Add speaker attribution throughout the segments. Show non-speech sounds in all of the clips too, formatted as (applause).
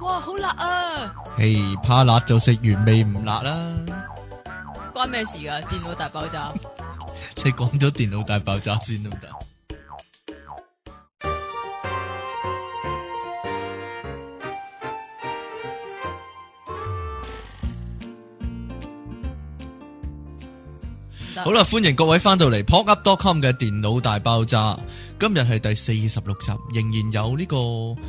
Speaker 1: 哇，好辣啊！
Speaker 2: 嘿，怕辣就食原味唔辣
Speaker 1: (laughs)
Speaker 2: 啦。
Speaker 1: 關咩事噶？電腦大爆
Speaker 2: (laughs)
Speaker 1: 炸，
Speaker 2: 你講咗電腦大爆炸先得唔得？
Speaker 1: 啊
Speaker 2: 好啦，歡迎各位翻到嚟 p o p u p c o m 嘅電腦大爆炸，今日係第四十六集，仍然有呢、個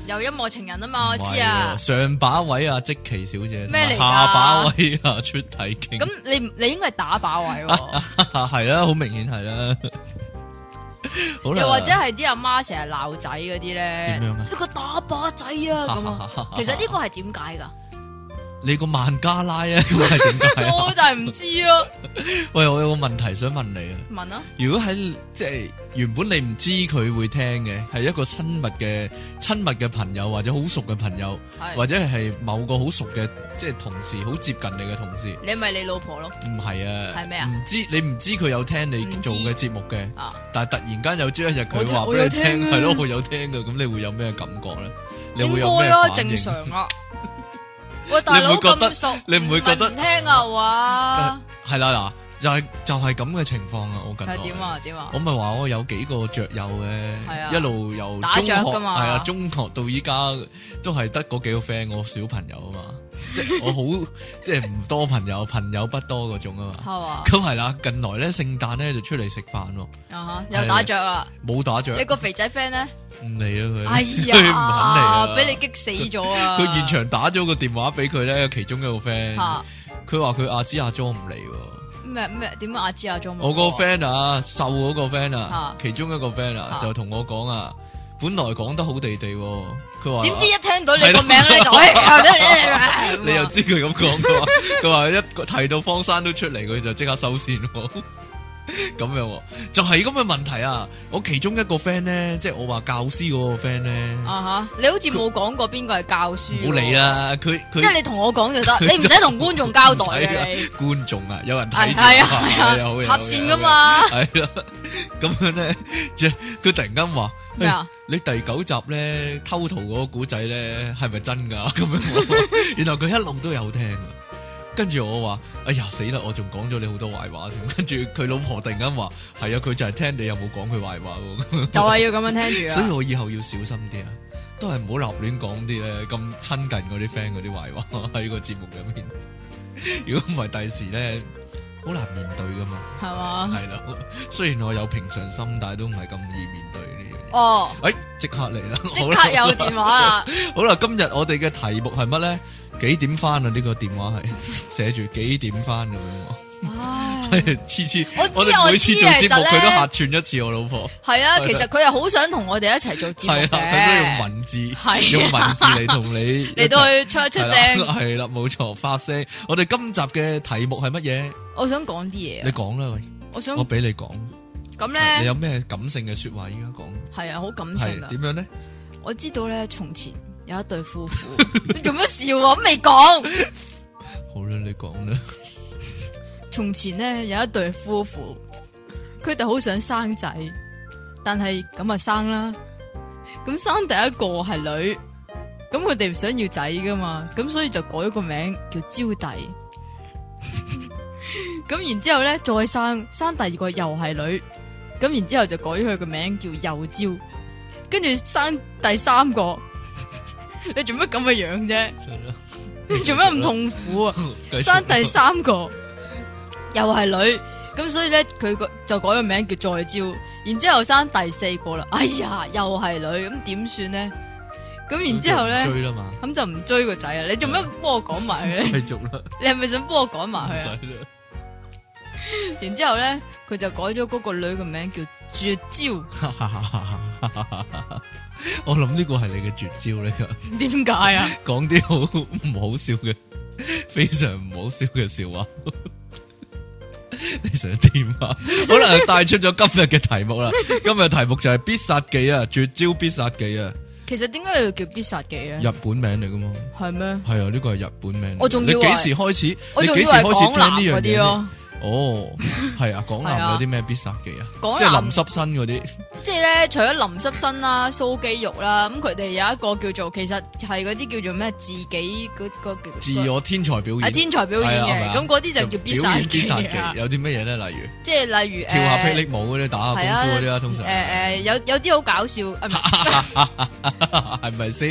Speaker 1: 有音樂情人啊嘛，我
Speaker 2: 唔係
Speaker 1: 知啊
Speaker 2: 喎。上把位啊，即奇小姐，
Speaker 1: 咩嚟㗎
Speaker 2: 下把位啊，出體傾，
Speaker 1: 咁你唔你應該係打靶位喎，
Speaker 2: (laughs) 啊係啦，好明顯係啦。
Speaker 1: (laughs)
Speaker 2: 好啦，
Speaker 1: 又或者係啲阿媽成日鬧仔嗰啲咧，
Speaker 2: 點樣啊
Speaker 1: 呢個打靶仔啊咁啊。其實呢個係點解噶？
Speaker 2: 你個孟加拉啊， (laughs) 咁係點解啊？
Speaker 1: 我就係唔知咯。
Speaker 2: 喂，我有個問題想問你啊。
Speaker 1: 問啊，
Speaker 2: 如果喺即係原本你唔知佢會聽嘅，係一個親密嘅親密嘅朋友或者好熟嘅朋友，或
Speaker 1: 係
Speaker 2: 者係啊某個好熟嘅即係同事，好接近你嘅同事，
Speaker 1: 你咪你老婆咯
Speaker 2: 唔係啊？
Speaker 1: 係咩啊
Speaker 2: 唔知你唔知佢有聽你
Speaker 1: 唔知
Speaker 2: 做嘅節目嘅，
Speaker 1: 啊！
Speaker 2: 但係突然間有朝一日
Speaker 1: 我
Speaker 2: 佢
Speaker 1: 聽
Speaker 2: 話
Speaker 1: 我
Speaker 2: 俾你
Speaker 1: 有
Speaker 2: 聽，
Speaker 1: 聽啊
Speaker 2: 係咯，我有聽嘅，咁你會有咩感覺咧？你
Speaker 1: 應
Speaker 2: 會有
Speaker 1: 該
Speaker 2: 咩
Speaker 1: 啦，
Speaker 2: 反
Speaker 1: 正
Speaker 2: 應
Speaker 1: 常
Speaker 2: (laughs)
Speaker 1: 啊。喂，大佬
Speaker 2: 你唔會覺得
Speaker 1: 咁熟，
Speaker 2: 你唔會覺得
Speaker 1: 唔係唔聽啊？哇，
Speaker 2: 係啦，嗱，就係就係咁嘅情況啊！我近
Speaker 1: 係
Speaker 2: 來
Speaker 1: 點啊？點啊
Speaker 2: 我？咪話我有幾個雀友嘅，
Speaker 1: 係啊
Speaker 2: 一路由
Speaker 1: 打
Speaker 2: 中學
Speaker 1: 雀㗎
Speaker 2: 係
Speaker 1: 嘛
Speaker 2: 啊，中學到依家都係得嗰幾個 friend，我小朋友啊嘛，
Speaker 1: (laughs)
Speaker 2: 即係我好即係唔多朋友，朋友不多嗰種啊嘛。
Speaker 1: 係嘛？
Speaker 2: 咁係啦，近來咧聖誕咧就出嚟食飯喎，
Speaker 1: 啊哈又打雀啦！
Speaker 2: 冇打雀，
Speaker 1: 你個肥仔 friend 咧？
Speaker 2: 唔嚟啊
Speaker 1: 哎
Speaker 2: 佢， (laughs) 佢唔肯嚟
Speaker 1: 呀
Speaker 2: 啊，，
Speaker 1: 俾你激死咗啊！
Speaker 2: 佢現場打咗個電話俾佢咧，其中一個 friend，
Speaker 1: 吓
Speaker 2: 佢話佢阿芝阿莊唔嚟喎。
Speaker 1: 咩咩點啊？阿芝阿中
Speaker 2: 我個 friend 啊，瘦嗰個 friend 啊
Speaker 1: 哦啊，
Speaker 2: 其中一個 friend 啊
Speaker 1: 啊，
Speaker 2: 就同我講啊，本來講得好地地喎，佢話
Speaker 1: 點知啊一聽到你個名咧就哎
Speaker 2: (laughs) 你又知佢咁講嘅話， (laughs) 佢話一個提到方山都出嚟，佢就即刻收線喎。 (laughs) 咁樣喎就係咁嘅問題啊！我其中一個 friend 咧，即係我話教師嗰個 friend 咧，
Speaker 1: (laughs) 啊吓！你好似冇講過邊個係教書喎，
Speaker 2: 冇理啦，佢佢
Speaker 1: 哎即係你同我講就
Speaker 2: (laughs) 佢
Speaker 1: 得，你唔使同觀眾交代嘅你。
Speaker 2: 觀眾啊，有人
Speaker 1: 係
Speaker 2: 睇住
Speaker 1: 係啊
Speaker 2: 有有
Speaker 1: 係
Speaker 2: 有
Speaker 1: 啊，
Speaker 2: 有
Speaker 1: 插線噶嘛
Speaker 2: 係啦，咁樣咧，即係佢突然間話
Speaker 1: 咩啊？
Speaker 2: 哎你第九集咧偷圖嗰個古仔咧係咪真噶？ (laughs) 咁樣
Speaker 1: (laughs)
Speaker 2: 喎，原來佢一路都有聽啊。跟住我話：哎呀死啦！我仲講咗你好多壞話添。 (laughs) 跟住佢老婆突然間話：係啊，佢就係聽你有冇講佢壞話喎。
Speaker 1: 就係要咁樣聽
Speaker 2: 所以
Speaker 1: 住啊
Speaker 2: 我以後要小心啲啊，都係唔好立亂講啲咧咁親近嗰啲 friend 嗰啲壞話 (laughs) 喺個節目入面。如果唔係第時咧，好難面對噶嘛。 (laughs)
Speaker 1: 啊，係嘛？
Speaker 2: 係咯，雖然我有平常心，但係都唔係咁易面對呢樣嘢。
Speaker 1: 哦，
Speaker 2: 哎，即刻嚟啦！
Speaker 1: 即
Speaker 2: 好啦
Speaker 1: 刻有電話啦，
Speaker 2: 好啦，今日我哋嘅題目係乜咧？幾點翻啊？呢個電話
Speaker 1: (laughs)
Speaker 2: 係寫住幾點翻咁樣 (laughs)
Speaker 1: 唉
Speaker 2: 喎，係次次
Speaker 1: 我知啊
Speaker 2: 哋每次做
Speaker 1: 我知啊其
Speaker 2: 節
Speaker 1: 實
Speaker 2: 目，
Speaker 1: 呢
Speaker 2: 佢都客串一次我老婆。
Speaker 1: 係啊，其實佢又好想同我哋一齊做節
Speaker 2: 係
Speaker 1: 目
Speaker 2: 啦，佢需要用
Speaker 1: 嘅，
Speaker 2: 文字，
Speaker 1: 係啊
Speaker 2: 用文字嚟同你
Speaker 1: (laughs) 嚟到去出一出聲。
Speaker 2: 系啦，冇錯，發聲。我哋今集嘅題目係乜嘢？
Speaker 1: 我想講啲嘢
Speaker 2: 你
Speaker 1: 啊，
Speaker 2: 講啦，喂，
Speaker 1: 我想
Speaker 2: 我俾你講。
Speaker 1: 咁
Speaker 2: 你
Speaker 1: 咧
Speaker 2: 有咩感性嘅说話依家講？
Speaker 1: 係啊，好感性
Speaker 2: 係
Speaker 1: 噶。
Speaker 2: 點樣咧？
Speaker 1: 我知道咧，從前有一對夫婦，
Speaker 2: (laughs)
Speaker 1: (laughs) 你做乜笑啊？我都未講。
Speaker 2: 好啦，你講
Speaker 1: (laughs)
Speaker 2: 啦。
Speaker 1: 從前呢，有一對夫婦，佢哋好想生仔，但係咁啊生啦。咁生第一個係女，咁佢哋唔想要仔噶嘛，咁所以就改咗個名叫招弟。 (laughs) 咁然之後咧，再生生第二個又係女，咁然之後就改咗佢個名叫幼招，跟住生第三個，你做乜咁嘅樣啫？你做乜咁痛苦啊？
Speaker 2: 繼續
Speaker 1: 生第三個又係女，咁所以咧佢個就改個名叫再招，然之后生第四個啦，哎呀又係女，咁點算呢？咁然之后
Speaker 2: (laughs) 咁就唔
Speaker 1: 咧，
Speaker 2: 追啦嘛，
Speaker 1: 咁就唔追個仔啊啦。你做咩幫我講埋佢
Speaker 2: 繼 (laughs)
Speaker 1: 咧？
Speaker 2: 續啦，
Speaker 1: (laughs) 你係啊咪想幫我講
Speaker 2: 唔
Speaker 1: 埋佢啊？
Speaker 2: 使啦。
Speaker 1: 然之后咧，佢就改咗嗰個女嘅名叫絕招， (laughs)
Speaker 2: (laughs) 我諗呢個係你嘅絕招嚟噶，
Speaker 1: 點解啊？
Speaker 2: (laughs) 講啲好唔好笑嘅，非常唔好笑嘅笑話。 (laughs) 你想點
Speaker 1: (laughs)
Speaker 2: 啊？好啦，帶出咗今日嘅題目啦。今日嘅題目就係必殺技啊，絕招必殺技啊，
Speaker 1: 其實點解要叫必殺技咧？
Speaker 2: 日本名嚟噶嘛？
Speaker 1: 係咩？
Speaker 2: 係啊，呢個係日本名嚟。
Speaker 1: 我仲以
Speaker 2: 你
Speaker 1: 為
Speaker 2: 幾時開始？
Speaker 1: 我
Speaker 2: 你
Speaker 1: 仲
Speaker 2: 幾
Speaker 1: 以為
Speaker 2: 時開
Speaker 1: 係
Speaker 2: 始
Speaker 1: 港男嗰
Speaker 2: 聽呢樣嘢
Speaker 1: 啲
Speaker 2: 呢？
Speaker 1: 咯，
Speaker 2: 哦，係啊，港
Speaker 1: 係
Speaker 2: 男
Speaker 1: 啊
Speaker 2: 有啲咩必殺技啊？
Speaker 1: 港
Speaker 2: 即係
Speaker 1: 男
Speaker 2: 淋濕身嗰啲，
Speaker 1: 即系咧，除咗淋濕身啦、搔肌肉啦，咁佢哋有一個叫做，其實係嗰啲叫做咩自己嗰嗰叫
Speaker 2: 自我天才表
Speaker 1: 啊
Speaker 2: 演，
Speaker 1: 天才表演
Speaker 2: 係啊係咪啊
Speaker 1: 嘅，咁嗰啲就叫必
Speaker 2: 表
Speaker 1: 殺
Speaker 2: 演必殺
Speaker 1: 技
Speaker 2: 技
Speaker 1: 啊，
Speaker 2: 有啲乜嘢咧？例如
Speaker 1: 即係例如
Speaker 2: 跳下
Speaker 1: 誒
Speaker 2: 霹靂舞嗰啲，打下
Speaker 1: 係
Speaker 2: 功夫嗰啲啦，啊通常
Speaker 1: 誒誒有有啲好搞笑，啊唔係
Speaker 2: (laughs) 係咪先？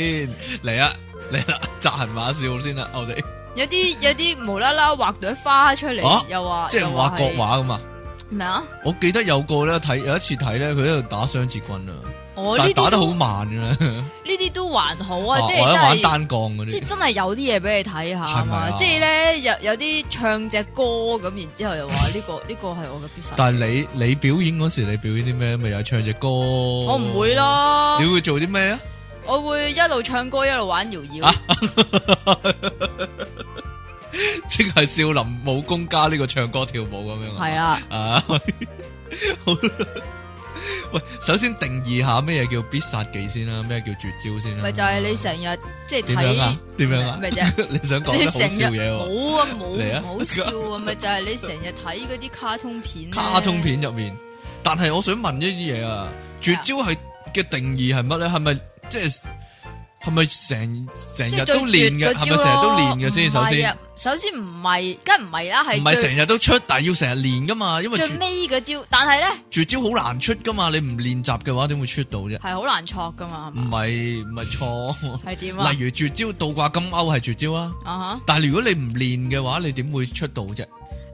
Speaker 2: 嚟啊嚟啦，扎人馬笑先啦，我哋
Speaker 1: 有啲有啲無啦啦畫朵花出
Speaker 2: 啊
Speaker 1: 嚟，又話
Speaker 2: 即係
Speaker 1: 又
Speaker 2: 畫
Speaker 1: 話係
Speaker 2: 國畫噶嘛。
Speaker 1: 咩啊？
Speaker 2: 我記得有個咧睇有一次睇咧，佢喺度打雙截棍啊，
Speaker 1: 哦我呢
Speaker 2: 但係打
Speaker 1: 啲
Speaker 2: 得
Speaker 1: 都
Speaker 2: 好
Speaker 1: 呢
Speaker 2: 慢噶啦，
Speaker 1: 啲都還好啊，
Speaker 2: (laughs) 或
Speaker 1: 即
Speaker 2: 者
Speaker 1: 係真
Speaker 2: 玩
Speaker 1: 係。
Speaker 2: 單槓嗰
Speaker 1: 即係
Speaker 2: 啲。
Speaker 1: 真係有啲嘢俾你睇下
Speaker 2: 係咪啊
Speaker 1: 嘛，即係咧有有啲唱隻歌咁，然之後又話呢個呢個係我嘅必殺技。
Speaker 2: 但係你你表演嗰時，你表演啲咩？咪又係唱只歌。我
Speaker 1: 我唔會。咯
Speaker 2: 你，會做啲咩啊？ (laughs)
Speaker 1: 我會一路唱歌一路玩搖
Speaker 2: 啊
Speaker 1: 搖，
Speaker 2: 即係少林武功加呢個唱歌跳舞咁樣啊？
Speaker 1: 係啦，
Speaker 2: 啊， (laughs) 好啦喂，首先定義下咩嘢叫必殺技先啦，咩叫絕招先啦？
Speaker 1: 咪就係你成日即係
Speaker 2: 點樣
Speaker 1: 睇
Speaker 2: 啊？點樣啊？
Speaker 1: 咩啫？
Speaker 2: (laughs) 你想講
Speaker 1: 你
Speaker 2: 啲好
Speaker 1: 成日
Speaker 2: 笑嘢喎？
Speaker 1: 冇啊
Speaker 2: 嚟
Speaker 1: 冇
Speaker 2: 啊
Speaker 1: 唔好笑啊，咪就係你成日睇嗰啲卡通片啊咧。
Speaker 2: 卡通片入面，但係我想問一啲嘢啊，絕招係嘅定義係乜咧？係咪即係係咪成成
Speaker 1: 即
Speaker 2: 日
Speaker 1: 係
Speaker 2: 都
Speaker 1: 最
Speaker 2: 練
Speaker 1: 絕
Speaker 2: 嘅？
Speaker 1: 嗰
Speaker 2: 係
Speaker 1: 招
Speaker 2: 咪成日都
Speaker 1: 咯
Speaker 2: 練嘅先？首，
Speaker 1: 唔係
Speaker 2: 先
Speaker 1: 啊首先唔係，梗唔係啦，
Speaker 2: 唔
Speaker 1: 係
Speaker 2: 係成
Speaker 1: 最
Speaker 2: 日都出，但係要成日練噶嘛，因為
Speaker 1: 最
Speaker 2: 絕
Speaker 1: 尾嗰招，但係咧
Speaker 2: 絕招好難出噶嘛，你唔練習嘅話點會出到啫？
Speaker 1: 係好難錯噶嘛，係
Speaker 2: 唔
Speaker 1: 嘛？
Speaker 2: 係唔係錯。
Speaker 1: 係點啊
Speaker 2: 例？如絕招倒掛金鈎係絕招啊，
Speaker 1: 啊哈！
Speaker 2: 但係如果你唔練嘅話，你點會出到啫？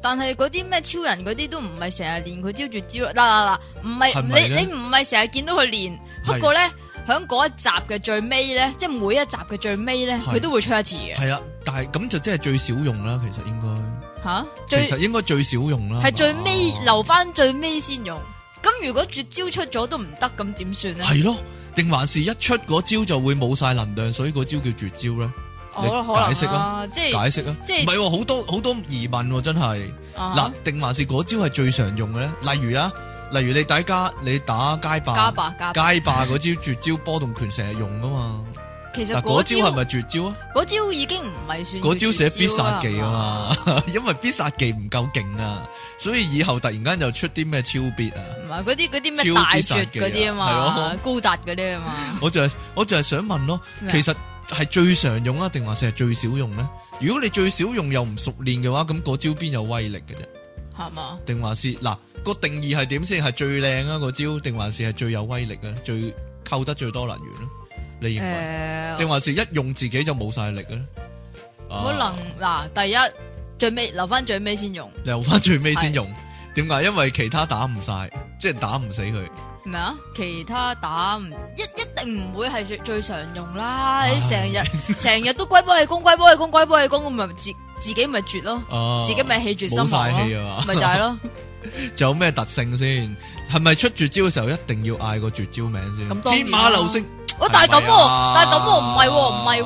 Speaker 1: 但係嗰啲咩超人嗰啲都唔係成日練佢招絕招啦，嗱嗱嗱，唔係
Speaker 2: 係咪
Speaker 1: 你
Speaker 2: 呢
Speaker 1: 你唔係成日見到佢練，
Speaker 2: 係
Speaker 1: 不過咧喺嗰一集嘅最尾咧，即係每一集嘅最尾咧，
Speaker 2: 係
Speaker 1: 佢都會出一次嘅
Speaker 2: 係啊，但係咁就真係最少用啦，其實應該，
Speaker 1: 吓，最
Speaker 2: 其實應啊該最少用啦，
Speaker 1: 係最尾
Speaker 2: 嘛
Speaker 1: 留翻最尾先用。咁如果絕招出咗都唔得，咁點算咧？
Speaker 2: 係咯，定還是一出嗰招就會冇晒能量，所以嗰招叫絕招咧？
Speaker 1: 可
Speaker 2: 你
Speaker 1: 可
Speaker 2: 解釋
Speaker 1: 能啦，即係
Speaker 2: 解釋啊，
Speaker 1: 即係
Speaker 2: 唔係喎好多好多疑問喎，真係
Speaker 1: 啊
Speaker 2: 嗱，定還是嗰招係最常用嘅咧？例如啦，例如你大家你打街
Speaker 1: 加
Speaker 2: 霸，
Speaker 1: 吧加吧，
Speaker 2: 街霸嗰招絕招波動拳成日用噶嘛，
Speaker 1: 其實
Speaker 2: 嗱
Speaker 1: 嗰
Speaker 2: 嗰招
Speaker 1: 招
Speaker 2: 係咪絕招啊？
Speaker 1: 嗰招已經唔係算
Speaker 2: 嗰招
Speaker 1: 寫
Speaker 2: 寫必殺技啊嘛， (laughs) 因為必殺技唔夠勁啊，所以以後突然間就出啲咩超必啊！
Speaker 1: 唔係嗰啲嗰啲咩
Speaker 2: 超
Speaker 1: 大
Speaker 2: 必殺
Speaker 1: 絕嗰啲啊
Speaker 2: 技啊係
Speaker 1: 嘛，高達嗰啲啊
Speaker 2: (laughs)
Speaker 1: 嘛，
Speaker 2: 我就係我就係想問咯，
Speaker 1: 咩啊
Speaker 2: 其實係最常用啊，定還是係最少用咧？如果你最少用又唔熟練嘅話，咁嗰招邊有威力嘅啫？
Speaker 1: 係嘛？
Speaker 2: 定還是嗱個定義係點先係最靚啊？個招定還是係最有威力嘅？最扣得最多能源咧？你認為？
Speaker 1: 誒，
Speaker 2: 定還是一用自己就冇晒力嘅咧？
Speaker 1: 可
Speaker 2: 啊
Speaker 1: 能嗱，第一最尾留翻最尾先用
Speaker 2: 留翻最尾先用。點解？因為其他打唔晒，即係打唔死佢。
Speaker 1: 咩啊？其他打唔一一定唔會係最最常用啦。你成日 (laughs) 成日都龜波氣功、龜波氣功、龜波氣功，咁咪自自己咪絕咯，
Speaker 2: 啊，
Speaker 1: 自己咪氣絕
Speaker 2: 冇
Speaker 1: 身亡
Speaker 2: 晒氣
Speaker 1: 咯，
Speaker 2: 啊嘛。 (laughs)
Speaker 1: 咪就係咯。
Speaker 2: 仲有咩特性先？係咪出絕招嘅時候一定要嗌個絕招名先？
Speaker 1: 咁當然啦
Speaker 2: 天馬流星
Speaker 1: 喂，但係咁
Speaker 2: 係咪啊
Speaker 1: 喎，但係咁喎，唔係喎，唔
Speaker 2: 係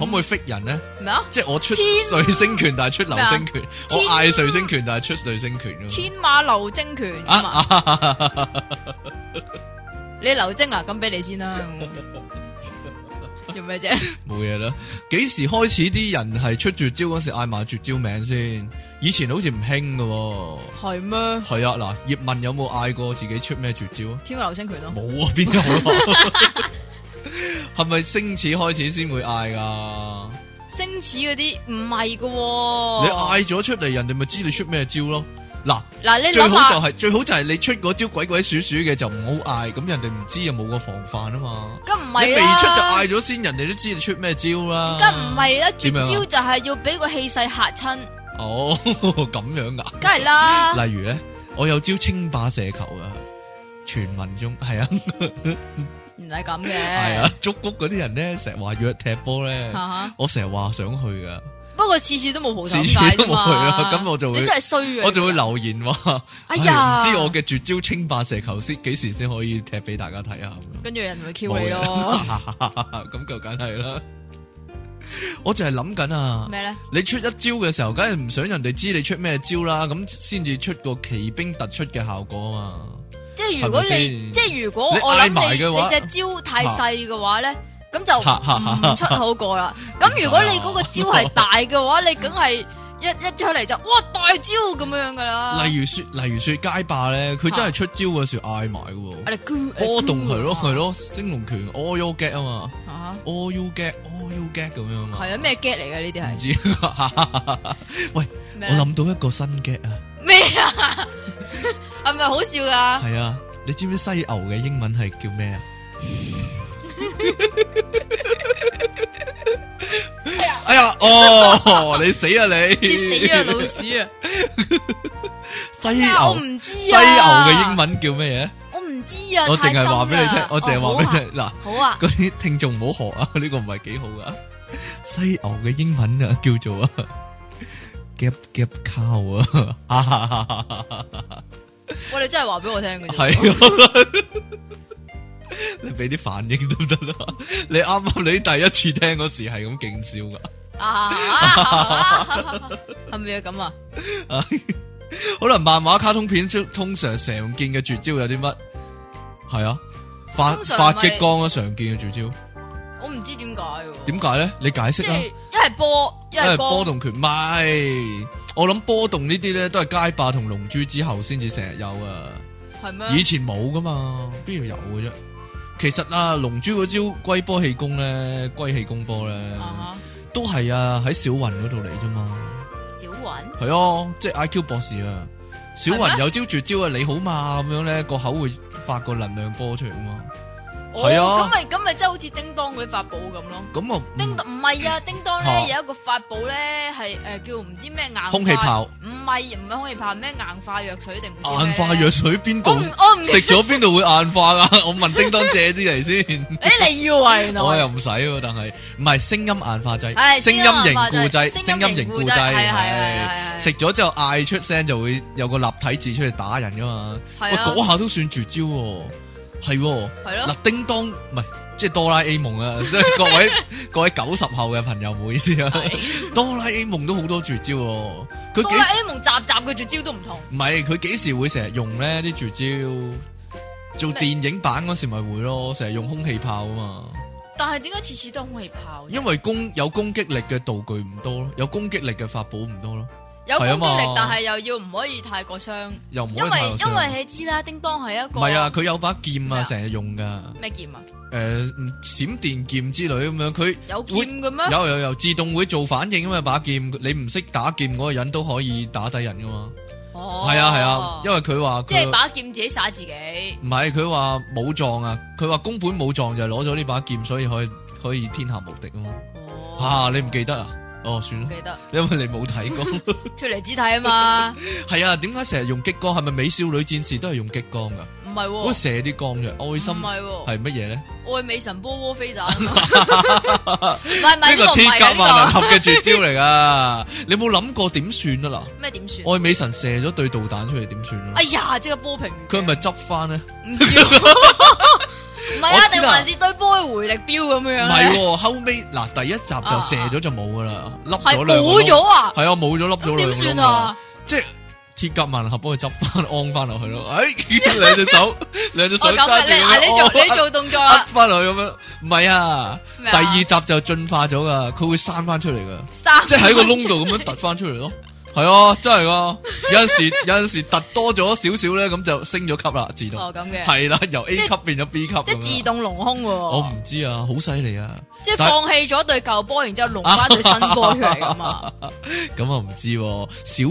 Speaker 2: 可唔可以 fit 人咧？
Speaker 1: 係喎，咩啊？
Speaker 2: 即係我出
Speaker 1: 天啊
Speaker 2: 瑞星拳，但係出流星拳；我
Speaker 1: 天
Speaker 2: 嗌瑞星拳，但係出瑞星拳啊㗎嘛
Speaker 1: 天馬流精拳
Speaker 2: 啊
Speaker 1: 啊嘛，你流精啊，咁俾你先啦。做咩啫？
Speaker 2: 冇嘢啦。幾時開始啲人係出絕招嗰時嗌埋絕招名先？以前好似唔興嘅喎。
Speaker 1: 係咩？
Speaker 2: 係啊，嗱，葉問有冇嗌過自己出咩絕招啊？
Speaker 1: 天馬流星拳咯，
Speaker 2: 冇啊，邊有啊？ (laughs) 係咪星矢開始先會嗌噶？
Speaker 1: 哦星矢嗰啲唔係噶。
Speaker 2: 你嗌咗出嚟，人哋咪知你出咩招咯。嗱，
Speaker 1: 嗱，你
Speaker 2: 最
Speaker 1: 諗
Speaker 2: 好就
Speaker 1: 下，
Speaker 2: 係、最好就係你出嗰招鬼鬼祟祟嘅就唔好嗌，咁人哋唔知又冇個防範啊嘛。
Speaker 1: 咁唔
Speaker 2: 你
Speaker 1: 係
Speaker 2: 未
Speaker 1: 啦，
Speaker 2: 出就嗌咗先，人哋都知你出咩招啦。
Speaker 1: 梗唔係啦，絕
Speaker 2: 點樣啊
Speaker 1: 招就係要俾個氣勢嚇親，
Speaker 2: 哦， (laughs) 咁樣噶。
Speaker 1: 梗係啦，
Speaker 2: 例如咧，我有招清霸射球啊，傳聞中係啊，
Speaker 1: 唔使咁
Speaker 2: 係
Speaker 1: 嘅 (laughs)
Speaker 2: 啊，，竹谷嗰啲人咧成日話約踢波咧，
Speaker 1: 嚇嚇
Speaker 2: 我成日話想去噶。
Speaker 1: 不過次次都冇蒲頭
Speaker 2: 次次
Speaker 1: 解
Speaker 2: 都
Speaker 1: 啫
Speaker 2: 冇去啊
Speaker 1: 嘛，
Speaker 2: 咁我就會
Speaker 1: 你真係衰啊，
Speaker 2: 我就會留言話，
Speaker 1: 哎呀
Speaker 2: 唉唔知我嘅絕招清霸射球先幾時先可以踢俾大家睇啊？咁樣
Speaker 1: 跟住人會 Q
Speaker 2: 冇
Speaker 1: 你
Speaker 2: 嘢
Speaker 1: 咯，
Speaker 2: 咁就梗係啦。我就係諗緊啊，
Speaker 1: 咩咧？
Speaker 2: 你出一招嘅時候，梗係唔想人哋知你出咩招啦，咁先至出個奇兵突出嘅效果啊嘛。
Speaker 1: 即係如果
Speaker 2: 係咪先
Speaker 1: 你，即係如果
Speaker 2: 你
Speaker 1: 我諗
Speaker 2: 嗌埋
Speaker 1: 你，
Speaker 2: 嘅話
Speaker 1: 你隻招太細嘅話咧，咁就
Speaker 2: 嚇嚇嚇
Speaker 1: 唔出好過啦。咁如果你嗰個招係大嘅話，你梗係一一出嚟就哇大招咁样噶啦。
Speaker 2: 例如说，例如说街霸咧，佢真係出招嗰時嗌埋嘅
Speaker 1: 啊
Speaker 2: 喎，
Speaker 1: 你啊咕
Speaker 2: 波動係咯係，咯，升龍拳 all you get 啊嘛
Speaker 1: 吓
Speaker 2: ，all you get all you get 咁樣啊嘛，
Speaker 1: 系啊咩 get 嚟嘅呢
Speaker 2: 唔
Speaker 1: 啲系
Speaker 2: 知，喂，
Speaker 1: 咩
Speaker 2: (laughs) 我
Speaker 1: 呢
Speaker 2: 諗到一個新 get 啊，
Speaker 1: 咩啊？ (laughs) 系咪好笑噶？
Speaker 2: 係啊，你知唔知犀牛嘅英文係叫咩啊？ (laughs) 哎呀，哦，你死啊
Speaker 1: 跌
Speaker 2: 你！ (laughs)
Speaker 1: 死啊老鼠啊！
Speaker 2: 犀
Speaker 1: 咩啊我
Speaker 2: 牛，
Speaker 1: 唔知
Speaker 2: 犀牛
Speaker 1: 啊。
Speaker 2: 嘅英文叫咩嘢？
Speaker 1: 我唔知啊。
Speaker 2: 我淨係話俾你
Speaker 1: 太深
Speaker 2: 聽
Speaker 1: 啦，
Speaker 2: 我淨係話俾你。聽嗱。
Speaker 1: 哦好啊
Speaker 2: 嗰啲聽眾唔好學啊，呢、個唔係幾好噶。犀牛嘅英文啊，叫做啊 gap gap (laughs) cow 啊，
Speaker 1: 好啊，喂你真系话俾我听嘅啫。
Speaker 2: 係啊， (laughs) 你俾啲反應都得啦。你啱啱你第一次聽嗰時係咁勁笑噶。
Speaker 1: 啊，系咪要咁啊？
Speaker 2: 可能漫畫卡通片通通常常見嘅絕招有啲乜？係啊，發
Speaker 1: 通常
Speaker 2: 發
Speaker 1: 咪
Speaker 2: 激光啦，啊常見嘅絕招。
Speaker 1: 我唔知點解喎。
Speaker 2: 點解咧？你解
Speaker 1: 即
Speaker 2: 釋啊！
Speaker 1: 係一係波，一
Speaker 2: 因為
Speaker 1: 係
Speaker 2: 波
Speaker 1: 波。
Speaker 2: 動拳，唔係我諗波動呢啲咧，都係街霸同龍珠之後先至成日有啊，
Speaker 1: 係咩？
Speaker 2: 以前冇噶嘛，邊度有嘅啫？其實啊，龍珠嗰招龜波氣功咧，龜氣功波咧，
Speaker 1: 啊
Speaker 2: 都係啊喺小雲嗰度嚟啫嘛，
Speaker 1: 哈，小雲
Speaker 2: 係啊，即係 I Q 博士啊，小
Speaker 1: 係
Speaker 2: 雲
Speaker 1: 咩
Speaker 2: 有招絕招啊，你好嘛咁樣咧，個口會發個能量波出嚟噶嘛，係啊
Speaker 1: 哦，咁咪咁咪真係好似叮當嗰啲法寶咁咯。
Speaker 2: 咁啊
Speaker 1: 叮當唔係啊，叮當
Speaker 2: 嚇
Speaker 1: 咧有一個法寶咧係誒叫唔知咩硬化
Speaker 2: 空氣炮、
Speaker 1: 唔係唔係空氣炮，咩硬化藥水定唔知咩
Speaker 2: 硬化藥水邊
Speaker 1: 我
Speaker 2: 度
Speaker 1: 唔我唔，
Speaker 2: 食咗邊度會硬化啊？我問叮當借啲嚟先。
Speaker 1: (laughs) 誒你要啊原來
Speaker 2: 我又唔使喎，但係唔係聲音硬化劑，
Speaker 1: 係
Speaker 2: 聲
Speaker 1: 聲
Speaker 2: 音
Speaker 1: 音
Speaker 2: 凝
Speaker 1: 硬化
Speaker 2: 固
Speaker 1: 劑
Speaker 2: 劑，聲
Speaker 1: 聲音
Speaker 2: 音凝
Speaker 1: 凝固
Speaker 2: 固
Speaker 1: 劑
Speaker 2: 劑，
Speaker 1: 係係係
Speaker 2: 係
Speaker 1: 係係
Speaker 2: 食咗之後嗌出聲就會有個立體字出嚟打人噶嘛，喂
Speaker 1: 係啊
Speaker 2: 嗰下都算絕招喎，
Speaker 1: 係
Speaker 2: 係喎嗱
Speaker 1: 咯，
Speaker 2: 叮當唔係即係哆啦 A
Speaker 1: (laughs)
Speaker 2: 夢啊，即係各位各位九十後嘅朋友唔好意思啊，哆啦 A 夢都好多絕招喎，佢
Speaker 1: 哆
Speaker 2: 幾
Speaker 1: 啦 A 夢集集嘅絕招都唔同，
Speaker 2: 唔係佢幾時會成日用咧啲絕招？做
Speaker 1: 咩
Speaker 2: 電影版嗰時咪會咯，成日用空氣炮啊嘛。
Speaker 1: 但係點解次次都係空氣炮啫？
Speaker 2: 因为攻有攻击力嘅道具唔多咯，有攻击力嘅法宝唔多咯，
Speaker 1: 有攻
Speaker 2: 係啊嘛
Speaker 1: 擊力，但係又要唔可以太過傷。
Speaker 2: 又唔可
Speaker 1: 因
Speaker 2: 以
Speaker 1: 為
Speaker 2: 太有
Speaker 1: 因
Speaker 2: 傷
Speaker 1: 為你知啦，叮當係一
Speaker 2: 唔
Speaker 1: 個
Speaker 2: 系啊，佢有把剑
Speaker 1: 咩
Speaker 2: 啊，
Speaker 1: 啊
Speaker 2: 成日用噶，
Speaker 1: 咩劍啊？
Speaker 2: 诶、嗯闪电剑之类咁样，佢
Speaker 1: 有劍嘅咩？
Speaker 2: (laughs) 有有有自动会做反应啊嘛，把剑你唔识打剑嗰个人都可以打低人噶嘛，
Speaker 1: 哦，
Speaker 2: 系啊系啊，因为佢话
Speaker 1: 即係
Speaker 2: 佢
Speaker 1: 把劍自己殺自己。
Speaker 2: 唔系佢话武藏啊，佢话宫本武藏就係攞咗呢把剑，所以可以可以天下无敌啊嘛，吓、
Speaker 1: 哦，
Speaker 2: 你唔记得啊？哦，算
Speaker 1: 唔 (laughs)
Speaker 2: 啦，
Speaker 1: 記得
Speaker 2: 因为你冇睇过。
Speaker 1: (laughs) 脱離肢體啊嘛，
Speaker 2: 系啊，點解成日用激光？係咪美少女戰士都係用激光噶？
Speaker 1: 唔係喎，
Speaker 2: 好似射啲光嘅，愛心
Speaker 1: 哦唔係喎，
Speaker 2: 係乜嘢咧？呢
Speaker 1: 愛美神波窩飛彈啊嘛。唔係唔係呢
Speaker 2: 個
Speaker 1: 個唔
Speaker 2: 鐵甲
Speaker 1: 係
Speaker 2: 萬能
Speaker 1: 啊呢
Speaker 2: 俠嘅絕招嚟噶，你冇諗過點算啊
Speaker 1: 個咩點算？
Speaker 2: 嗱？愛美神射咗對導彈出嚟點算啊
Speaker 1: 哎？呀，即刻波平原嘅。
Speaker 2: 佢係咪執翻咧？
Speaker 1: 唔知喎？唔係
Speaker 2: 我知啦
Speaker 1: 啊，定還是對波嘅回力鏢咁樣
Speaker 2: 唔
Speaker 1: 樣
Speaker 2: 係
Speaker 1: 咧？
Speaker 2: 喎，後尾嗱第一集就射咗就冇噶啦，笠
Speaker 1: 係
Speaker 2: 咗兩個
Speaker 1: 冇咗
Speaker 2: 窿，
Speaker 1: 啊？
Speaker 2: 係啊冇咗笠咗
Speaker 1: 咁
Speaker 2: 兩個
Speaker 1: 點
Speaker 2: 窿
Speaker 1: 算啊？？
Speaker 2: 即係鐵甲萬能俠幫佢執翻安翻落去咯。哎，兩隻手兩 (laughs) 隻手
Speaker 1: 我咁
Speaker 2: 揸
Speaker 1: 啊，
Speaker 2: 住
Speaker 1: 你嗱
Speaker 2: 佢，
Speaker 1: 你做
Speaker 2: 哦
Speaker 1: 你做動作
Speaker 2: 呃
Speaker 1: 啦。
Speaker 2: 翻落去咁樣，唔係啊。
Speaker 1: 第
Speaker 2: 第二集就進化咗噶，佢會生翻出嚟噶，
Speaker 1: 三，
Speaker 2: 即係喺個窿度咁樣突翻出嚟咯。係啊，真係噶，有阵时有阵时突多咗少少咧，咁就升咗級啦，自動
Speaker 1: 哦咁嘅，
Speaker 2: 係啦，由 A
Speaker 1: 即係
Speaker 2: 級變咗 B 級
Speaker 1: 即
Speaker 2: 咁
Speaker 1: 係自
Speaker 2: 樣。
Speaker 1: 動隆胸喎。
Speaker 2: 我唔知啊，好犀利啊！
Speaker 1: 即係
Speaker 2: 但
Speaker 1: 放棄咗對舊波，然之後隆翻對新波出嚟噶
Speaker 2: (laughs)
Speaker 1: 嘛？
Speaker 2: 咁啊唔知喎，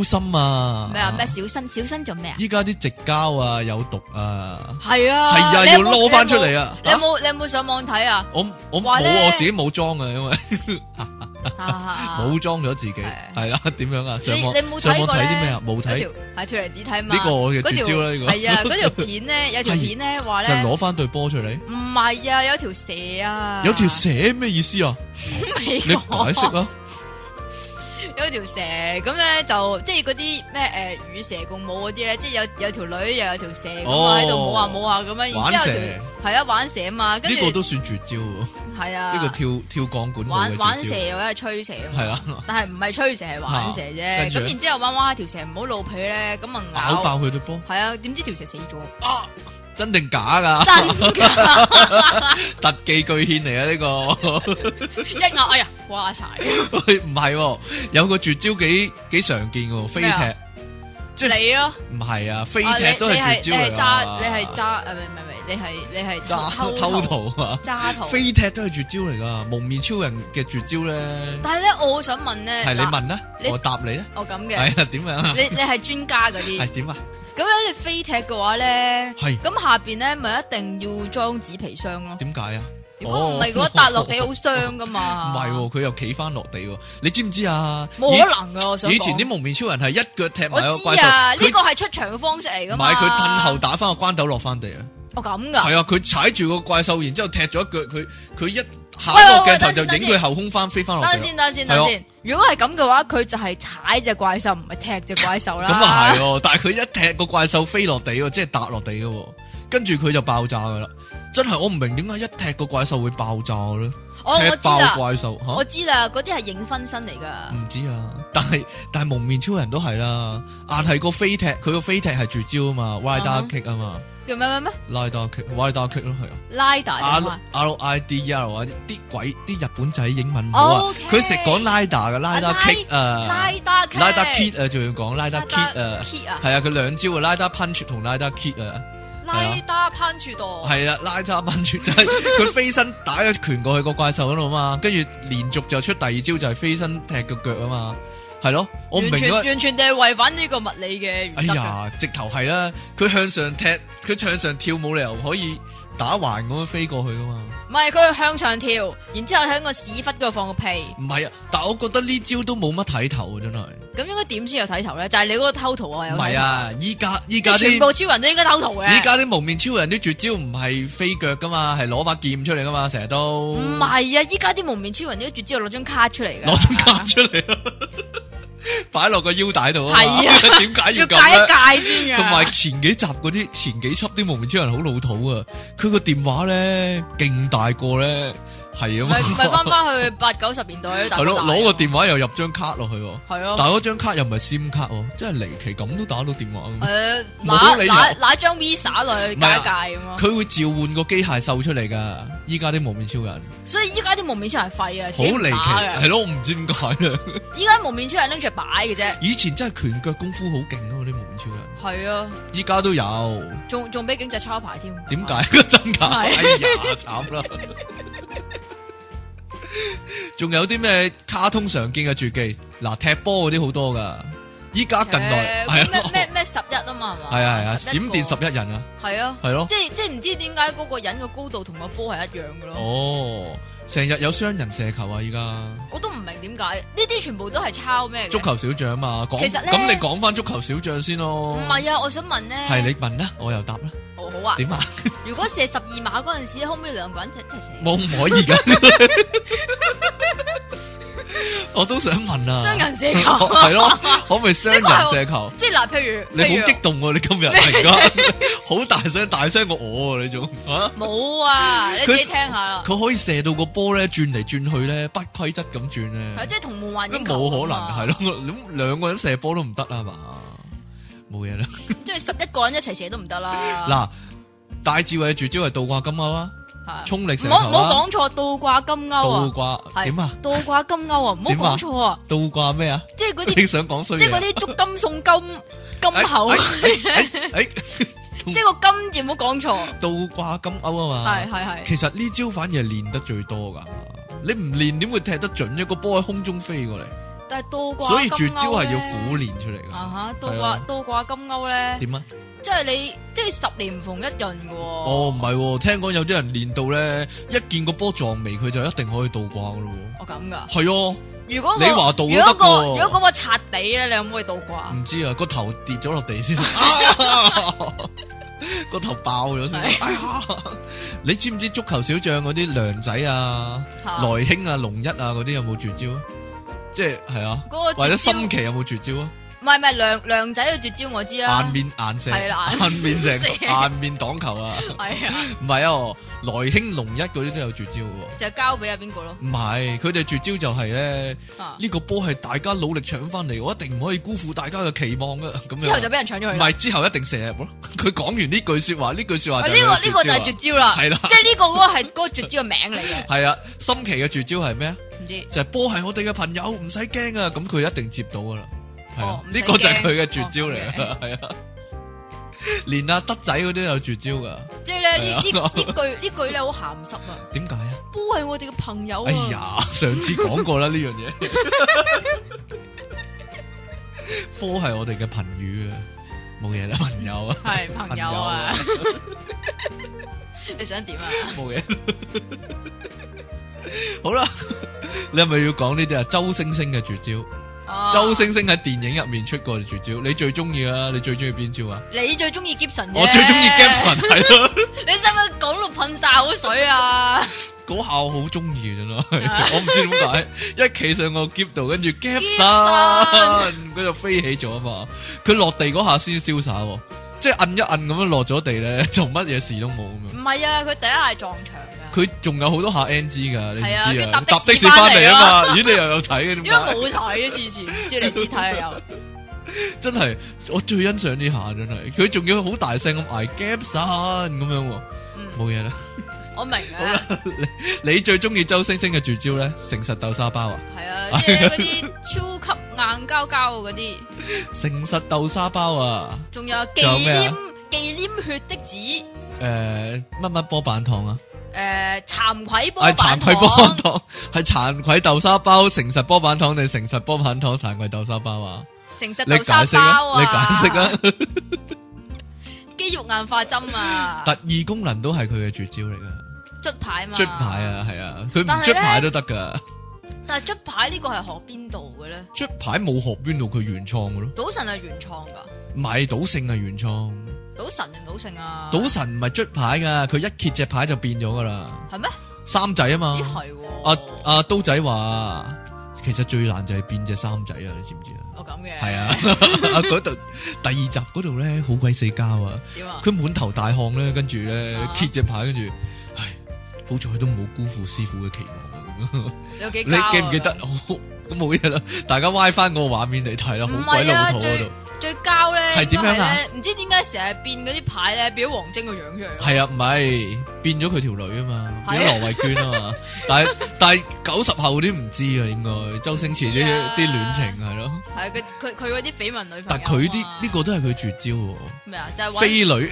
Speaker 2: 小心啊！
Speaker 1: 咩啊？咩？小新？小新做咩啊？
Speaker 2: 依家啲直膠啊，有毒啊，
Speaker 1: 係啊，
Speaker 2: (laughs) 係啊，
Speaker 1: 你
Speaker 2: 要
Speaker 1: 有冇
Speaker 2: 攞翻出嚟！啊！
Speaker 1: 你有冇你有冇你有冇上網睇
Speaker 2: (laughs)
Speaker 1: 啊？
Speaker 2: 我我
Speaker 1: 話咧
Speaker 2: 冇我自己冇裝啊，因為
Speaker 1: 冇
Speaker 2: 冇裝咗自己
Speaker 1: 係
Speaker 2: 係啦。點樣啊？
Speaker 1: 你
Speaker 2: 上網
Speaker 1: 你冇
Speaker 2: 上
Speaker 1: 睇
Speaker 2: 網
Speaker 1: 過
Speaker 2: 睇
Speaker 1: 咧？
Speaker 2: 啲咩啊？冇
Speaker 1: 嗰
Speaker 2: 睇
Speaker 1: 條係脱離子睇嘛？
Speaker 2: 呢個我嘅
Speaker 1: 嗰
Speaker 2: 絕
Speaker 1: 條
Speaker 2: 招啦，呢個
Speaker 1: 係啊，嗰條片
Speaker 2: (laughs)
Speaker 1: 咧有條片咧話
Speaker 2: 就係
Speaker 1: 咧
Speaker 2: 攞翻對波出嚟。
Speaker 1: 唔係啊，有條蛇啊，
Speaker 2: 有
Speaker 1: (laughs)
Speaker 2: 條蛇咩意思啊？
Speaker 1: 未 (laughs)
Speaker 2: 你解釋啊？
Speaker 1: 有條蛇咁咧就即係嗰啲咩誒與蛇共舞嗰啲咧，即係有有條女又有條蛇咁
Speaker 2: 哦
Speaker 1: 啊喺度舞下舞下咁樣，然之
Speaker 2: 玩蛇
Speaker 1: 後就係啊玩蛇啊嘛，跟
Speaker 2: 呢個
Speaker 1: 住
Speaker 2: 都算絕招喎，
Speaker 1: 係
Speaker 2: 呢個
Speaker 1: 啊
Speaker 2: 跳跳鋼管舞嘅
Speaker 1: 玩玩
Speaker 2: 絕
Speaker 1: 蛇
Speaker 2: 招，
Speaker 1: 或者係吹蛇啊嘛，
Speaker 2: 係啊，
Speaker 1: 但係唔係吹蛇係玩蛇
Speaker 2: 啊跟
Speaker 1: 啫。
Speaker 2: 住
Speaker 1: 咁然之後玩玩下條蛇唔好露皮咧，咁啊
Speaker 2: 咬
Speaker 1: 咬
Speaker 2: 爆佢對波 (laughs)
Speaker 1: 係啊，點知條蛇死咗，
Speaker 2: 啊！真定假噶？
Speaker 1: 真噶，
Speaker 2: 特技巨献嚟啊！呢個
Speaker 1: 一咬哎呀瓜
Speaker 2: (laughs)
Speaker 1: 柴，
Speaker 2: 唔係喎，有個絕招幾幾常見喎，飛
Speaker 1: 咩
Speaker 2: 踢
Speaker 1: 啊。
Speaker 2: 即係
Speaker 1: 你咯，
Speaker 2: 唔係啊，飛
Speaker 1: 啊
Speaker 2: 踢都係絕
Speaker 1: 你
Speaker 2: 招
Speaker 1: 你
Speaker 2: 嚟
Speaker 1: 係
Speaker 2: 㗎
Speaker 1: 揸，你係揸，啊唔係唔係唔係，你係你係
Speaker 2: 揸
Speaker 1: 偷
Speaker 2: 偷圖啊！
Speaker 1: 揸圖。
Speaker 2: 飛踢都係絕招嚟㗎，蒙面超人嘅絕招咧，
Speaker 1: 但係咧，我想問咧，
Speaker 2: 係你
Speaker 1: 嗱
Speaker 2: 問啦，
Speaker 1: 你
Speaker 2: 我答你咧，
Speaker 1: 我哦咁嘅，
Speaker 2: 係啊，點樣啊？
Speaker 1: 你你係專家嗰啲
Speaker 2: 係，點啊？
Speaker 1: 咁咧你飛踢嘅話咧，
Speaker 2: 係
Speaker 1: 咁下邊咧咪一定要裝紙皮箱咯。
Speaker 2: 點解啊？哦
Speaker 1: 如果唔係嗰一笪落地好傷噶嘛。
Speaker 2: 唔係喎，佢又企翻落地喎，你知唔知啊？
Speaker 1: 冇可能噶，我想
Speaker 2: 以
Speaker 1: 講
Speaker 2: 以前啲蒙面超人係一腳踢埋個
Speaker 1: 我
Speaker 2: 怪
Speaker 1: 知啊，
Speaker 2: 獸，
Speaker 1: 呢
Speaker 2: 佢
Speaker 1: 個係出場嘅方式嚟噶
Speaker 2: 唔
Speaker 1: 嘛。
Speaker 2: 係佢褪後打翻個關斗落翻地啊！
Speaker 1: 哦咁噶，
Speaker 2: 係啊，佢踩住個怪獸，然之後踢咗一腳，佢佢一下
Speaker 1: 喂喂
Speaker 2: 個鏡頭
Speaker 1: 等先
Speaker 2: 就影
Speaker 1: 等
Speaker 2: 佢
Speaker 1: 先
Speaker 2: 後空翻飛翻落
Speaker 1: 等陣
Speaker 2: 地
Speaker 1: 先，等陣先，
Speaker 2: 係啊
Speaker 1: 等陣先。如果係咁嘅話，佢就係踩只怪獸，唔係踢只怪獸
Speaker 2: 啊。
Speaker 1: 啦。
Speaker 2: 咁啊係喎，但係佢一踢個怪獸飛落地喎，即係踏落地嘅喎，跟住佢就爆炸噶啦！真係我唔明點解一踢個怪獸會爆炸咧？
Speaker 1: 哦我我
Speaker 2: 踢
Speaker 1: 知
Speaker 2: 爆
Speaker 1: 啦，
Speaker 2: 怪哦獸吓
Speaker 1: 我。知啦，嗰啲係影分身嚟噶。
Speaker 2: 唔知啊，但系但系蒙面超人都係啦，硬係個飛踢，佢個飛踢係絕招啊嘛
Speaker 1: 啊
Speaker 2: ，rider
Speaker 1: 哈
Speaker 2: kick 啊嘛
Speaker 1: 叫咩咩咩
Speaker 2: ，rider kick，rider kick 咯係啊
Speaker 1: 拉大定
Speaker 2: ，r
Speaker 1: 係
Speaker 2: r i d e r 啊，啲鬼啲日本仔英文唔好啊，
Speaker 1: OK
Speaker 2: 佢食講 rider 嘅 rider
Speaker 1: 拉
Speaker 2: kick 啊
Speaker 1: 拉打 kick
Speaker 2: ，rider kick 啊，仲要講 rider kick 啊，
Speaker 1: kick 啊，
Speaker 2: 係啊，佢兩招啊，rider punch 同 rider kick 啊，
Speaker 1: 拉打 punch 度
Speaker 2: 係啊，rider punch 就係佢飛身打一拳過去個怪獸嗰度啊嘛，跟住連續就出第二招就係飛身踢個腳啊嘛，係咯，我唔
Speaker 1: 完
Speaker 2: 明
Speaker 1: 全
Speaker 2: 點解
Speaker 1: 完全地係違反呢個物理嘅原
Speaker 2: 哎
Speaker 1: 則㗎。
Speaker 2: 呀，直頭係啦，佢向上踢，佢向上跳冇理由可以打橫咁樣飛過去噶嘛？
Speaker 1: 唔係佢向上跳，然之後喺個屎忽嗰度放個屁，
Speaker 2: 唔係啊，但我覺得呢招都冇乜睇頭啊，真係。
Speaker 1: 咁應該點先有睇頭咧？就係你嗰個偷圖啊，有
Speaker 2: 唔
Speaker 1: 睇
Speaker 2: 係
Speaker 1: 頭，
Speaker 2: 啊，依家依
Speaker 1: 即
Speaker 2: 家
Speaker 1: 係
Speaker 2: 啲
Speaker 1: 全部超人都應該偷圖嘅。
Speaker 2: 依家啲蒙面超人啲絕招唔係飛腳噶嘛，係攞把劍出嚟噶嘛，成日都
Speaker 1: 唔係啊，依家啲蒙面超人都絕招攞張卡出嚟㗎，
Speaker 2: 攞張卡出嚟 (laughs) 啊，擺落個腰帶度啊嘛。
Speaker 1: 係啊
Speaker 2: (laughs) 點解
Speaker 1: 要
Speaker 2: 要咁啊
Speaker 1: 戒
Speaker 2: 咧？
Speaker 1: 一戒先㗎。
Speaker 2: 同埋前幾集嗰啲前幾輯啲蒙面超人好老土啊，佢個電話咧勁大個咧，係啊嘛
Speaker 1: 咪。咪
Speaker 2: (laughs)
Speaker 1: 翻翻去八九十年代嗰啲大
Speaker 2: 系
Speaker 1: 佬
Speaker 2: 咯，攞個電話又入張卡落去喎，
Speaker 1: 係
Speaker 2: 但
Speaker 1: 咯，
Speaker 2: 係嗰張卡又唔係 SIM 卡喎，真係離奇咁都打到電話喎。
Speaker 1: 誒
Speaker 2: 冇理
Speaker 1: 拿
Speaker 2: 由
Speaker 1: 拿拿張 Visa 落去戒一
Speaker 2: 唔係啊
Speaker 1: 戒咁咯。
Speaker 2: 佢會召喚個機械獸出嚟㗎，依家啲蒙面超人
Speaker 1: 所以依家啲蒙面超人廢啊，自
Speaker 2: 好
Speaker 1: 己唔
Speaker 2: 離
Speaker 1: 打
Speaker 2: 奇，係
Speaker 1: 嘅。
Speaker 2: 咯，我唔知點解咧。
Speaker 1: 依家蒙面超人拎住擺嘅啫，
Speaker 2: 以前真係拳腳功夫好勁咯，啲蒙面超人，
Speaker 1: 係啊，
Speaker 2: 依家都有，
Speaker 1: 仲仲俾警察抄牌添。
Speaker 2: 點？解真
Speaker 1: (laughs)
Speaker 2: 㗎？
Speaker 1: 係
Speaker 2: 哎呀，慘啦！仲有啲咩卡通常見嘅絕技？嗱，踢波嗰啲好多㗎，依家近來
Speaker 1: 誒
Speaker 2: 係
Speaker 1: 咩
Speaker 2: 咯，
Speaker 1: 咩咩十一啊嘛，係嘛？
Speaker 2: 係啊係啊，
Speaker 1: 11
Speaker 2: 閃電
Speaker 1: 個
Speaker 2: 十一人啊，
Speaker 1: 係啊，
Speaker 2: 係咯。
Speaker 1: 即係即係唔知點解嗰個人嘅高度同個波係一樣嘅咯，
Speaker 2: 哦，成日有雙人射球啊！依家
Speaker 1: 我都唔明點解呢啲全部都係抄咩嘅
Speaker 2: 足球小將嘛，講
Speaker 1: 其實呢
Speaker 2: 咁你講翻足球小將先咯。
Speaker 1: 唔係啊，我想問咧，
Speaker 2: 係你問啦，我又答啦。
Speaker 1: 哦好啊，
Speaker 2: 點啊？
Speaker 1: 如果射十二碼嗰陣時，可唔可以兩個人一齊射？
Speaker 2: 我唔
Speaker 1: (laughs)
Speaker 2: 可以噶。我都想問啊。
Speaker 1: 雙人射球
Speaker 2: (laughs) 係咯，可唔可以雙人射球？
Speaker 1: 即係嗱，譬如
Speaker 2: 你
Speaker 1: 譬
Speaker 2: 好
Speaker 1: 如
Speaker 2: 激動喎！你今日而家 (laughs) 好大聲，大聲過我啊！你仲啊？
Speaker 1: 冇啊，你自己
Speaker 2: 佢
Speaker 1: 聽下啦，
Speaker 2: 佢可以射到個波咧轉嚟轉去咧，不規則咁轉
Speaker 1: 係啊
Speaker 2: 咧。
Speaker 1: 即係同門幻
Speaker 2: 咁
Speaker 1: 影
Speaker 2: 冇可能，係咯？咁兩個人射波都唔得啦嘛，冇嘢啦。
Speaker 1: 咯，即係十一個人一齊射都唔得啦。
Speaker 2: 嗱，戴志偉嘅絕招係倒掛金鈎啊，
Speaker 1: 嗱
Speaker 2: 衝力射
Speaker 1: 唔
Speaker 2: 球
Speaker 1: 好唔好
Speaker 2: 啊，
Speaker 1: 講錯倒掛金鈎
Speaker 2: 倒
Speaker 1: 啊，
Speaker 2: 掛
Speaker 1: 係
Speaker 2: 點啊？
Speaker 1: 倒掛金鈎啊，唔好
Speaker 2: 點啊
Speaker 1: 講錯啊，
Speaker 2: 倒掛咩啊？
Speaker 1: 即係嗰啲
Speaker 2: 你想講衰
Speaker 1: 即係嗰
Speaker 2: 嘢？
Speaker 1: 啲足金送
Speaker 2: (laughs)
Speaker 1: 金金口啊
Speaker 2: 哎。哎哎 (laughs)
Speaker 1: 即係個金字唔好講錯，啊
Speaker 2: 倒掛金鈎啊
Speaker 1: 係
Speaker 2: 嘛。
Speaker 1: 係係，
Speaker 2: 其實呢招反而係練得最多噶，你唔練點會踢得準一個波喺空中飛過嚟？
Speaker 1: 但係倒掛
Speaker 2: 所以
Speaker 1: 金
Speaker 2: 絕
Speaker 1: 鈎
Speaker 2: 招係要
Speaker 1: 咧
Speaker 2: 苦練出嚟噶。
Speaker 1: 啊吓，倒
Speaker 2: 係啊
Speaker 1: 掛倒掛金鈎咧，
Speaker 2: 點啊？
Speaker 1: 即係你即係十年唔逢一闰嘅喎。
Speaker 2: 哦，
Speaker 1: 哦
Speaker 2: 唔係喎，聽講有啲人練到咧，一見個波撞眉，佢就一定可以倒掛噶咯
Speaker 1: 我咁噶
Speaker 2: 喎。，係啊。
Speaker 1: 如果個
Speaker 2: 你話倒都得
Speaker 1: 如果個
Speaker 2: 喎
Speaker 1: 如果嗰個擦地咧，你可唔可以倒掛？
Speaker 2: 唔知啊，個頭跌咗
Speaker 1: (laughs)
Speaker 2: 落地先，啊個頭爆咗先。
Speaker 1: 係
Speaker 2: 哎呀，你知唔知足球小將嗰啲梁仔啊、
Speaker 1: 嚇
Speaker 2: 萊興啊、龍一啊嗰啲有冇絕招啊？即係係啊，
Speaker 1: 嗰個
Speaker 2: 或者
Speaker 1: 絕招
Speaker 2: 心奇有冇絕招啊？
Speaker 1: 唔係唔係，梁梁仔嘅絕招我知啊
Speaker 2: 颜，面颜射，
Speaker 1: 係啦
Speaker 2: 颜面射，
Speaker 1: 眼射
Speaker 2: 颜面擋球啊！
Speaker 1: 係啊，
Speaker 2: 唔係啊，來興龍一嗰啲都有絕招喎。
Speaker 1: 就交俾阿邊個咯，
Speaker 2: 唔係，佢哋絕招就係咧，
Speaker 1: 啊
Speaker 2: 呢個波係大家努力搶翻嚟，我一定唔可以辜負大家嘅期望噶。咁樣
Speaker 1: 之後就俾人搶咗
Speaker 2: 唔
Speaker 1: 去啦。
Speaker 2: 係之後一定射入咯。 (laughs) 佢講完呢句说話，呢句说
Speaker 1: 啊
Speaker 2: 話
Speaker 1: 呢
Speaker 2: 就係
Speaker 1: 個
Speaker 2: 佢
Speaker 1: 呢個就係
Speaker 2: 絕啊
Speaker 1: 絕招啦，
Speaker 2: 係啦 (laughs)
Speaker 1: 即係呢個嗰個係嗰個絕招嘅名嚟嘅，
Speaker 2: 招啊。係啊，心奇嘅絕招係咩啊？
Speaker 1: 唔知
Speaker 2: 就係波係我哋嘅朋友，唔使驚啊！咁佢一定接到噶啦，係啊
Speaker 1: 哦，唔使哦
Speaker 2: 呢個就係佢嘅絕招嚟啦，係啊。連阿德仔嗰啲有絕招噶，
Speaker 1: 即係咧呢呢
Speaker 2: 係啊
Speaker 1: 呢句呢句咧好鹹濕啊！
Speaker 2: 點解啊？
Speaker 1: 波係我哋嘅朋友
Speaker 2: 哎
Speaker 1: 啊，
Speaker 2: 呀，上次講過啦呢樣
Speaker 1: (laughs)
Speaker 2: 嘢，波係我哋嘅朋友啊，冇嘢啦，朋友啊，
Speaker 1: 係朋友啊， (laughs) 你想點啊？
Speaker 2: (laughs) 冇嘢。好啦，你係咪要講呢啲啊？周星星嘅絕招，
Speaker 1: 啊
Speaker 2: 周星星喺電影入面出過嘅絕招，你最中意啊？你最中意邊招啊？
Speaker 1: 你最中意 Gibson 啫
Speaker 2: 我最中意 Gibson 係咯， (laughs)
Speaker 1: 你使唔使講到噴晒口水啊？
Speaker 2: 嗰下我好中意真係，
Speaker 1: 啊
Speaker 2: 我唔知點解一企上個 Gib 度，跟住 Gibson
Speaker 1: Gibson
Speaker 2: 佢就飛起咗啊嘛！佢落地嗰下先瀟灑喎，即係摁一摁咁樣落咗地咧， (laughs) 就乜嘢事都冇咁
Speaker 1: 唔
Speaker 2: 樣。
Speaker 1: 係啊，佢第一下係撞牆㗎，
Speaker 2: 佢仲有好多下 NG 噶，你唔
Speaker 1: 係啊
Speaker 2: 知
Speaker 1: 跟住
Speaker 2: 啊
Speaker 1: 搭？的士
Speaker 2: 的士翻嚟啊嘛，
Speaker 1: 返嚟啊
Speaker 2: 咦你又有睇嘅
Speaker 1: 點
Speaker 2: 點
Speaker 1: 解
Speaker 2: 解？
Speaker 1: 冇睇啊？黐線，唔知你知睇啊又。
Speaker 2: 真係我最欣賞呢下真係，佢仲要好大聲咁嗌 Gibson 咁樣喎，
Speaker 1: 嗯
Speaker 2: 冇嘢啦。 (laughs)
Speaker 1: 我明啊，
Speaker 2: 你最中意周星星嘅絕招咧？誠實豆沙包啊！
Speaker 1: 係
Speaker 2: (laughs)
Speaker 1: 啊，即係嗰啲超級硬膠膠嗰啲，
Speaker 2: 誠實豆沙包啊！
Speaker 1: 仲有忌
Speaker 2: 仲有咩
Speaker 1: 廉
Speaker 2: 啊
Speaker 1: 忌廉血的紙，
Speaker 2: 诶，乜乜波板糖啊？
Speaker 1: 誒呃慚愧波
Speaker 2: 系
Speaker 1: 板
Speaker 2: 惭
Speaker 1: 糖
Speaker 2: 哎愧，波板糖， (laughs) 系慚愧豆沙包、誠實波板糖定誠實波板糖、慚愧豆沙包啊？
Speaker 1: 誠實
Speaker 2: 你
Speaker 1: 豆沙
Speaker 2: 解釋
Speaker 1: 包
Speaker 2: 啊！
Speaker 1: 啊，
Speaker 2: 你解釋
Speaker 1: 啊，
Speaker 2: 啊！ (laughs)
Speaker 1: 肌肉硬化針啊，
Speaker 2: 特異功能都係佢嘅絕招嚟噶，
Speaker 1: 捽牌嘛，
Speaker 2: 捽牌，啊，係啊，佢
Speaker 1: 啊
Speaker 2: 唔
Speaker 1: 但係
Speaker 2: 捽
Speaker 1: 咧
Speaker 2: 牌都得噶，
Speaker 1: 但係捽牌呢個係學邊度嘅咧？
Speaker 2: 捽牌冇學邊度佢原創嘅咯，
Speaker 1: 賭神係原創㗎，
Speaker 2: 唔係賭聖係原創，
Speaker 1: 賭神定賭聖啊？
Speaker 2: 賭神唔係捽牌噶，佢一揭隻牌就變咗噶啦，
Speaker 1: 係咩？
Speaker 2: 三仔啊啊嘛
Speaker 1: 咦，係喎，
Speaker 2: 阿阿刀仔話，其實最難就係變隻三仔啊，你知唔知啊？
Speaker 1: 我哦咁嘅，
Speaker 2: 系啊， (laughs) 嗰度第二集嗰度咧好鬼死交啊！
Speaker 1: 點啊？
Speaker 2: 佢滿頭大汗咧，跟住咧
Speaker 1: 啊
Speaker 2: 揭只牌，跟住，唉，好彩都冇辜負師傅嘅期望啊！咁樣
Speaker 1: 有幾
Speaker 2: 你
Speaker 1: 膠啊
Speaker 2: 記唔記得？ (laughs)
Speaker 1: 咁
Speaker 2: 好咁冇嘢啦，大家歪翻個畫面嚟睇啦，
Speaker 1: 唔
Speaker 2: 好鬼
Speaker 1: 係
Speaker 2: 老
Speaker 1: 啊
Speaker 2: 土嗰度。
Speaker 1: 最膠咧，
Speaker 2: 係點樣啊
Speaker 1: 應該係咧？唔知點解成日變嗰啲牌咧，變咗王晶個樣出嚟咯。
Speaker 2: 係啊，唔係變咗佢條女啊嘛，
Speaker 1: 係啊
Speaker 2: 變咗羅慧娟啊
Speaker 1: (laughs)
Speaker 2: 嘛。但係但係九十後啲唔知啊，應該周星馳呢
Speaker 1: 知啊
Speaker 2: 啲啲戀情係咯，
Speaker 1: 係啊佢佢佢嗰啲緋聞女朋友啊嘛。
Speaker 2: 但佢啲呢個都係佢絕招喎，
Speaker 1: 咩啊？就係
Speaker 2: 飛
Speaker 1: 揾 (laughs)
Speaker 2: 女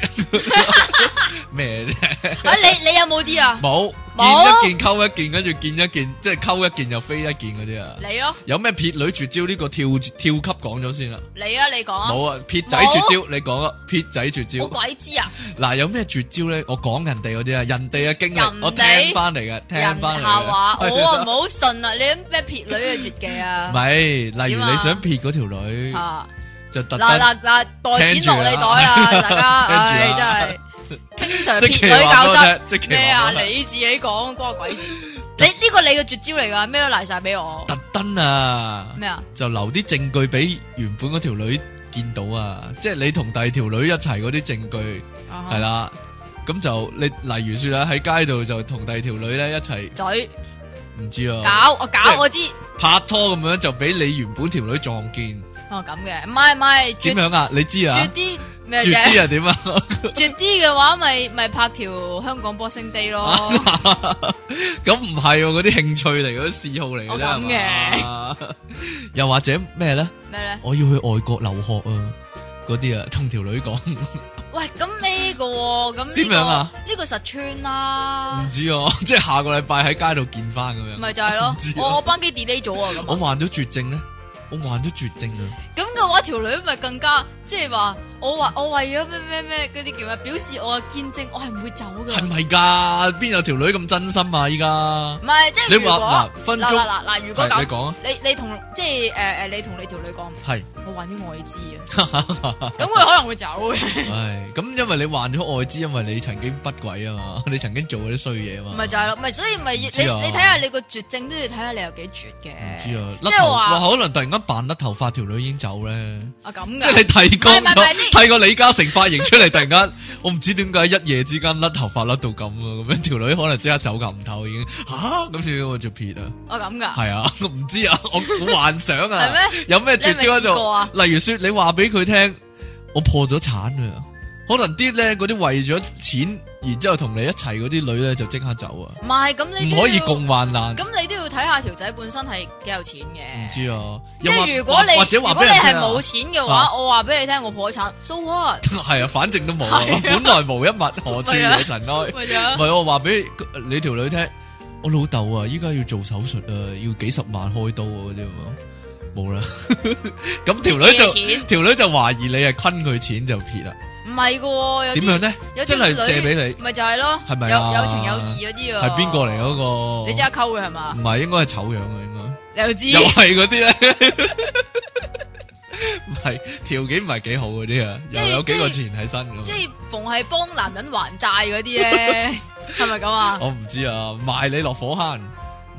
Speaker 2: 咩啫？
Speaker 1: 啊！你你有冇啲啊？
Speaker 2: 冇，
Speaker 1: 冇
Speaker 2: 見一件溝一件，跟住見一件，即係溝一件又飛一件嗰啲啊。
Speaker 1: 你咯，
Speaker 2: 有咩撇女絕招呢個跳跳級講咗先啦。
Speaker 1: 你啊，你講啊。
Speaker 2: 冇啊，撇仔絕招你講啊，撇仔絕
Speaker 1: 我
Speaker 2: 招。
Speaker 1: 鬼知啊！
Speaker 2: 嗱，有咩絕招咧？我講人哋嗰啲啊，人哋嘅經歷
Speaker 1: 人哋
Speaker 2: 我聽翻嚟嘅，聽
Speaker 1: 人
Speaker 2: 翻嚟
Speaker 1: 下
Speaker 2: (laughs)
Speaker 1: 話
Speaker 2: 嘅。
Speaker 1: 我啊唔好信啊！你啲咩撇女嘅絕技
Speaker 2: 唔
Speaker 1: 啊？
Speaker 2: 係，例如
Speaker 1: 點啊
Speaker 2: 你想撇嗰條女，
Speaker 1: 啊！
Speaker 2: 就特
Speaker 1: 嗱
Speaker 2: 登啊
Speaker 1: 嗱嗱，袋錢落你袋
Speaker 2: (laughs)
Speaker 1: 啦，大家唉真係經常
Speaker 2: 即
Speaker 1: 撇
Speaker 2: 其
Speaker 1: 女
Speaker 2: 話
Speaker 1: 教室。
Speaker 2: 我聽，即其
Speaker 1: 咩啊？
Speaker 2: 話我聽
Speaker 1: 你自己講關我鬼
Speaker 2: (laughs)
Speaker 1: 事？你呢個你嘅絕招嚟㗎，咩都賴晒俾我。
Speaker 2: 特登啊。
Speaker 1: 咩啊？
Speaker 2: 就留啲證據俾原本嗰條女見到啊，即係你同第二條女一齊嗰啲證據係
Speaker 1: 係，
Speaker 2: 啦，咁就你例如說啦，喺街度就同第二條女咧一齊，
Speaker 1: 嘴
Speaker 2: 唔知啊，
Speaker 1: 搞我
Speaker 2: 即
Speaker 1: 搞
Speaker 2: 係
Speaker 1: 我知，
Speaker 2: 拍拖咁樣就俾你原本條女撞見，
Speaker 1: 哦咁嘅，唔係唔係
Speaker 2: 點
Speaker 1: 絕
Speaker 2: 樣啊？你知啊
Speaker 1: 絕？啲咩
Speaker 2: 絕啲
Speaker 1: 啫？
Speaker 2: 啊點啊？
Speaker 1: 絕啲嘅話，咪咪拍條香港 Boxing Day 咯，
Speaker 2: (laughs) 哦咁唔係喎，嗰啲興趣嚟，嗰啲嗜好嚟嘅
Speaker 1: 我
Speaker 2: 啫
Speaker 1: 咁嘅
Speaker 2: 係嘛， (laughs) 又或者咩咧？
Speaker 1: 咩咧？
Speaker 2: 我要去外國留學啊，嗰啲啊，同條女講，唔
Speaker 1: 喂，咁呢個喎咁
Speaker 2: 點樣啊
Speaker 1: 呢個呢個實穿啦，
Speaker 2: 知啊， (laughs) 即係下個禮拜喺街度見翻咁樣。
Speaker 1: 咪就係咯
Speaker 2: 唔知，啊
Speaker 1: 我我班機 delay 咗啊
Speaker 2: (laughs)
Speaker 1: 咁
Speaker 2: 我
Speaker 1: 啊，
Speaker 2: 患咗絕症咧，我患咗絕症啊！
Speaker 1: 咁嘅話條女咪更加即係話我話我為咗咩咩咩嗰啲叫咩，表示我嘅見證，我係唔會走噶。
Speaker 2: 係咪噶？邊有條女咁真心啊？依家
Speaker 1: 唔係即係
Speaker 2: 你
Speaker 1: 如果
Speaker 2: 話嗱分
Speaker 1: 嗱
Speaker 2: 鐘
Speaker 1: 嗱嗱，如果
Speaker 2: 係你
Speaker 1: 咁，
Speaker 2: 講啊，
Speaker 1: 你你同即係誒誒，你同你條女
Speaker 2: (laughs)
Speaker 1: 講，
Speaker 2: 係。
Speaker 1: 我患咗愛滋啊，咁佢可能會走嘅，
Speaker 2: 唉，咁因為你患咗愛滋，因為你曾經不軌啊嘛， (laughs) 你曾經做嗰啲衰嘢啊嘛。
Speaker 1: 咪就係咯，咪所以咪要
Speaker 2: 唔知啊
Speaker 1: 你你睇下你個絕症都要睇下你有幾絕
Speaker 2: 唔
Speaker 1: 嘅，
Speaker 2: 知啊，
Speaker 1: 呃即
Speaker 2: 甩
Speaker 1: 係
Speaker 2: 頭
Speaker 1: 話
Speaker 2: 哇，可能突然間扮甩頭髮，條女已經走咧。
Speaker 1: 啊咁
Speaker 2: 即係你
Speaker 1: 噶，
Speaker 2: 剃光
Speaker 1: 唔係唔係唔係即
Speaker 2: 咗，
Speaker 1: 係
Speaker 2: 剃個李嘉誠髮型出嚟，突然間， (laughs) 我唔知點解一夜之間甩頭髮甩到咁啊！咁樣條女可能即刻走夾唔透已經吓，咁點解我就撇啊？
Speaker 1: 啊咁噶，
Speaker 2: 係啊， (laughs) 我唔知啊，我我幻想啊
Speaker 1: 係，咩？
Speaker 2: 有咩絕招
Speaker 1: 你係咪
Speaker 2: 喺
Speaker 1: 試過啊
Speaker 2: 度？例如說，你話俾佢聽，我破咗產啊！可能啲咧嗰啲為咗錢，然之後同你一齊嗰啲女咧就即刻走啊，
Speaker 1: 唔係咁你
Speaker 2: 唔
Speaker 1: 都
Speaker 2: 可以
Speaker 1: 要
Speaker 2: 共患難。
Speaker 1: 咁你都要睇下條仔本身係幾有錢嘅。
Speaker 2: 唔知啊，
Speaker 1: 即
Speaker 2: 又或
Speaker 1: 係如果你
Speaker 2: 或者話
Speaker 1: 如果
Speaker 2: 俾
Speaker 1: 你
Speaker 2: 人
Speaker 1: 係
Speaker 2: 聽啊
Speaker 1: 冇錢嘅
Speaker 2: 啊
Speaker 1: 話，我話俾你聽，我破產，so
Speaker 2: (laughs)
Speaker 1: what？
Speaker 2: 系啊，反正都冇啊，
Speaker 1: 係啊
Speaker 2: 本來無一物，何處惹塵埃？
Speaker 1: 咪
Speaker 2: 唔
Speaker 1: 咗
Speaker 2: 係我話俾你條女聽，我老豆啊，依家要做手術啊，要幾十萬開刀啊嗰啲嘛，冇啦。 (laughs) 咁條女
Speaker 1: 借
Speaker 2: 就
Speaker 1: 錢，
Speaker 2: 條女就懷疑你係坤佢錢就撇啦。
Speaker 1: 唔係嘅喎，有
Speaker 2: 點樣
Speaker 1: 啲
Speaker 2: 咧？
Speaker 1: 有啲
Speaker 2: 真係借俾你，
Speaker 1: 咪就係咯，
Speaker 2: 係咪啊
Speaker 1: 有有情有義嗰啲啊？
Speaker 2: 係邊個嚟？嗯嗰個？
Speaker 1: 你即刻溝佢係嘛
Speaker 2: 唔？係應該係醜樣啊，應該。
Speaker 1: 你又
Speaker 2: 又
Speaker 1: 知，
Speaker 2: 係嗰啲咧， (laughs) 唔係條件唔係幾好嗰啲啊，
Speaker 1: 即
Speaker 2: 又
Speaker 1: 係
Speaker 2: 有幾個錢喺身咁
Speaker 1: 即
Speaker 2: 啊。
Speaker 1: 係逢係幫男人還債嗰啲咧，
Speaker 2: (laughs)
Speaker 1: 係咪咁啊？
Speaker 2: 我唔知啊，賣你落火坑，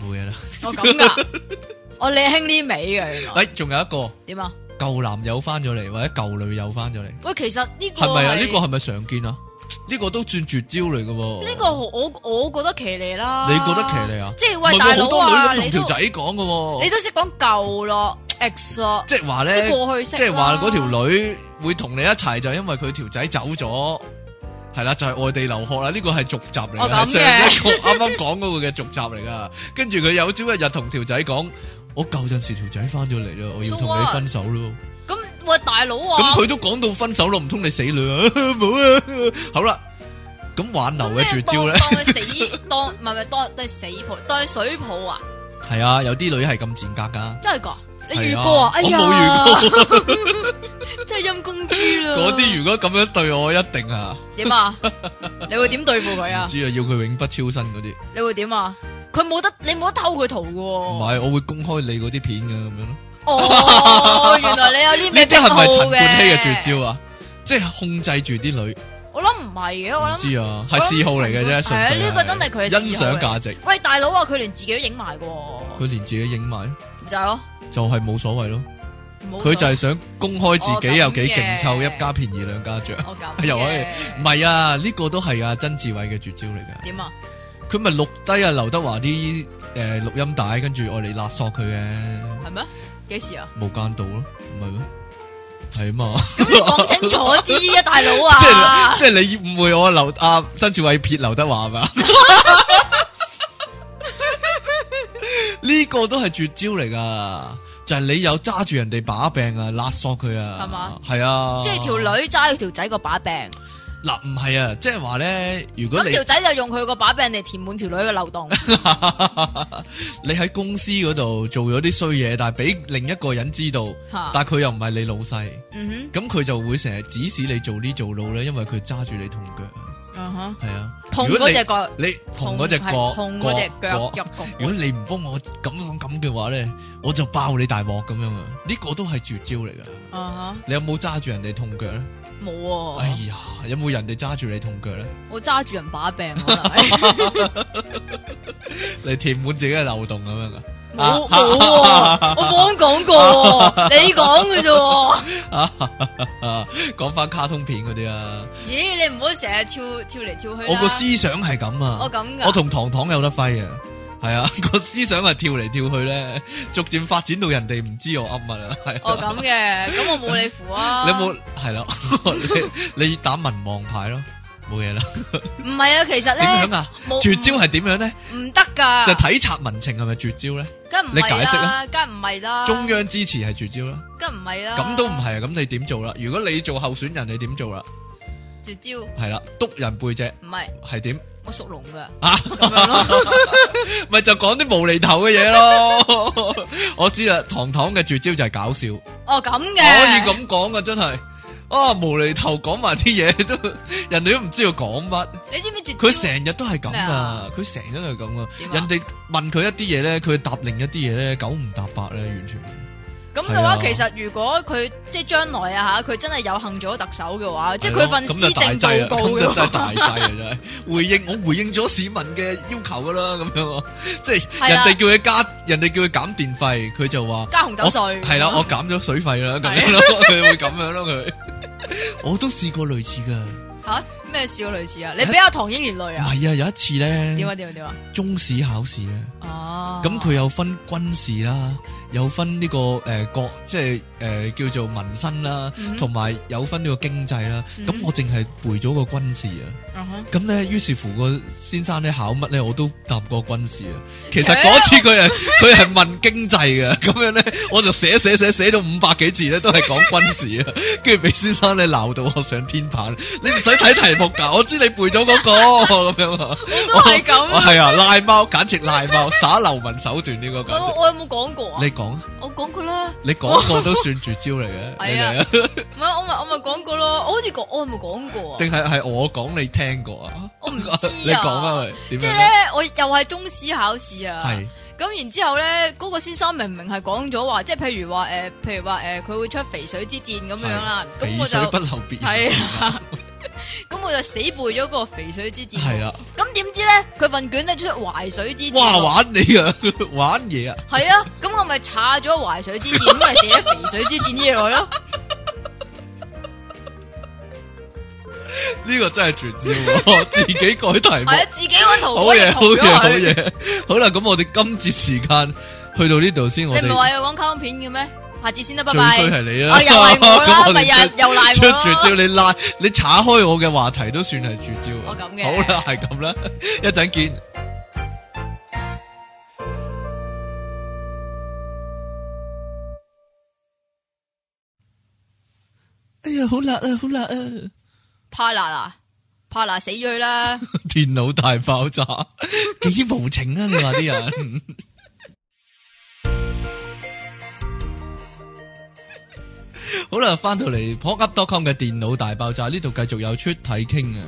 Speaker 2: 冇嘢啦。
Speaker 1: 我咁噶，
Speaker 2: (laughs)
Speaker 1: 我你興呢味嘅原來
Speaker 2: 喂，哎仲有一個
Speaker 1: 點啊？
Speaker 2: 舊男友翻咗嚟，或者舊女友翻咗嚟，
Speaker 1: 喂，其實呢個
Speaker 2: 係咪啊？
Speaker 1: 係
Speaker 2: 呢個係咪常見啊？呢個都算絕招嚟嘅喎。
Speaker 1: 呢個我我覺得騎呢啦，
Speaker 2: 你覺得騎呢啊？
Speaker 1: 即係
Speaker 2: 唔係
Speaker 1: 喂
Speaker 2: 喎
Speaker 1: 大
Speaker 2: 好
Speaker 1: 佬
Speaker 2: 多女
Speaker 1: 啊，
Speaker 2: 咁
Speaker 1: 你
Speaker 2: 同
Speaker 1: 都
Speaker 2: 條仔講嘅
Speaker 1: 你
Speaker 2: 喎，
Speaker 1: 都識講舊咯，ex 咯。
Speaker 2: 即係話
Speaker 1: 即係
Speaker 2: 咧，
Speaker 1: 過去式
Speaker 2: 即
Speaker 1: 啦，
Speaker 2: 係話嗰條女會同你一齊，就因為佢條仔走咗。係啦，就係外地留學啦，呢個係續集嚟
Speaker 1: 哦
Speaker 2: 嘅，
Speaker 1: 咁
Speaker 2: 係
Speaker 1: 嘅
Speaker 2: 上一個啱啱講嗰個嘅續集嚟噶。跟住佢有朝一日同條仔講：我舊陣時條仔翻咗嚟啦，我要
Speaker 1: So
Speaker 2: 同你
Speaker 1: what？
Speaker 2: 分手咯。
Speaker 1: 咁喂大佬啊，
Speaker 2: 咁佢都講到分手咯，唔通你死女啊？ (laughs) 冇啊！好啦，咁挽留嘅絕招咧
Speaker 1: 咁，咩當當佢死 (laughs) 當唔係唔係當當佢死抱當佢水泡啊，
Speaker 2: 係啊，有啲女係咁賤格噶，
Speaker 1: 真係噶，你遇
Speaker 2: 係啊
Speaker 1: 過啊？哎呀，
Speaker 2: 我冇
Speaker 1: 遇過， (laughs) 真係陰公豬啦！
Speaker 2: (laughs) 嗰啲如果咁樣對我，一定啊，
Speaker 1: 點啊？你會點對付佢
Speaker 2: 唔
Speaker 1: 啊？
Speaker 2: 知啊，要佢永不超生嗰啲，
Speaker 1: 你會點啊？佢冇得，你冇得偷佢圖噶
Speaker 2: 唔
Speaker 1: 喎。
Speaker 2: 係，我會公開你嗰啲片嘅咁樣咯。
Speaker 1: 哦，原來你 (laughs) 有呢
Speaker 2: 呢
Speaker 1: 咩
Speaker 2: 啲係咪陳冠希嘅
Speaker 1: 癖好
Speaker 2: 絕招啊？即係控制住啲女，唔
Speaker 1: 我諗唔係嘅，我諗
Speaker 2: 知啊，係嗜好嚟嘅啫，
Speaker 1: 係啊
Speaker 2: 純粹
Speaker 1: 呢個真係佢嘅
Speaker 2: 欣
Speaker 1: 嗜好
Speaker 2: 賞
Speaker 1: 嚟
Speaker 2: 價值，
Speaker 1: 喂大佬啊，佢連自己都影埋嘅喎，
Speaker 2: 佢連自己影埋，
Speaker 1: 就係咯，
Speaker 2: 就係冇所謂咯。
Speaker 1: 冇
Speaker 2: 佢就 (laughs) 係想公開自己有幾勁
Speaker 1: 哦
Speaker 2: 抽，
Speaker 1: 咁
Speaker 2: 一
Speaker 1: 嘅
Speaker 2: 家便宜兩家著。
Speaker 1: 我咁
Speaker 2: 又可以
Speaker 1: 嘅
Speaker 2: 唔係啊，呢、個都係啊曾志偉嘅絕招嚟㗎。
Speaker 1: 點啊？
Speaker 2: 佢咪錄低啊劉德華啲誒錄音帶，跟住我嚟勒索佢嘅
Speaker 1: 係咩？幾
Speaker 2: (laughs)
Speaker 1: 時啊？
Speaker 2: 無間道咯，唔係咩？係啊嘛，
Speaker 1: 咁你講清楚啲啊，大佬
Speaker 2: (laughs) 即
Speaker 1: 啊！
Speaker 2: 係即係你誤會我劉啊曾志偉撇劉德華係啊
Speaker 1: (laughs)
Speaker 2: 嘛？呢個都係絕招嚟㗎，就係、你有揸住人哋把柄啊，勒索佢啊，
Speaker 1: 係嘛？
Speaker 2: 係啊，
Speaker 1: (laughs) 即係條女揸住條仔個把柄，
Speaker 2: 嗱唔係啊，即係話咧，如果
Speaker 1: 咁
Speaker 2: 你
Speaker 1: 條仔就用佢個把柄嚟填滿條女嘅漏
Speaker 2: (laughs)
Speaker 1: 洞。
Speaker 2: 你喺公司嗰度做咗啲衰嘢，但係俾另一個人知道，
Speaker 1: 吓，
Speaker 2: 但係佢又唔係你老細，
Speaker 1: 嗯
Speaker 2: 咁佢就會成日指使你做呢做路咧，因為佢揸住你痛腳，
Speaker 1: 哼，嗯哼，
Speaker 2: 係啊，
Speaker 1: 痛
Speaker 2: 如
Speaker 1: 嗰
Speaker 2: 果你
Speaker 1: 只腳，
Speaker 2: 你同嗰只角，
Speaker 1: 係痛嗰隻腳
Speaker 2: 角
Speaker 1: 入
Speaker 2: 角如
Speaker 1: 局。
Speaker 2: 果你唔幫我咁樣咁嘅話咧，我就爆你大鑊咁樣啊！呢個都係絕招嚟噶。
Speaker 1: 啊
Speaker 2: 你有冇揸住人哋痛腳咧？
Speaker 1: 哈，冇
Speaker 2: 哎
Speaker 1: 啊，
Speaker 2: 呀，有冇人哋揸住你痛腳咧？
Speaker 1: 我揸住人把柄，可能
Speaker 2: (laughs)
Speaker 1: 係
Speaker 2: 你填滿自己嘅漏洞咁樣噶。啊
Speaker 1: 冇冇喎，我冇咁講過喎，你講嘅啫喎。
Speaker 2: (laughs) 講翻卡通片嗰啲啊，
Speaker 1: 咦，你唔好成日跳跳嚟跳去啦
Speaker 2: 我個思想係咁啊。
Speaker 1: 啊我咁噶，
Speaker 2: 我同糖糖有得揮啊，系啊， (laughs) 個思想係跳嚟跳去咧，逐漸發展到人哋唔知我噏乜啦，係啊。
Speaker 1: 我咁嘅，咁我冇你符啊。
Speaker 2: (laughs) 你有冇係啦？你你打民望牌咯，冇嘢啦。
Speaker 1: 唔係啊，其實
Speaker 2: 點
Speaker 1: 咧
Speaker 2: 樣啊？
Speaker 1: 冇
Speaker 2: 絕招係點樣咧？
Speaker 1: 唔唔得噶，
Speaker 2: 就體察民情係咪絕招咧？
Speaker 1: 梗唔
Speaker 2: 你
Speaker 1: 係
Speaker 2: 解釋
Speaker 1: 啦
Speaker 2: 啊，
Speaker 1: 梗唔係啦，
Speaker 2: 中央支持係絕招啦，
Speaker 1: 梗唔係啦，
Speaker 2: 咁都唔係啊？咁你點做啦？如果你做候選人，你點 (laughs) 做啦？
Speaker 1: 絕招，
Speaker 2: 係啦，督人背脊
Speaker 1: 唔係
Speaker 2: 係點？
Speaker 1: 我屬龍
Speaker 2: (laughs)
Speaker 1: 噶，
Speaker 2: 啊
Speaker 1: 咁樣咯，
Speaker 2: 咪就講啲無厘頭嘅 (laughs) 嘢咯。我知啦，糖糖嘅絕招就係搞笑。
Speaker 1: 哦咁嘅，
Speaker 2: 可以咁講噶，真係。啊無厘頭講埋啲嘢都， (laughs) 人哋都唔知道講乜。
Speaker 1: 你知唔知絕
Speaker 2: 佢
Speaker 1: 招
Speaker 2: 成日都係咁
Speaker 1: 咩
Speaker 2: 啊
Speaker 1: 啊！
Speaker 2: 佢成日都係咁啊！
Speaker 1: 點啊
Speaker 2: 人哋問佢一啲嘢咧，佢答另一啲嘢咧，九唔搭八咧，完全
Speaker 1: 咁
Speaker 2: 係
Speaker 1: 嘅
Speaker 2: 啊
Speaker 1: 話，其實如果佢即係將來啊吓，佢真係有幸做咗特首嘅話，即係
Speaker 2: 係
Speaker 1: 佢
Speaker 2: 咯
Speaker 1: 份
Speaker 2: 咁
Speaker 1: 施
Speaker 2: 就大
Speaker 1: 政報
Speaker 2: 劑啦
Speaker 1: 告
Speaker 2: 咁就
Speaker 1: 嘅
Speaker 2: 真係
Speaker 1: 話，
Speaker 2: 大劑啊！真係回應我回應咗市民嘅要求噶啦，咁樣 (laughs) 啊即係
Speaker 1: 係
Speaker 2: 人
Speaker 1: 啦
Speaker 2: 哋叫佢加，人哋叫佢減電費，佢就話
Speaker 1: 加紅酒税
Speaker 2: 係啦，我減咗水費啦，咁樣咯， (laughs) 佢會咁樣咯，佢我都試過類似噶，
Speaker 1: 吓咩事啊類似啊？你俾阿唐英年累
Speaker 2: 唔係
Speaker 1: 啊？
Speaker 2: 啊，有一次
Speaker 1: 點啊
Speaker 2: 咧，
Speaker 1: 點啊點啊？
Speaker 2: 中史考試咧。
Speaker 1: 哦，
Speaker 2: 咁佢有分軍事啦，有分呢、個誒、呃、國，即係誒、呃叫做民生啦，
Speaker 1: 嗯
Speaker 2: 同埋、有分呢個經濟啦。咁、
Speaker 1: 嗯
Speaker 2: 我淨係背咗個軍事啊。
Speaker 1: 嗯哼
Speaker 2: 咁咧，於是乎個先生咧考乜咧，我都答過軍事
Speaker 1: (laughs)
Speaker 2: 啊。其實
Speaker 1: 切
Speaker 2: 嗰次佢
Speaker 1: (laughs)
Speaker 2: 係佢係問經濟嘅，咁樣咧我就寫寫寫寫到五百幾字咧，都係講軍事啊。跟住俾先生咧鬧到我上天棚，你唔使睇題目
Speaker 1: (laughs)
Speaker 2: 㗎，我知你背咗嗰、個咁樣啊。
Speaker 1: 都係咁啊。
Speaker 2: 系啊，赖貓簡直賴貓，耍流民手段呢個
Speaker 1: 我
Speaker 2: 簡直。
Speaker 1: 我有冇講過啊？
Speaker 2: 你講啊，
Speaker 1: 我講過啦，
Speaker 2: 你講過都算絕招嚟
Speaker 1: (laughs)
Speaker 2: 嘅，你
Speaker 1: 係啊
Speaker 2: 嚟啊？
Speaker 1: 唔係我咪我咪講過咯。我好似講我有冇講過啊？
Speaker 2: 定係係我講你聽過啊？
Speaker 1: 我唔知啊
Speaker 2: (laughs) 你講啊，喂，
Speaker 1: 即
Speaker 2: 點
Speaker 1: 係
Speaker 2: 樣咧？
Speaker 1: 咧，我又係中史考試啊。
Speaker 2: 係
Speaker 1: 咁然之後咧，嗰、個先生明明係講咗話，即係譬如話誒、呃譬如話誒，佢、會出肥水之戰咁樣啦。
Speaker 2: 肥
Speaker 1: 咁我
Speaker 2: 水不
Speaker 1: 就
Speaker 2: 流別人
Speaker 1: 係啊啦， (laughs) 咁我就死背咗個肥水之戰。
Speaker 2: 係啦，啊
Speaker 1: 咁點知咧，佢份卷咧出淮水之戰
Speaker 2: 哇
Speaker 1: 喎。
Speaker 2: 玩你啊， (laughs) 玩嘢啊！
Speaker 1: 係啊，咁我咪查咗淮水之戰，咁咪寫肥水之戰呢嘢落去咯。
Speaker 2: 呢個真係絕
Speaker 1: (laughs)
Speaker 2: 招喎，自己改題目
Speaker 1: 係啊，，自己揾圖
Speaker 2: 好
Speaker 1: 嗰
Speaker 2: 嘢，
Speaker 1: 日
Speaker 2: 好
Speaker 1: 圖咗
Speaker 2: 嘢，好
Speaker 1: 佢。
Speaker 2: 嘢。好啦，咁我哋今節時間去到呢度先，我
Speaker 1: 你唔係
Speaker 2: 哋
Speaker 1: 話要講卡通片嘅咩？下次先啦，拜
Speaker 2: 最
Speaker 1: 拜。
Speaker 2: 衰係你啦，
Speaker 1: 啊，又係我啦，
Speaker 2: (laughs) 咁
Speaker 1: 咪
Speaker 2: 哋出
Speaker 1: 又又賴
Speaker 2: 出
Speaker 1: 我
Speaker 2: 絕
Speaker 1: 咯
Speaker 2: 招，。你拉你岔開我嘅話題都算係絕招啊。
Speaker 1: 我咁嘅
Speaker 2: 好啦，係咁啦，一陣見。哎呀，好辣啊，好辣啊！
Speaker 1: 帕娜啊，帕娜死咗佢
Speaker 2: (laughs)
Speaker 1: 啦。
Speaker 2: 電腦大
Speaker 1: (laughs)
Speaker 2: 爆炸，幾無情啊！你話啲人。好啦，翻到嚟 p o c u p d o c o m 嘅電腦大爆炸呢度繼續有出體傾啊！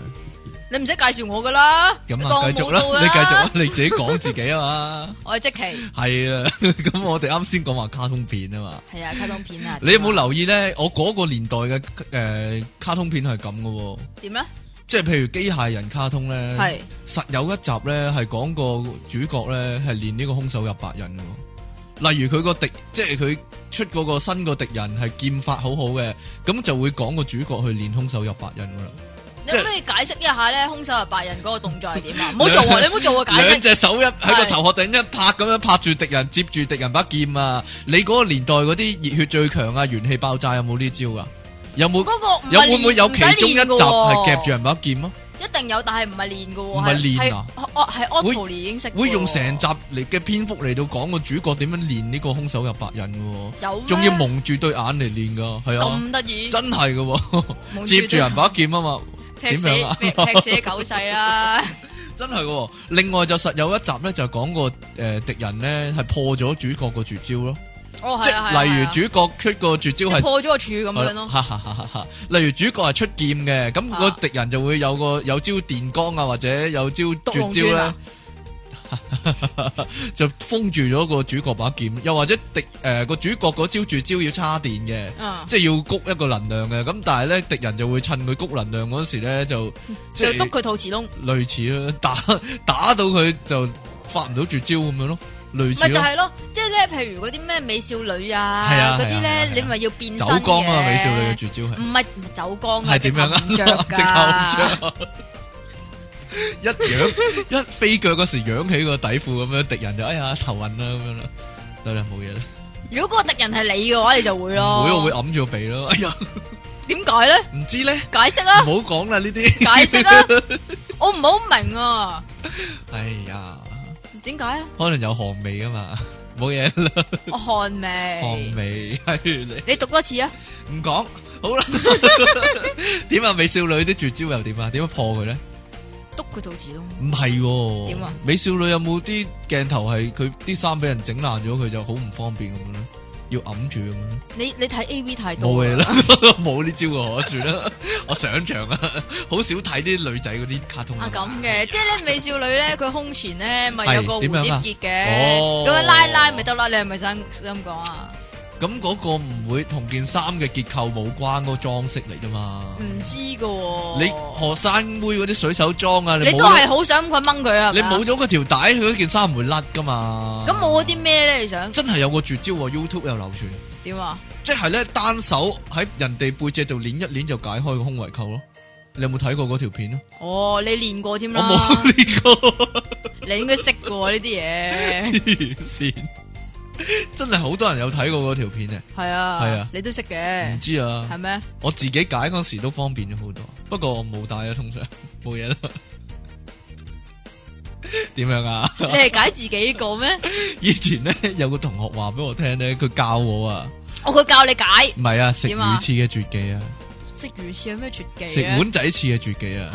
Speaker 1: 你唔使介紹我噶啦，
Speaker 2: 咁
Speaker 1: 你當
Speaker 2: 啊，
Speaker 1: 我
Speaker 2: 繼續
Speaker 1: 冇
Speaker 2: 啦
Speaker 1: 到，
Speaker 2: 你繼續啦，，你自己講自己啊嘛， (laughs)
Speaker 1: 我係即期，
Speaker 2: 係啊，咁我哋啱先講話卡通片啊嘛，
Speaker 1: 係啊，卡通片啊，
Speaker 2: (laughs) 你有冇留意咧？我嗰個年代嘅诶、呃卡通片係咁嘅喎，
Speaker 1: 點咧？
Speaker 2: 即係譬如機械人卡通咧，
Speaker 1: 係
Speaker 2: 實有一集咧係講個主角咧係練呢個空手入白刃嘅喎，例如佢個敵，即係佢出嗰個新個敵人係劍法好好嘅，咁就會講個主角去練空手入白刃噶啦。
Speaker 1: 你
Speaker 2: 即係
Speaker 1: 可唔可以解釋一下咧？空手入白人嗰個動作係點
Speaker 2: (laughs)
Speaker 1: 啊？唔好做啊！你唔好做啊！解
Speaker 2: 兩
Speaker 1: 釋
Speaker 2: 隻手一喺個
Speaker 1: 係
Speaker 2: 頭殼頂一拍咁樣拍住敵人，接住敵人把劍啊！你嗰個年代嗰啲熱血最強啊，元氣爆炸有冇呢招噶？有冇
Speaker 1: 嗰個唔係
Speaker 2: 有會唔會有
Speaker 1: 練
Speaker 2: 其中一集係夾住，
Speaker 1: 唔使練㗎喎
Speaker 2: 人把劍啊？
Speaker 1: 一定有，但係唔係練噶喎，
Speaker 2: 唔係練啊
Speaker 1: 係，哦係係 o
Speaker 2: 會
Speaker 1: t o 已經識㗎喎，
Speaker 2: 會用成集嚟嘅篇幅嚟到講個主角點樣練呢個空手入白刃嘅
Speaker 1: 有咩
Speaker 2: 喎，仲要蒙住對眼嚟練噶，係啊，
Speaker 1: 咁得意，
Speaker 2: 真係嘅喎，
Speaker 1: 蒙住
Speaker 2: 接
Speaker 1: 對
Speaker 2: 住人把劍啊嘛，
Speaker 1: 劈死
Speaker 2: 點樣啊
Speaker 1: 劈
Speaker 2: (laughs)
Speaker 1: 劈死狗世啦，
Speaker 2: 真係嘅喎。另外就實有一集咧，就講個誒敵人咧係破咗主角個絕招咯。
Speaker 1: 哦
Speaker 2: 即
Speaker 1: 係啊係啊
Speaker 2: 係例
Speaker 1: 係
Speaker 2: 如
Speaker 1: 啊
Speaker 2: 主角出個絕招
Speaker 1: 即係
Speaker 2: 係
Speaker 1: 破咗個柱咁樣咯，
Speaker 2: 哈哈哈哈哈例如主角係出劍嘅，咁個
Speaker 1: 啊
Speaker 2: 敵人就會有個有招電光啊，或者有招
Speaker 1: 毒龍
Speaker 2: 絕
Speaker 1: 鑽
Speaker 2: 招咧
Speaker 1: 啊，
Speaker 2: (laughs) 就封住咗個主角把劍，又或者敵誒個主角嗰招絕招要叉電嘅。
Speaker 1: 嗯，
Speaker 2: 即係要谷一個能量嘅，咁但係咧敵人就會趁佢谷能量嗰時咧就即
Speaker 1: 就
Speaker 2: 係
Speaker 1: 督佢肚臍窿。
Speaker 2: 類似啦，打 (laughs) 打到佢就發唔到絕招咁樣咯，類似
Speaker 1: 咪就
Speaker 2: 咯，
Speaker 1: 係咯，即係咧，譬如嗰啲咩美少女
Speaker 2: 係啊
Speaker 1: 啊，嗰
Speaker 2: 係啊
Speaker 1: 啲
Speaker 2: 係啊
Speaker 1: 咧
Speaker 2: 係啊，
Speaker 1: 你咪要變身
Speaker 2: 走光啊
Speaker 1: 嘅
Speaker 2: 美少女嘅絕招係。
Speaker 1: 唔係唔係走光啊，
Speaker 2: 系点样啊？ (laughs)
Speaker 1: 直頭唔着
Speaker 2: 直
Speaker 1: 噶，
Speaker 2: 头唔着，一仰一 (laughs) 飞脚嗰时仰起个底裤咁样，敌人就哎呀头晕啦咁樣啦，得啦冇嘢啦，
Speaker 1: 如果嗰個敵人係你嘅話，你就會
Speaker 2: 唔
Speaker 1: 咯。
Speaker 2: 會我會揞住個鼻咯， (laughs) 哎呀
Speaker 1: 點解咧？
Speaker 2: 唔知
Speaker 1: (laughs)
Speaker 2: 咧，
Speaker 1: 解釋
Speaker 2: 唔
Speaker 1: 啊
Speaker 2: 好，講啦呢啲， (laughs)
Speaker 1: 解釋啊，我唔好明啊，
Speaker 2: 哎呀
Speaker 1: 點解咧？
Speaker 2: 可能有汗味啊嘛，冇嘢啦，
Speaker 1: 我汗
Speaker 2: 汗
Speaker 1: 味，
Speaker 2: 味
Speaker 1: 哎
Speaker 2: 系你
Speaker 1: 你讀多次啊？
Speaker 2: 唔講好
Speaker 1: (laughs)
Speaker 2: 啦，點啊美少女啲絕招又點啊？點樣破佢咧？
Speaker 1: 督佢肚臍窿，
Speaker 2: 唔係喎，
Speaker 1: 點啊
Speaker 2: 美少女有冇啲鏡頭係佢啲衫俾人整爛咗，佢就好唔方便咁樣咧？要揞住咁樣咧？
Speaker 1: 你你睇 A V 太
Speaker 2: 冇
Speaker 1: 多
Speaker 2: 嘢啦， (laughs) 冇呢招嘅我算啦， (laughs) 我想象啊，好少睇啲女仔嗰啲卡通
Speaker 1: 啊咁嘅，即系咧美少女咧，佢胸前咧咪有個
Speaker 2: 係點樣啊
Speaker 1: 蝴蝶結嘅，
Speaker 2: 哦
Speaker 1: 咁樣拉一拉咪得啦。你係咪想咁講啊？
Speaker 2: 咁嗰個唔會同件衫嘅結構冇關，嗰個裝飾嚟啫嘛。
Speaker 1: 唔知噶
Speaker 2: 你
Speaker 1: 喎，
Speaker 2: 學生妹嗰啲水手裝啊，你
Speaker 1: 你
Speaker 2: 冇
Speaker 1: 都係
Speaker 2: 咗
Speaker 1: 好想佢掹佢啊？係
Speaker 2: 你
Speaker 1: 咪啊
Speaker 2: 冇咗嗰條帶，佢嗰件衫唔會甩噶嘛。
Speaker 1: 咁冇嗰啲咩咧？你想
Speaker 2: 真係有個絕招喎，YouTube 有流傳，
Speaker 1: 點啊？
Speaker 2: 即係咧單手喺人哋背脊度捻一捻就解開個胸圍扣咯。你有冇睇過嗰條片啊？
Speaker 1: 哦，你練過添
Speaker 2: 我
Speaker 1: 啦，
Speaker 2: 冇呢個
Speaker 1: 你應該識噶喎呢
Speaker 2: (laughs)
Speaker 1: 啲嘢，
Speaker 2: 黐線，真係好多人有睇過嗰條片嘅。
Speaker 1: 係啊，
Speaker 2: 係啊
Speaker 1: 你都識
Speaker 2: 唔
Speaker 1: 嘅，
Speaker 2: 知
Speaker 1: 係
Speaker 2: 啊， (laughs)
Speaker 1: 咩？
Speaker 2: 我自己解嗰時都方便咗好多，不過我冇帶啊，通常 (laughs) 冇嘢啦。點樣啊？
Speaker 1: 你係解自己個咩？
Speaker 2: 以前咧有個同學話俾我聽咧，佢教我啊，
Speaker 1: 哦，佢教你解
Speaker 2: 唔係啊，食
Speaker 1: 點啊
Speaker 2: 魚翅嘅絕技啊，
Speaker 1: 識魚翅有咩絕技
Speaker 2: 食
Speaker 1: 啊？
Speaker 2: 碗仔翅嘅絕技啊。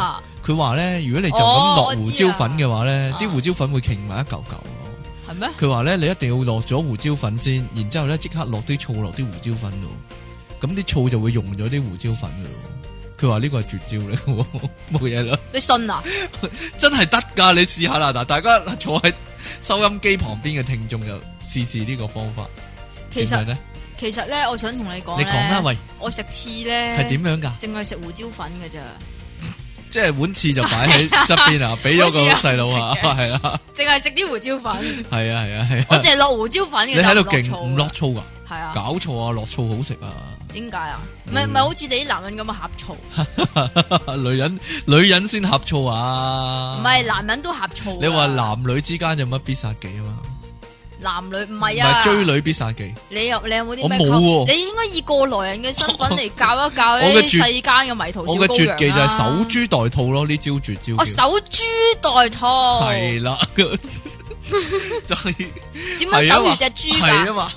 Speaker 1: 吓
Speaker 2: 佢話咧，如果你就
Speaker 1: 哦
Speaker 2: 咁落
Speaker 1: 我知啊
Speaker 2: 胡椒粉嘅話咧，啲
Speaker 1: 啊
Speaker 2: 胡椒粉會傾埋一嚿嚿咯。
Speaker 1: 係咩？
Speaker 2: 佢話咧，你一定要落咗胡椒粉先，然之後咧即刻落啲醋落啲胡椒粉度，咁啲醋就會溶咗啲胡椒粉噶咯。佢話呢個係絕招嚟嘅喎， (laughs) 冇嘢啦，
Speaker 1: 你信啊？
Speaker 2: 真係得噶，你試下啦。嗱，大家坐喺收音機旁邊嘅聽眾就試試呢個方法。
Speaker 1: 其
Speaker 2: 點解
Speaker 1: 實
Speaker 2: 咧，
Speaker 1: 其實咧，我想同你講
Speaker 2: 你
Speaker 1: 咧，
Speaker 2: 講啦，喂，
Speaker 1: 我食翅咧
Speaker 2: 係點樣噶？
Speaker 1: 淨係食胡椒粉嘅咋，
Speaker 2: 即係碗翅就
Speaker 1: (laughs)
Speaker 2: 擺喺側邊啊，俾咗個細佬啊，
Speaker 1: 好
Speaker 2: 係啊，
Speaker 1: 淨係食啲胡椒
Speaker 2: (laughs)
Speaker 1: 粉，
Speaker 2: 係啊，係啊，係
Speaker 1: 我
Speaker 2: 啊。
Speaker 1: 淨係落胡椒粉嘅。
Speaker 2: 你喺度
Speaker 1: 就
Speaker 2: 勁唔
Speaker 1: 落
Speaker 2: 落
Speaker 1: 醋
Speaker 2: 醋啊？
Speaker 1: 嘅，係啊？
Speaker 2: 搞錯啊！落醋好食啊！ (laughs)
Speaker 1: 點解啊？唔係唔係，好似你啲男人咁啊，呷醋，唔
Speaker 2: 女人女人先呷醋啊！
Speaker 1: 係男人都呷醋㗎。
Speaker 2: 你話男女之間有乜必殺技啊嘛？
Speaker 1: 男女唔
Speaker 2: 唔
Speaker 1: 係啊？
Speaker 2: 係追女必殺技，
Speaker 1: 你有你有冇啲
Speaker 2: 我
Speaker 1: 咩
Speaker 2: 冇
Speaker 1: 溝
Speaker 2: 喎
Speaker 1: 你應該以過來人嘅身份嚟教一教呢
Speaker 2: 我嘅
Speaker 1: 啲
Speaker 2: 絕
Speaker 1: 世間嘅迷途小
Speaker 2: 我嘅
Speaker 1: 羔羊
Speaker 2: 絕技就係
Speaker 1: 啦
Speaker 2: 守株待兔咯，呢招絕招
Speaker 1: 我
Speaker 2: 叫
Speaker 1: 守株待兔，(laughs)
Speaker 2: 係啦，就係
Speaker 1: 點樣
Speaker 2: 係啊
Speaker 1: 守
Speaker 2: 嘛，
Speaker 1: 住只豬
Speaker 2: 係啊
Speaker 1: 㗎？
Speaker 2: 嘛，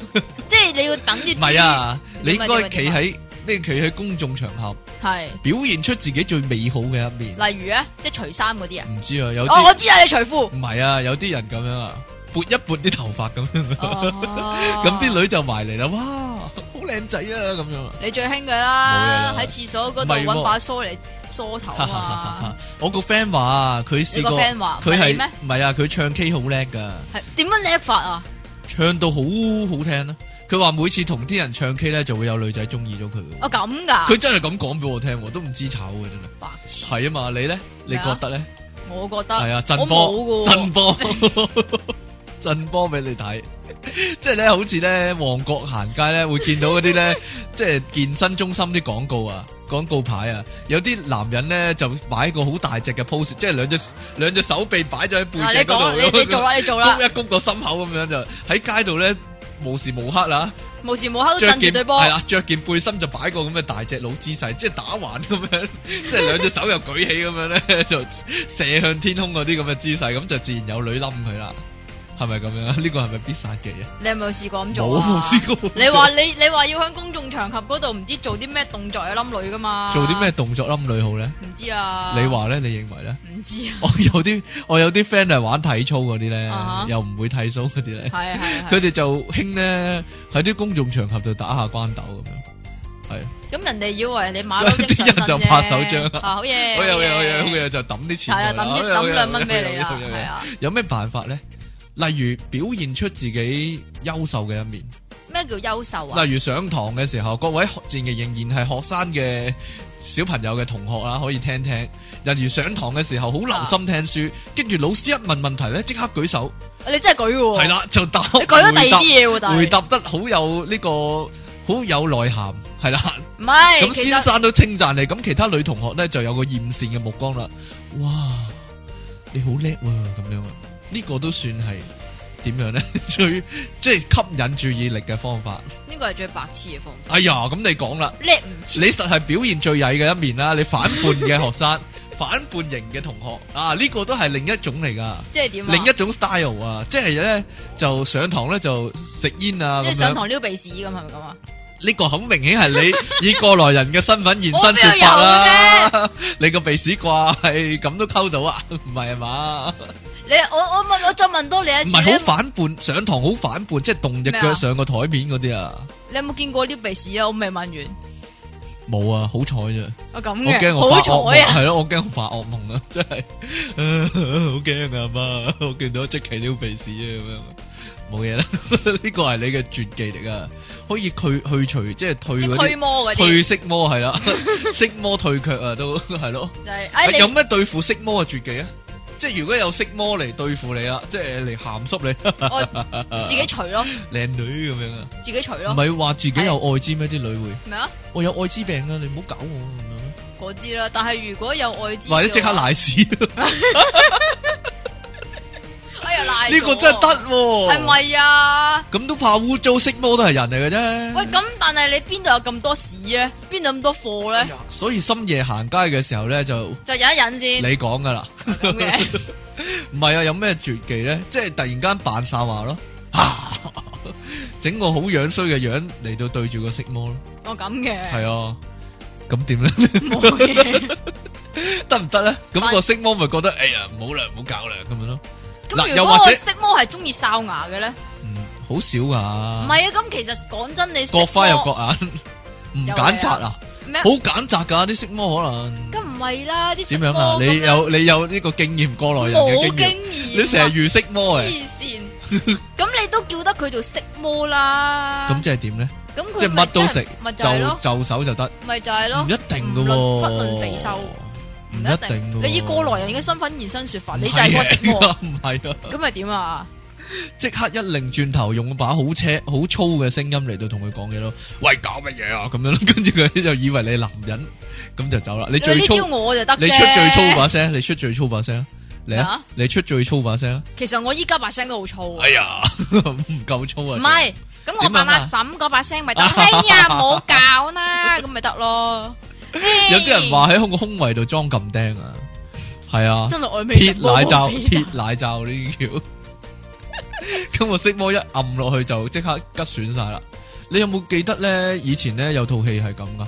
Speaker 1: 即係你要等啲豬
Speaker 2: 唔係，啊，你
Speaker 1: 點啊
Speaker 2: 應該企
Speaker 1: 點啊
Speaker 2: 喺你企喺公眾場合
Speaker 1: 係
Speaker 2: 表現出自己最美好嘅一面，
Speaker 1: 例如咧，即係除衫嗰啲啊。
Speaker 2: 唔知啊，有
Speaker 1: 哦，
Speaker 2: 啲
Speaker 1: 我知啊，你除褲。
Speaker 2: (laughs) 唔係啊，有啲人咁樣啊，撥一撥啲頭髮咁樣，
Speaker 1: 哦
Speaker 2: 咁
Speaker 1: 咁
Speaker 2: 啲，女就埋嚟啦，哇，好靚仔啊咁樣啊。
Speaker 1: 你最興嘅
Speaker 2: 冇
Speaker 1: 啦
Speaker 2: 嘢，啦
Speaker 1: 喺廁所嗰
Speaker 2: 唔
Speaker 1: 度
Speaker 2: 係喎
Speaker 1: 揾把梳嚟梳頭
Speaker 2: (laughs)
Speaker 1: 啊
Speaker 2: 我個 friend 話佢試過，
Speaker 1: 你個 friend 話
Speaker 2: 佢
Speaker 1: 唔係
Speaker 2: 係
Speaker 1: 你咩
Speaker 2: 唔係啊？佢唱 K 好叻噶，
Speaker 1: 嘛，係點樣叻法啊？
Speaker 2: 唱到好好聽啦。佢話每次同啲人唱 K 咧，就會有女仔中意咗佢喎。
Speaker 1: 哦咁㗎，
Speaker 2: 佢真係咁講俾我聽喎，我都唔知醜嘅真係。
Speaker 1: 白痴，
Speaker 2: 係啊嘛，你咧？你
Speaker 1: 咩啊
Speaker 2: 覺得咧？
Speaker 1: 我覺得
Speaker 2: 係啊，震
Speaker 1: 我
Speaker 2: 波，
Speaker 1: 冇㗎喎，
Speaker 2: 震波， (laughs) 震波俾你睇。 (laughs) 即係咧，好似咧旺角行街咧，會見到嗰啲咧， (laughs) 即係健身中心啲廣告啊，廣告牌啊，有啲男人咧就擺個好大隻嘅 pose，即係兩隻兩隻手臂擺咗喺背
Speaker 1: 嗱
Speaker 2: 脊
Speaker 1: 你
Speaker 2: 嗰度，
Speaker 1: 講，啊你你
Speaker 2: (laughs)
Speaker 1: 做啦，你做啦
Speaker 2: 谷，一谷個心口咁樣就喺街度咧。無時無刻啊啦，
Speaker 1: 無時無刻都
Speaker 2: 着
Speaker 1: 震住
Speaker 2: 件
Speaker 1: 對波
Speaker 2: 係，啦，着件背心就擺個咁嘅大隻佬姿勢，即係打橫咁樣，即係兩隻手又舉起咁樣咧，就射向天空嗰啲咁嘅姿勢，咁就自然有女冧佢啦，係咪咁樣？呢個係咪必殺技啊？
Speaker 1: 你有冇試過咁做
Speaker 2: 冇
Speaker 1: 啊？
Speaker 2: 試過。
Speaker 1: 你話你你話要喺公眾場合嗰度唔知做啲咩動作有冧女噶嘛？
Speaker 2: 做啲咩？動作冧女好咧？
Speaker 1: 唔知啊。
Speaker 2: 你話咧？你認為咧？
Speaker 1: 唔知啊？
Speaker 2: 我有啲我有啲 friend 係玩體操嗰啲咧
Speaker 1: 啊哈，
Speaker 2: 又唔會剃須嗰啲咧，
Speaker 1: 係啊係
Speaker 2: 佢
Speaker 1: 係。
Speaker 2: 哋就興咧喺啲公眾場合度打下關鬥咁樣，係。
Speaker 1: 咁人哋以為你
Speaker 2: (laughs)
Speaker 1: 馬騮精上身
Speaker 2: 啲人就
Speaker 1: 啫
Speaker 2: 拍手掌啊
Speaker 1: 啊！好嘢，
Speaker 2: 好有嘢，好嘢，好
Speaker 1: 嘢。
Speaker 2: 嘢，就抌啲
Speaker 1: 係
Speaker 2: 錢
Speaker 1: 啊，
Speaker 2: 佢啦。
Speaker 1: 抌一
Speaker 2: 好嘢好嘢
Speaker 1: 抌兩蚊俾你
Speaker 2: 好
Speaker 1: 啦，
Speaker 2: 嘢好嘢
Speaker 1: 係啊。
Speaker 2: 有咩辦法咧？例如表現出自己優秀嘅一面，
Speaker 1: 咩叫優秀啊？
Speaker 2: 例如上堂嘅時候，各位學前嘅仍然係學生嘅小朋友嘅同學啦，可以聽聽。例如上堂嘅時候好留心聽書，跟住老師一問問題咧，即刻舉手，
Speaker 1: 你真係舉嘅喎。
Speaker 2: 係，啦就答。
Speaker 1: 你舉咗第二
Speaker 2: 回
Speaker 1: 啲嘢喎，
Speaker 2: 答
Speaker 1: 但
Speaker 2: 回
Speaker 1: 係
Speaker 2: 答得好有呢個好有內涵，係啦。
Speaker 1: 唔係
Speaker 2: 咁
Speaker 1: 其
Speaker 2: 先
Speaker 1: 實
Speaker 2: (laughs) 生都稱讚你，咁其他女同學咧就有個艷羨嘅目光啦。哇，你好叻喎，咁樣啊，呢、個都算係點樣咧？最即係吸引注意力嘅方法。
Speaker 1: (laughs) 呢個係最白痴嘅方法，
Speaker 2: 哎呀，咁你講啦，
Speaker 1: 叻唔切
Speaker 2: 你實係表現最曳嘅一面啦，你反叛嘅學生，反叛型嘅同學啊，呢、個都係另一種嚟噶。
Speaker 1: 即係點啊？
Speaker 2: 另一種 style 啊，即係咧就上堂咧就食煙啊
Speaker 1: 即係
Speaker 2: 咁
Speaker 1: 上
Speaker 2: 樣，
Speaker 1: 堂撩鼻屎咁係咪咁啊？
Speaker 2: 呢個好明顯係
Speaker 1: (laughs)
Speaker 2: 你以過來人嘅身份現身
Speaker 1: 我邊
Speaker 2: 說
Speaker 1: 有
Speaker 2: 法啦。 (laughs) 你個鼻屎怪咁都溝到啊？ (laughs) 唔係啊嘛？
Speaker 1: 你我我问我再問多你一
Speaker 2: 唔
Speaker 1: 次，
Speaker 2: 係
Speaker 1: 你有
Speaker 2: 好
Speaker 1: 冇
Speaker 2: 反叛，上堂好反叛，即係動只
Speaker 1: 咩
Speaker 2: 腳
Speaker 1: 啊
Speaker 2: 上個台面嗰啲啊？
Speaker 1: 你有冇見過撩鼻屎啊？我未問完，
Speaker 2: 冇啊，好彩啫。
Speaker 1: 我咁
Speaker 2: 我驚
Speaker 1: 嘅，
Speaker 2: 我發
Speaker 1: 嗯好
Speaker 2: 惡
Speaker 1: 彩
Speaker 2: 夢，
Speaker 1: 啊！
Speaker 2: 係咯，我驚我發惡夢啊， (laughs) 真係好驚啊媽！ (laughs) 我見到即奇撩鼻屎啊咁樣，冇嘢啦。 (laughs) 呢個係你嘅絕技嚟噶，可以去去除即係退
Speaker 1: 即
Speaker 2: 嗰
Speaker 1: 係驅
Speaker 2: 啲
Speaker 1: 魔嗰啲
Speaker 2: 退色魔係啦， (laughs) 色魔退卻啊都係咯。
Speaker 1: 就係，哎
Speaker 2: 有
Speaker 1: 你
Speaker 2: 咩對付色魔嘅絕技啊？即係如果有色魔嚟對付你啦，即係嚟鹹濕
Speaker 1: 我自己除咯，
Speaker 2: 你靚女咁樣啊？
Speaker 1: 自己除
Speaker 2: 唔
Speaker 1: 咯，
Speaker 2: 係話自己有愛滋咩？啲女會
Speaker 1: 咩啊？
Speaker 2: 我有愛滋病啊！你唔好搞我啊咁
Speaker 1: 嗰
Speaker 2: 樣。
Speaker 1: 啲啦，但係如果有愛滋嘅話，
Speaker 2: 或者即刻賴屎，呢
Speaker 1: 哎呀賴
Speaker 2: 個真係
Speaker 1: 係
Speaker 2: 得喎。
Speaker 1: 係？咪啊？
Speaker 2: 咁都怕污糟色魔都係人嚟嘅啫。
Speaker 1: 喂，咁但係你邊度有咁多屎咧？邊度咁多貨
Speaker 2: 哎
Speaker 1: 咧？
Speaker 2: 呀所以深夜行街嘅時候咧，就
Speaker 1: 就忍一忍先
Speaker 2: 你講噶啦。
Speaker 1: 咁
Speaker 2: (laughs)
Speaker 1: 嘅，
Speaker 2: 唔係啊，有咩絕技咧？即係突然間扮哨話 (laughs) 咯，啊整個好樣衰嘅樣嚟到對住個色魔咯。
Speaker 1: 我咁嘅，
Speaker 2: 係啊，咁
Speaker 1: (laughs)
Speaker 2: 點咧？
Speaker 1: 冇嘢。
Speaker 2: 得唔得咧？咁
Speaker 1: 但
Speaker 2: 個色魔咪覺得哎呀，唔好啦，唔好搞啦，咁樣咯。 (laughs) 嗱
Speaker 1: 咁
Speaker 2: 又
Speaker 1: 如
Speaker 2: 或
Speaker 1: 果
Speaker 2: 者
Speaker 1: 我色魔係中意哨牙嘅咧，唔
Speaker 2: 嗯，好少啊。
Speaker 1: 係啊？咁其實講真，你
Speaker 2: 各花入各
Speaker 1: 角
Speaker 2: 眼，唔
Speaker 1: 又係啊
Speaker 2: 揀擇啊，
Speaker 1: 咩
Speaker 2: 好？揀擇噶啲色魔可能。
Speaker 1: 咁唔係啦，啲
Speaker 2: 点
Speaker 1: 色
Speaker 2: 样啊？
Speaker 1: 魔
Speaker 2: 你
Speaker 1: 咁樣
Speaker 2: 有你有呢个经验过来人嘅
Speaker 1: 冇
Speaker 2: 经验，
Speaker 1: 經驗啊？
Speaker 2: 你成日遇色魔嘅，
Speaker 1: 黐線，咁你都叫得佢做色魔啦。
Speaker 2: 咁即系点咧？
Speaker 1: 咁佢
Speaker 2: 即系乜都食
Speaker 1: 咪，就係
Speaker 2: 就
Speaker 1: 咯，
Speaker 2: 就手就得，
Speaker 1: 咪就係
Speaker 2: 唔
Speaker 1: 咯，
Speaker 2: 一定噶
Speaker 1: 唔論
Speaker 2: 喎，
Speaker 1: 不論肥瘦
Speaker 2: 唔
Speaker 1: 唔
Speaker 2: 一
Speaker 1: 一
Speaker 2: 定㗎喎
Speaker 1: 你以過來人嘅身份現身說法，你就係個色魔，
Speaker 2: 唔系啊！
Speaker 1: 咁咪點啊？
Speaker 2: 即刻一擰轉頭，用把好車好粗嘅聲音嚟到同佢講嘢咯。喂，搞乜嘢啊？咁樣咯， (laughs) 跟住佢就以為你男人，咁就走啦。你
Speaker 1: 你
Speaker 2: 最
Speaker 1: 呢
Speaker 2: 粗，
Speaker 1: 招我就得啫
Speaker 2: 你出最粗把聲，你出最粗把聲，嚟啊
Speaker 1: 啊！
Speaker 2: 你出最粗把聲啊。
Speaker 1: 其實我依家把聲都好粗啊
Speaker 2: 哎。呀，唔夠粗啊！
Speaker 1: 唔係，咁我
Speaker 2: 點樣啊
Speaker 1: 扮阿嬸嗰把聲咪
Speaker 2: (laughs)
Speaker 1: 得。哎呀，唔好搞啦，咁咪得咯。嘿
Speaker 2: 有啲人話喺個胸圍度裝撳釘啊，係啊，
Speaker 1: 真係愛美
Speaker 2: 鐵奶罩、
Speaker 1: 罩，
Speaker 2: 鐵奶罩呢啲叫。 (laughs) 咁我色魔一撳落去就即刻吉損晒啦。你有冇記得咧？以前咧有套戲係咁噶，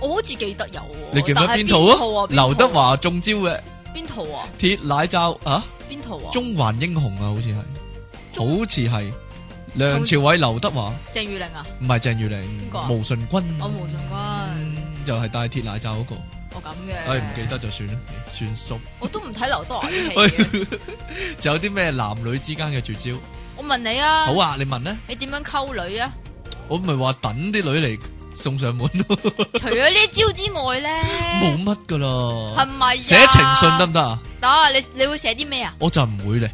Speaker 1: 我好似記得有喎。
Speaker 2: 你記唔記得
Speaker 1: 但係
Speaker 2: 邊
Speaker 1: 邊套
Speaker 2: 套啊？
Speaker 1: 邊
Speaker 2: 劉
Speaker 1: 套
Speaker 2: 德
Speaker 1: 啊
Speaker 2: 華中招嘅
Speaker 1: 邊套啊？
Speaker 2: 鐵奶罩啊，
Speaker 1: 邊套啊？
Speaker 2: 中環英雄啊，好似係，
Speaker 1: 中
Speaker 2: 好似係梁朝偉、劉德華，
Speaker 1: 鄭裕玲啊，
Speaker 2: 唔係鄭裕
Speaker 1: 邊個
Speaker 2: 玲，
Speaker 1: 啊
Speaker 2: 毛舜筠，
Speaker 1: 我毛舜筠，
Speaker 2: 就係戴鐵奶罩嗰個。
Speaker 1: 我咁嘅。
Speaker 2: 唉，唔記得，就算啦，算數。
Speaker 1: 我都唔睇劉德華啲戲
Speaker 2: 喂
Speaker 1: 嘅。，
Speaker 2: (laughs) 仲有啲咩男女之間嘅絕招？
Speaker 1: 我問你啊，
Speaker 2: 好啊，你問咧，
Speaker 1: 你點樣溝女啊？
Speaker 2: 我咪話等啲女嚟送上門咯，
Speaker 1: 除咗呢招之外咧，
Speaker 2: 冇乜噶
Speaker 1: 係
Speaker 2: 啦。
Speaker 1: 咪呀
Speaker 2: 寫情信得唔得啊？
Speaker 1: 得，你你會寫啲
Speaker 2: (laughs)
Speaker 1: 咩啊？
Speaker 2: 我就唔會咧，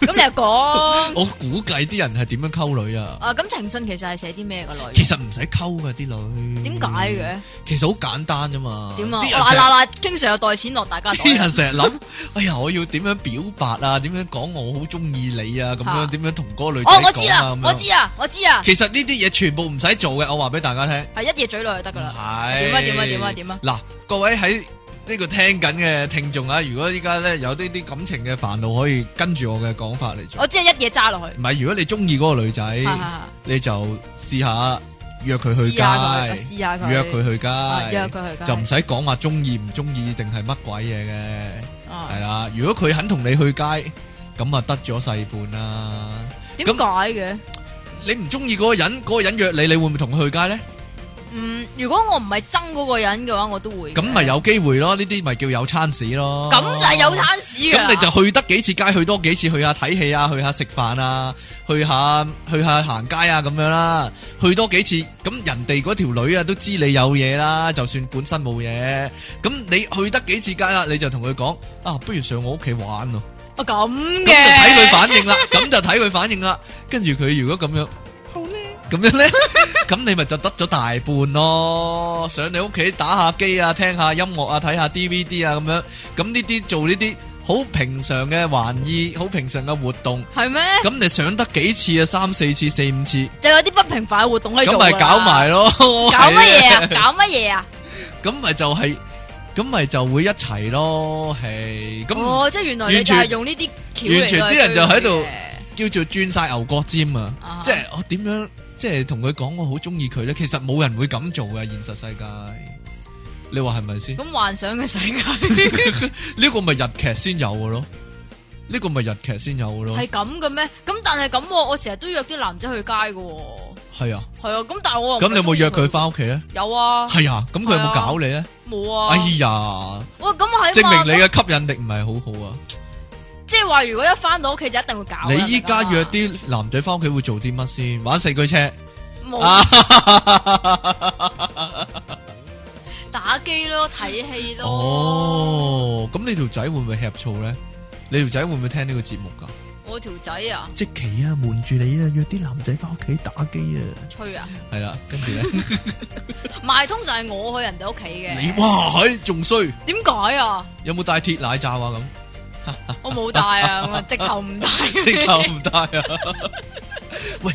Speaker 1: 咁你又講。
Speaker 2: 我估計啲人係點樣溝女啊？
Speaker 1: 啊，咁情信其實係寫啲咩嘅內容？
Speaker 2: 其實唔使溝噶啲女，
Speaker 1: 點解？嘅？
Speaker 2: 其實好簡單啫嘛。
Speaker 1: 點啊？
Speaker 2: 啲
Speaker 1: 嗱
Speaker 2: 人
Speaker 1: 嗱嗱，經常有袋錢落大家袋
Speaker 2: 成日，啲人成日諗， (laughs) 哎呀，我要點樣表白啊？點樣講我好中意你啊？咁
Speaker 1: 嚇
Speaker 2: 樣點樣同嗰個女仔
Speaker 1: 哦，我知
Speaker 2: 講啊？
Speaker 1: 啦
Speaker 2: 咁，
Speaker 1: 我
Speaker 2: 樣
Speaker 1: 知啊，我知啊，
Speaker 2: 其實呢啲嘢全部唔使做嘅，我話俾大家聽。
Speaker 1: 係一夜嘴落就得噶啦。
Speaker 2: 係
Speaker 1: 點啊點啊點啊點啊！
Speaker 2: 嗱，各位喺呢個聽緊嘅聽眾啊，如果依家咧有呢啲感情嘅煩惱，可以跟住我嘅講法嚟做
Speaker 1: 我。知係一夜揸落去。
Speaker 2: 唔係，如果你中意嗰個女
Speaker 1: 係
Speaker 2: 仔，
Speaker 1: 係
Speaker 2: 你就試下約哎佢去
Speaker 1: 試
Speaker 2: 街，
Speaker 1: 下佢，試下佢，
Speaker 2: 約佢去
Speaker 1: 啊，約
Speaker 2: 街，
Speaker 1: 佢去街，
Speaker 2: 就唔使講話中意唔中意定係乜鬼嘢嘅，
Speaker 1: 啊
Speaker 2: 係啦。如果佢肯同你去街，咁啊得咗細半啦。
Speaker 1: 點解嘅？
Speaker 2: 你唔中意嗰個人，嗰個人約你，你會唔會同佢去街咧？
Speaker 1: 嗯，如果我唔係憎嗰個人嘅話，我都會嘅。
Speaker 2: 咁咪有機會咯，呢啲咪叫有餐屎咯。
Speaker 1: 咁就係有餐屎㗎啦啊
Speaker 2: 咁你就去得幾次街，去多幾次，去下睇戲啊，去下食飯啊，去下去下行街啊，咁樣啦，去多幾次，咁人哋嗰條女啊都知你有嘢啦，就算本身冇嘢，咁你去得幾次街啦，你就同佢講啊，不如上我屋企玩咯，
Speaker 1: 啊咁嘅，
Speaker 2: 咁就睇佢反應啦，咁就睇佢反應啦，跟住佢如果咁樣，好咧，咁樣咧，咁你咪就得咗大半咯，上你屋企打下機啊，聽下音樂啊，睇下 DVD 啊，咁樣，咁呢啲做呢啲好平常嘅玩意，好平常嘅活動，
Speaker 1: 係咩？
Speaker 2: 咁你上得幾次啊？三四次、四五次，
Speaker 1: 就有啲不平凡嘅活動可以做
Speaker 2: 咁
Speaker 1: 㗎啦
Speaker 2: 咪搞埋咯，搞
Speaker 1: 搞乜嘢啊？搞乜嘢啊？
Speaker 2: 咁咪就係、咁咪就會一齊咯，係咁。
Speaker 1: 哦，即係原來你
Speaker 2: 完
Speaker 1: 就
Speaker 2: 全
Speaker 1: 係用呢啲橋嚟
Speaker 2: 完全啲人就喺度
Speaker 1: 去
Speaker 2: 叫做轉晒牛角尖啊！
Speaker 1: 啊
Speaker 2: 即係我點樣即係同佢講我好中意佢咧？其實冇人會咁做嘅，現實世界，你話係咪先？
Speaker 1: 咁幻想嘅世界
Speaker 2: 呢個咪日劇先有嘅咯，呢個咪日劇先有嘅咯，
Speaker 1: 係咁嘅咩？咁但係咁喎，我成日都約啲男仔去街嘅喎。
Speaker 2: 係啊。
Speaker 1: 係啊，咁但係我又
Speaker 2: 咁
Speaker 1: 唔
Speaker 2: 你有冇
Speaker 1: 中意
Speaker 2: 約佢？翻屋企咧？
Speaker 1: 有啊，
Speaker 2: 係啊，咁佢有
Speaker 1: 係
Speaker 2: 冇
Speaker 1: 啊
Speaker 2: 搞你咧？
Speaker 1: 冇啊。
Speaker 2: 哎呀，
Speaker 1: 喂，咁係
Speaker 2: 證
Speaker 1: 嘛
Speaker 2: 明你嘅吸引力唔係好好啊！
Speaker 1: 即係話如果一翻到屋企就一定會搞㗎。
Speaker 2: 你依家
Speaker 1: 明㗎嘛
Speaker 2: 約啲男仔翻屋企會做啲乜先？玩四驅車
Speaker 1: 冇
Speaker 2: 啊？
Speaker 1: 打機咯，睇戲咯。
Speaker 2: 哦，咁你條仔會唔會吃醋咧？你條仔會唔會聽呢個節目噶？
Speaker 1: 我條仔啊，
Speaker 2: 即期啊，瞞住你啊，約啲男仔翻屋企打機啊，
Speaker 1: 吹啊，
Speaker 2: 係啦，跟住咧，
Speaker 1: 唔係通常係我去人哋屋企
Speaker 2: 你
Speaker 1: 嘅。
Speaker 2: 哇，係仲衰，
Speaker 1: 點解啊？
Speaker 2: 有冇帶鐵奶罩啊？咁
Speaker 1: 我冇帶
Speaker 2: (laughs)
Speaker 1: 啊，我直頭唔帶。 (laughs)
Speaker 2: 即刻唔帶啊！喂，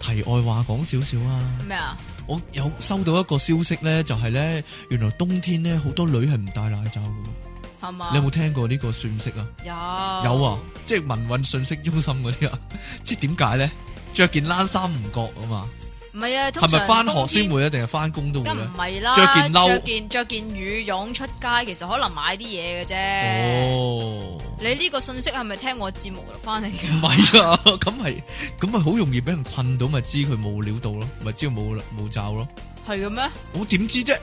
Speaker 2: 題外話講少少啊，
Speaker 1: 咩啊？
Speaker 2: 我有收到一個消息咧，就係咧，原來冬天咧好多女係唔帶奶罩嘅，
Speaker 1: 係嘛？
Speaker 2: 你有冇聽過呢個訊息啊？
Speaker 1: 有
Speaker 2: 有啊，即係民運信息中心嗰啲啊，即係點解咧？着件冷衫唔覺啊嘛，
Speaker 1: 唔係啊，通
Speaker 2: 係咪
Speaker 1: 常
Speaker 2: 翻學先
Speaker 1: 冬天？
Speaker 2: 會啊，定係翻工都會
Speaker 1: 梗唔
Speaker 2: 咧？
Speaker 1: 係啦，
Speaker 2: 着件褸
Speaker 1: 着件着件羽絨出街，其實可能買啲嘢嘅啫。
Speaker 2: 哦，
Speaker 1: 你呢個信息係咪聽我節目翻嚟
Speaker 2: (laughs) 唔
Speaker 1: 㗎？
Speaker 2: 係啊，咁咪咁咪好容易俾人困到，咪知佢冇料到咯，咪知佢冇冇罩咯。
Speaker 1: 係嘅咩？
Speaker 2: 我點知啫？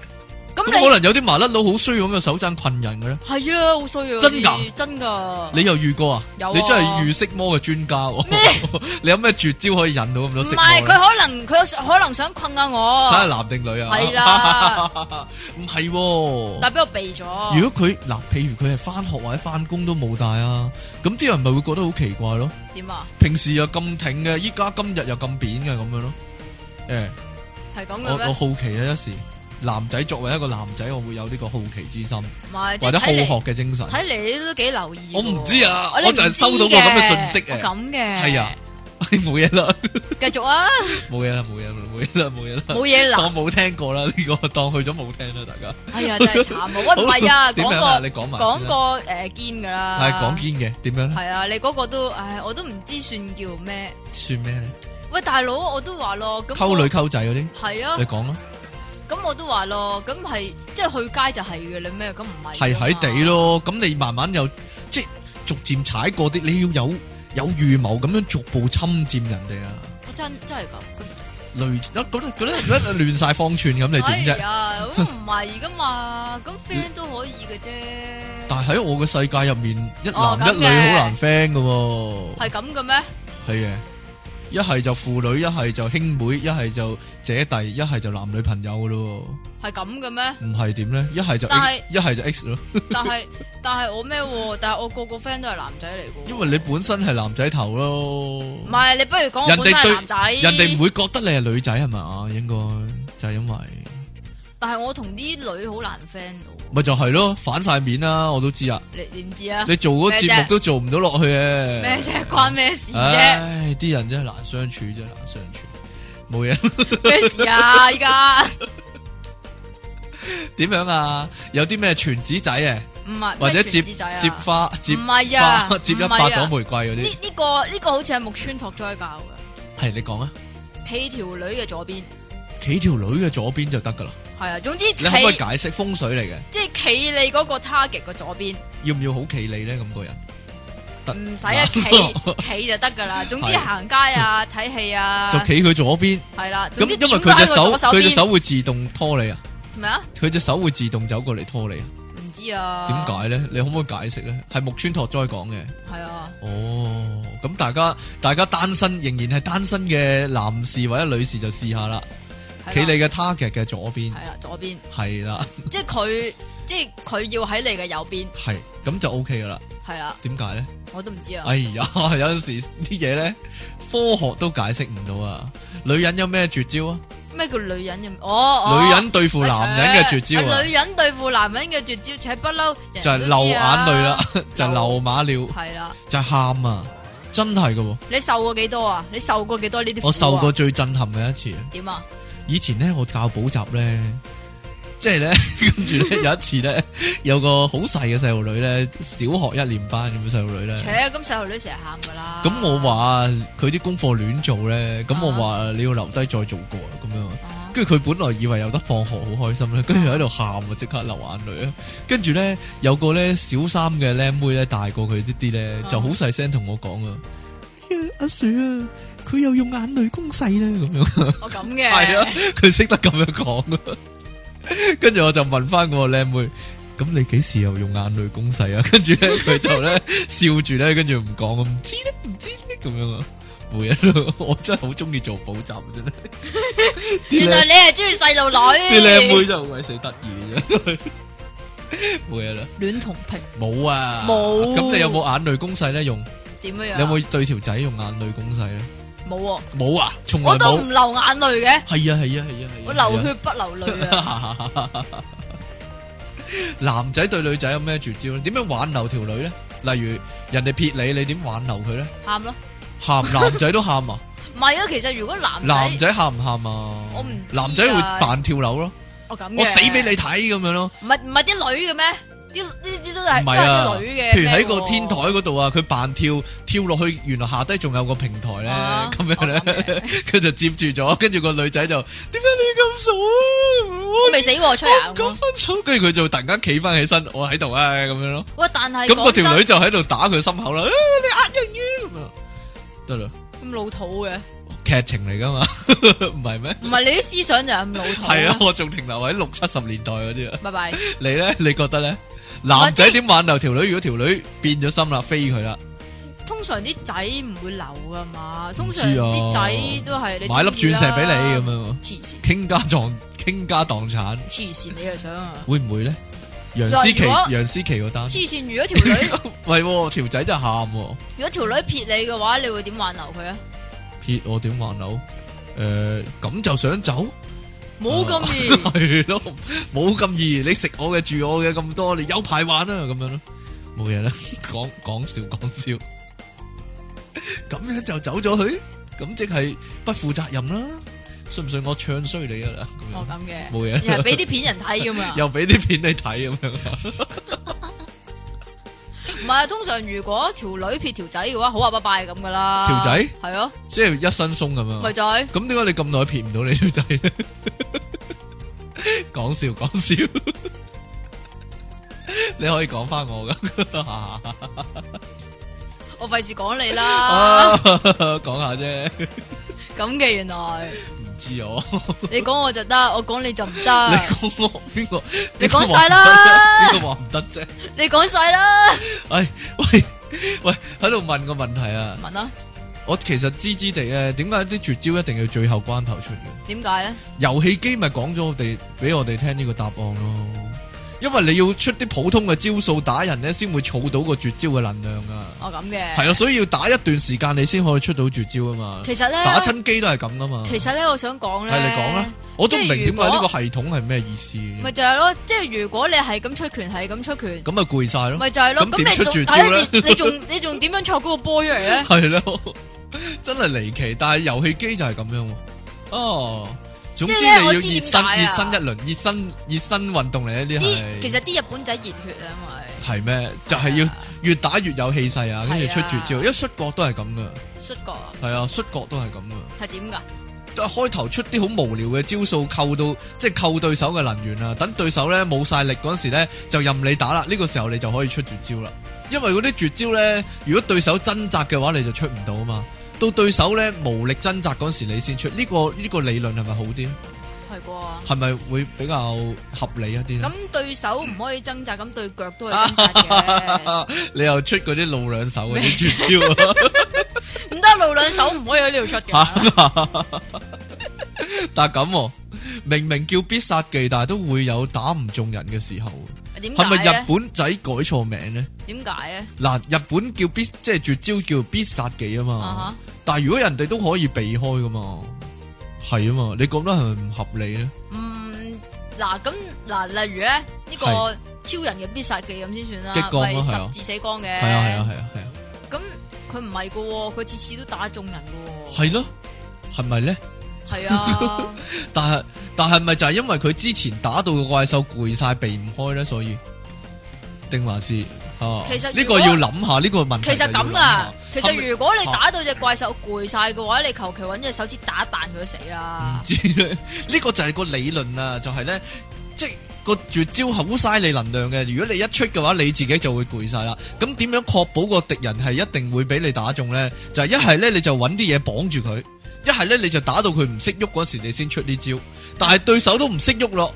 Speaker 1: 咁
Speaker 2: 咁
Speaker 1: 你
Speaker 2: 可能有啲麻甩佬好衰咁嘅手踭困人嘅咧，
Speaker 1: 係啦，好衰啊！
Speaker 2: 真
Speaker 1: 嗰啲
Speaker 2: 㗎
Speaker 1: 真㗎。
Speaker 2: 你又遇過啊？
Speaker 1: 有啊
Speaker 2: 你真係遇色魔嘅專家喎！ (laughs) 你有咩絕招可以引到咁多
Speaker 1: 唔
Speaker 2: 色魔
Speaker 1: 係佢
Speaker 2: 咧？
Speaker 1: 可能佢可能想困下
Speaker 2: 睇下
Speaker 1: 我，
Speaker 2: 男定女啊？
Speaker 1: 係啦，
Speaker 2: (laughs) 唔係喎。
Speaker 1: 但係俾我避咗。
Speaker 2: 如果佢嗱，譬如佢係翻學或者翻工都冇帶啊，咁啲人咪會覺得好奇怪咯。
Speaker 1: 點啊？
Speaker 2: 平時又咁挺嘅，依家今日又咁扁嘅咁樣咯。誒、
Speaker 1: 係咁
Speaker 2: 我
Speaker 1: 嘅
Speaker 2: 我
Speaker 1: 咩？
Speaker 2: 好奇啊，一時男仔作為一個男仔，我會有呢個好奇之心
Speaker 1: 唔係即係
Speaker 2: 或者好
Speaker 1: 睇
Speaker 2: 學
Speaker 1: 嚟
Speaker 2: 嘅精神。
Speaker 1: 睇嚟你都幾留意喎。
Speaker 2: 我唔知啊，
Speaker 1: 你
Speaker 2: 我就係
Speaker 1: 唔知
Speaker 2: 收到過咁嘅信息
Speaker 1: 我
Speaker 2: 誒，
Speaker 1: 咁嘅
Speaker 2: 係啊，冇嘢啦，
Speaker 1: 繼續啊，
Speaker 2: (laughs) 冇嘢啦，冇嘢啦，冇嘢啦，冇嘢啦，
Speaker 1: 冇嘢啦。
Speaker 2: 當冇聽過啦，呢個 (laughs) 當去咗冇聽啦，大家。
Speaker 1: 哎呀，真係慘啊！
Speaker 2: (laughs)
Speaker 1: 喂，唔係啊，
Speaker 2: 點
Speaker 1: 講
Speaker 2: 樣啊？
Speaker 1: 個
Speaker 2: 你講埋先啦。
Speaker 1: 講個诶堅噶啦，
Speaker 2: 係講堅嘅，點樣咧？
Speaker 1: 係啊，你嗰個都，唉，我都唔知算叫咩。
Speaker 2: 算咩咧？
Speaker 1: 喂，大佬，我都話咯，咁
Speaker 2: 溝女溝仔嗰啲，
Speaker 1: 係啊
Speaker 2: 你，講啦。
Speaker 1: 咁我都話咯，咁係即係去街就係嘅啦咩？咁唔係
Speaker 2: 係
Speaker 1: 㗎嘛
Speaker 2: 喺地，咯，咁你慢慢又即係逐漸踩過啲，你要有有預謀咁樣逐步侵佔人哋啊，
Speaker 1: 我真真係咁。
Speaker 2: 亂啊咁咧咁咧咁咧亂晒方寸咁，你點
Speaker 1: 哎
Speaker 2: 啫？
Speaker 1: 呀，咁唔係噶嘛，咁 friend 都可以嘅啫。
Speaker 2: 但係喺我嘅世界入面，一
Speaker 1: 哦
Speaker 2: 男一女
Speaker 1: 咁嘅
Speaker 2: 好難 friend 嘅
Speaker 1: 係
Speaker 2: 喎，
Speaker 1: 咁嘅咩？
Speaker 2: 係嘅。一係就父女，一係就兄妹，一係就姐弟，一係就男女朋友嘅咯
Speaker 1: 係咁嘅咩？
Speaker 2: 喎，唔係點咧？一係就
Speaker 1: 但係
Speaker 2: X- 一係就 X 咯，
Speaker 1: (laughs) 但係但係我咩喎？但係我個個 friend 都係男仔嚟嘅喎。
Speaker 2: 因為你本身係男仔頭咯。
Speaker 1: 唔係你不如講我
Speaker 2: 人
Speaker 1: 本身
Speaker 2: 哋對
Speaker 1: 係男仔，
Speaker 2: 人哋唔會覺得你係女仔係咪啊？應該就係因為
Speaker 1: 但係我同啲女好難 friend 到。
Speaker 2: 咪就係咯，反晒面啦，我都知啊。
Speaker 1: 你點知啊？
Speaker 2: 你做嗰
Speaker 1: 咩啫
Speaker 2: 節目都做唔到落去嘅，
Speaker 1: 咩啫？關咩事啫？
Speaker 2: 唉，啲人真係難相處，真係難相處。冇嘢， (laughs)
Speaker 1: 咩事啊？依家
Speaker 2: 點樣啊？有啲咩傳紙仔啊，
Speaker 1: 唔
Speaker 2: (laughs)
Speaker 1: 係
Speaker 2: 或者
Speaker 1: 咩
Speaker 2: 接
Speaker 1: 傳紙仔啊
Speaker 2: 接花、接
Speaker 1: 唔係啊
Speaker 2: 花、接一
Speaker 1: 唔係
Speaker 2: 百
Speaker 1: 啊
Speaker 2: 朵玫瑰嗰
Speaker 1: 呢
Speaker 2: 啲，
Speaker 1: 呢個呢個好似係木村拓哉教嘅，
Speaker 2: 係你講啊？
Speaker 1: 企條女嘅左邊
Speaker 2: 企條女嘅左邊就得噶啦。
Speaker 1: 係啊。總之
Speaker 2: 你可唔可以
Speaker 1: 企
Speaker 2: 解釋風水嚟嘅？
Speaker 1: 即係企你嗰個 target 嘅左邊。
Speaker 2: 要唔要好企你咧？咁個人得
Speaker 1: 唔使
Speaker 2: (laughs)
Speaker 1: 啊，企企就得噶啦。總之
Speaker 2: 係
Speaker 1: 行街啊、睇戲啊，
Speaker 2: 就企佢左邊，
Speaker 1: 係啦。
Speaker 2: 咁
Speaker 1: 總之
Speaker 2: 因為
Speaker 1: 點都
Speaker 2: 佢
Speaker 1: 喺
Speaker 2: 隻
Speaker 1: 個
Speaker 2: 手
Speaker 1: 左手
Speaker 2: 佢隻
Speaker 1: 邊
Speaker 2: 手會自動拖你啊。
Speaker 1: 咩啊？
Speaker 2: 佢隻手會自動走過嚟拖你，
Speaker 1: 唔知啊。
Speaker 2: 點？解咧？你可唔可以解釋咧？係木村拓哉講嘅。
Speaker 1: 係啊，
Speaker 2: 哦，咁大家大家單身仍然係單身嘅男士或者女士就試下啦，企你
Speaker 1: 係啦
Speaker 2: 嘅 target 嘅左邊，
Speaker 1: 係啦，左邊，
Speaker 2: 係啦，
Speaker 1: 即係佢，即係佢要喺你嘅右邊，
Speaker 2: 係咁就 OK 噶啦。
Speaker 1: 係啦，
Speaker 2: 點解咧？
Speaker 1: 我都唔知啊。
Speaker 2: 哎呀， (laughs) 有陣時啲嘢咧，科學都解釋唔到啊！女人有咩絕招啊？
Speaker 1: 咩叫女人嘅？哦，哦
Speaker 2: 女人對付男人嘅絕招啊
Speaker 1: 係，女人對付男人嘅絕招，且不嬲，人人
Speaker 2: 就係
Speaker 1: 都
Speaker 2: 流
Speaker 1: 知
Speaker 2: 眼
Speaker 1: 啊
Speaker 2: 淚啦，， (laughs) 就係流馬尿，
Speaker 1: 係啦。
Speaker 2: 就係喊啊！真係噶，
Speaker 1: 你受過幾多啊？你受過幾多呢啲？啊
Speaker 2: 我受過最震撼嘅一次。
Speaker 1: 點啊？
Speaker 2: 以前咧，我教補習咧，即系咧， (laughs) 跟住
Speaker 1: (laughs)
Speaker 2: 咧有一次咧，有個好細嘅細路女咧，小學一年班咁嘅細路女咧。
Speaker 1: 扯啊咁細路女成日喊噶啦。
Speaker 2: 咁我話佢啲功課亂做咧，咁我
Speaker 1: 啊
Speaker 2: 話你要留低再做過咁樣。
Speaker 1: 啊，
Speaker 2: 跟住佢本來以為有得放學好開心咧，跟住喺度喊啊，即刻流眼淚啊！跟住咧有個咧小三嘅僆妹咧，大過佢啲啲咧，
Speaker 1: 啊
Speaker 2: 就好細聲同我講啊：哎呀 (laughs) 阿 Sir 啊，佢又用眼淚攻勢啦咁樣。
Speaker 1: 我咁
Speaker 2: (laughs) 系啊
Speaker 1: 嘅，，
Speaker 2: 佢識得咁樣講啊。跟住我就問翻個靚妹，咁你幾時又用眼淚攻勢啊？跟住咧，佢就咧笑住咧，跟住唔講，唔知咧，唔知咧，咁樣啊。每日 (laughs) 都，我真係好中意做補習真係。啲
Speaker 1: 原
Speaker 2: 靚
Speaker 1: 來你係中意細路
Speaker 2: 啲靚
Speaker 1: 女
Speaker 2: 妹，真係好鬼死得意 (laughs) 嘅啫。冇嘢啦，
Speaker 1: 戀童癖
Speaker 2: 冇啊，
Speaker 1: 冇
Speaker 2: 咁你有冇眼淚攻勢咧？用
Speaker 1: 點樣
Speaker 2: 你
Speaker 1: 樣啊？
Speaker 2: 有冇對條仔用眼淚攻勢咧？
Speaker 1: 冇喎？
Speaker 2: 冇啊，從來
Speaker 1: 我都
Speaker 2: 冇
Speaker 1: 唔。流眼淚嘅，
Speaker 2: 係啊係啊係啊係啊！
Speaker 1: 我
Speaker 2: 係啊
Speaker 1: 流血不流淚啊！
Speaker 2: 男仔對女仔有咩絕招咧？點樣挽留條女咧？例如人哋撇你，你點挽留
Speaker 1: (laughs)
Speaker 2: 佢咧？
Speaker 1: 喊咯，
Speaker 2: 喊男仔都喊啊！
Speaker 1: 唔係啊，其實如果男
Speaker 2: 男
Speaker 1: 仔
Speaker 2: 仔喊唔喊啊？
Speaker 1: 我唔知啊啊
Speaker 2: 男仔會扮跳樓咯，
Speaker 1: 我哦咁嘅，
Speaker 2: 我死俾你睇咁樣咯。
Speaker 1: 唔係唔係啲女嘅咩？啲呢啲都係
Speaker 2: 唔
Speaker 1: 都
Speaker 2: 係
Speaker 1: 係
Speaker 2: 啊
Speaker 1: 啲女嘅咩喎，
Speaker 2: 譬如喺個天台嗰度啊，佢扮跳跳落去，原來下低仲有個平台咧，
Speaker 1: 啊
Speaker 2: 咁樣
Speaker 1: 我咁
Speaker 2: 咧， (laughs) 佢就接住咗，跟住個女仔就點解你咁傻啊？
Speaker 1: 我
Speaker 2: 我
Speaker 1: 未死喎，吹
Speaker 2: 我唔
Speaker 1: 眼
Speaker 2: 敢
Speaker 1: 喎。
Speaker 2: 分手，跟住佢就突然間企翻起身，我喺度啊咁樣咯。
Speaker 1: 喂，但係
Speaker 2: 咁
Speaker 1: 講
Speaker 2: 嗰條
Speaker 1: 真
Speaker 2: 女就喺度打佢心口啦，啊你呃人嘅咁啊，得啦，
Speaker 1: 咁老土嘅，
Speaker 2: 劇情嚟噶嘛， (laughs) 唔係咩？
Speaker 1: 唔係你啲思想就係咁老土。
Speaker 2: 係啊，，我仲停留喺六七十年代嗰啲啊。
Speaker 1: 拜拜。
Speaker 2: 你咧，你覺得咧？男仔點挽留條女？如果條女變咗心啦，飛佢啦，
Speaker 1: 通常啲仔唔會留噶嘛，通常
Speaker 2: 唔知啊
Speaker 1: 啲仔都係你
Speaker 2: 買粒鑽石俾你咁
Speaker 1: 樣。
Speaker 2: 樣，
Speaker 1: 黐線，
Speaker 2: 傾家蕩傾家蕩產，
Speaker 1: 黐線，你又想啊？
Speaker 2: 會唔會咧？楊思琪，
Speaker 1: 如果
Speaker 2: 楊思琪嗰 (laughs) 單，
Speaker 1: 黐線，如果條女
Speaker 2: 喂喎，條仔真係喊喎，
Speaker 1: 如果條女撇你嘅話，你會點挽留佢啊？
Speaker 2: 撇我點挽留？誒，咁就想走？
Speaker 1: 冇咁
Speaker 2: (laughs)
Speaker 1: 易，
Speaker 2: 系咯，冇咁易，你食我嘅住我嘅咁多，你有排玩啊，咁樣咯，冇嘢啦， (laughs) 講講笑講笑，咁樣就走咗佢，咁即係不負責任啦，信唔信我唱衰你噶啦？咁
Speaker 1: 我
Speaker 2: 樣
Speaker 1: 哦咁嘅，
Speaker 2: 冇嘢
Speaker 1: 又係
Speaker 2: 啦，
Speaker 1: 俾啲片人睇咁啊。
Speaker 2: (laughs) 又俾啲片你睇咁樣， (laughs)
Speaker 1: 唔係啊，通常如果條女撇條仔嘅話，好話拜拜咁噶啦。
Speaker 2: 條仔
Speaker 1: 係啊，
Speaker 2: 即係一身鬆咁樣
Speaker 1: 咪。就係
Speaker 2: 咁點解你咁耐撇唔到你條仔咧？講笑 (laughs) 講笑，你可以講翻我 (laughs) 噶。
Speaker 1: 我費事講你啦。
Speaker 2: 啊，講下啫，
Speaker 1: 咁嘅原來
Speaker 2: (laughs) 唔知我，
Speaker 1: 你講我就得，我講你就唔得
Speaker 2: (laughs) 你。講我邊個？
Speaker 1: 啊你
Speaker 2: 邊個
Speaker 1: 講
Speaker 2: 話
Speaker 1: 晒
Speaker 2: 唔得
Speaker 1: 啦
Speaker 2: 啫邊個話唔得啫？ (laughs)
Speaker 1: 你講晒啦，
Speaker 2: 唉，喂喂，喺度問個問題啊！
Speaker 1: 文啦，
Speaker 2: 我其實知知地咧，點解啲絕招一定要最後關頭出嘅？
Speaker 1: 點解咧？
Speaker 2: 遊戲機咪講咗我哋俾我哋聽呢個答案咯，因為你要出啲普通嘅招數打人咧，先會儲到個絕招嘅能量啊！
Speaker 1: 我咁嘅。
Speaker 2: 係啊，所以要打一段時間你先可以出到絕招啊嘛！
Speaker 1: 其實咧，
Speaker 2: 打親機都係咁噶嘛！
Speaker 1: 其實咧，我想講咧，
Speaker 2: 係你講啦，我都唔明點解呢個系統係咩意思嘅
Speaker 1: 咪就係咯，即係如果你係咁出拳，係咁出拳，
Speaker 2: 咁咪攰晒咯，
Speaker 1: 咪就係咯。
Speaker 2: 咁點
Speaker 1: 咁你
Speaker 2: 出絕
Speaker 1: 仲
Speaker 2: 招咧
Speaker 1: 係啊你
Speaker 2: (laughs)
Speaker 1: 你仲你仲點樣錯嗰個波出嚟咧？
Speaker 2: 係咯，真係離奇。但係遊戲機就係咁樣喎。哦，總之
Speaker 1: 即係
Speaker 2: 你
Speaker 1: 咧
Speaker 2: 要
Speaker 1: 我
Speaker 2: 熱
Speaker 1: 知點
Speaker 2: 身
Speaker 1: 解
Speaker 2: 熱
Speaker 1: 啊
Speaker 2: 身一輪，熱身熱身運動嚟呢啲
Speaker 1: 啲
Speaker 2: 係。
Speaker 1: 其實啲日本仔熱血啊，
Speaker 2: 係咩？就
Speaker 1: 因為
Speaker 2: 係要
Speaker 1: 啊
Speaker 2: 越打越有氣勢啊，跟住
Speaker 1: 係啊
Speaker 2: 出絕招。因為摔角都係咁噶，
Speaker 1: 摔角啊
Speaker 2: 係啊，摔角都係咁噶。
Speaker 1: 係點㗎？
Speaker 2: 都啊係開頭出啲好無聊嘅招數，扣到即係扣對手嘅能源啊！等對手咧冇晒力嗰陣時咧，就任你打啦。呢、個時候你就可以出絕招啦。因為嗰啲絕招咧，如果對手掙扎嘅話，你就出唔到啊嘛。到對手咧無力掙扎嗰陣時，你先出。呢、個呢、個理論係咪好啲？
Speaker 1: 係啩？
Speaker 2: 係咪會比較合理一啲咧？
Speaker 1: 咁對手唔可以掙扎，咁對腳都
Speaker 2: 啊
Speaker 1: 係掙扎嘅。
Speaker 2: (laughs) (laughs) 你又出嗰啲露兩手嗰啲
Speaker 1: (laughs)
Speaker 2: 絕招啊！
Speaker 1: 唔得，露兩手唔可以喺呢度出
Speaker 2: 啊
Speaker 1: 嘅。
Speaker 2: 但係咁喎、明明叫必殺技，但係都會有打唔中人嘅時候。
Speaker 1: 點
Speaker 2: 係咪
Speaker 1: 解
Speaker 2: 日
Speaker 1: 咧？
Speaker 2: 本仔改錯名咧？
Speaker 1: 點解咧？
Speaker 2: 嗱，日本叫必即係絕招叫必殺技啊嘛
Speaker 1: 啊，
Speaker 2: 但係如果人哋都可以避開噶嘛，係啊嘛，你覺得係咪唔合理咧？
Speaker 1: 哈嗯，嗱咁嗱，例如咧呢個
Speaker 2: 係
Speaker 1: 超人嘅必殺技咁先算
Speaker 2: 激
Speaker 1: 啦，
Speaker 2: 光咯
Speaker 1: 咪
Speaker 2: 係啊
Speaker 1: 十字死光嘅。
Speaker 2: 係啊係啊係啊係啊，
Speaker 1: 咁佢唔係噶喎，佢次次都打中人噶喎。
Speaker 2: 係咯，係咪咧？
Speaker 1: 系
Speaker 2: (laughs)
Speaker 1: 啊，
Speaker 2: 但系但系咪就系因为佢之前打到个怪兽攰晒避唔开咧，所以定还是啊？
Speaker 1: 其實
Speaker 2: 呢
Speaker 1: 如果
Speaker 2: 个要谂下呢个问题。
Speaker 1: 其实咁噶，其
Speaker 2: 係咪啊
Speaker 1: 实如果你打到只怪兽攰晒嘅话，你求其搵只手指打一弹佢都死啦
Speaker 2: 唔。知咧， (laughs) 呢個就係個理論啦，就係呢，咧，即係個絕招好嘥你能量嘅。如果你一出嘅話，你自己就會攰晒啦。咁點樣確保個敵人係一定會俾你打中咧？就係一係咧你就揾啲嘢綁住佢，一係咧你就打到佢唔識喐嗰時，你先出呢招。但係對手都唔識喐咯，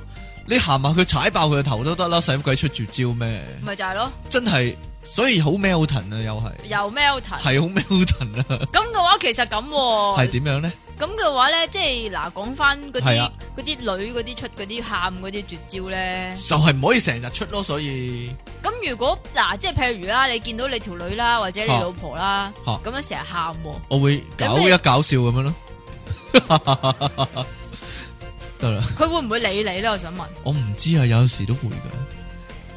Speaker 2: 你行埋佢踩爆佢個頭都得啦，使乜鬼出絕招咩？
Speaker 1: 咪就系咯，
Speaker 2: 真係，所以好 Melton 啊，又係
Speaker 1: 又 Melton。
Speaker 2: 係好 Melton 啊，
Speaker 1: 咁嘅话，其实咁喎
Speaker 2: 係點啊樣咧？
Speaker 1: 咁嘅話咧，即係嗱，講翻嗰
Speaker 2: 係
Speaker 1: 啲
Speaker 2: 啊
Speaker 1: 嗰啲女嗰啲出嗰啲喊嗰啲絕招咧。
Speaker 2: 就係唔可以成日出咯，所以。
Speaker 1: 咁如果嗱，即係譬如啦，你見到你條女啦，或者你
Speaker 2: 啊
Speaker 1: 老婆啦，
Speaker 2: 啊
Speaker 1: 咁樣成日喊喎，
Speaker 2: 我會搞一搞笑咁樣咯。 (laughs) 得啦，
Speaker 1: 佢會唔會理你咧？我想問。
Speaker 2: 我唔知啊，有時都會噶。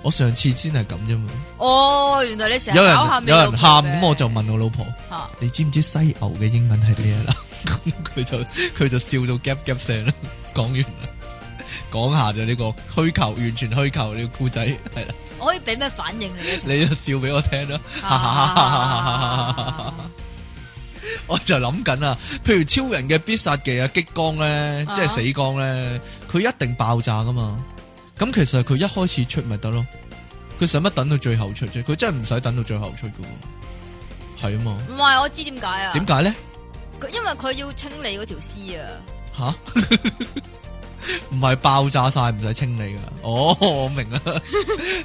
Speaker 2: 我上次先係咁啫嘛，
Speaker 1: 哦，原來你成日
Speaker 2: 有人
Speaker 1: 搞喊你
Speaker 2: 有人
Speaker 1: 老婆
Speaker 2: 喊
Speaker 1: 嘅
Speaker 2: 咁，我就問我老婆：
Speaker 1: 嚇
Speaker 2: 你知唔知犀牛嘅英文係咩啦？咁 (laughs) 佢就佢就笑到夾夾聲啦。講完啦，講下就呢個虛構，完全虛構呢個故仔係啦。
Speaker 1: 我可以俾咩反應你啊？
Speaker 2: (laughs) 你就笑俾我聽啦。
Speaker 1: 啊
Speaker 2: 我就諗緊啊，譬如超人嘅必殺技啊，激光咧，
Speaker 1: 啊
Speaker 2: 即係死光咧，佢一定爆炸噶嘛。咁其實佢一開始出咪得咯，佢使乜等到最後出啫？佢真係唔使等到最後出噶喎，係啊嘛。
Speaker 1: 唔係，我知點解啊？
Speaker 2: 點解咧？
Speaker 1: 佢因為佢要清理嗰條屍啊。
Speaker 2: 吓，唔係爆炸晒唔使清理噶。哦，我明啦， (laughs)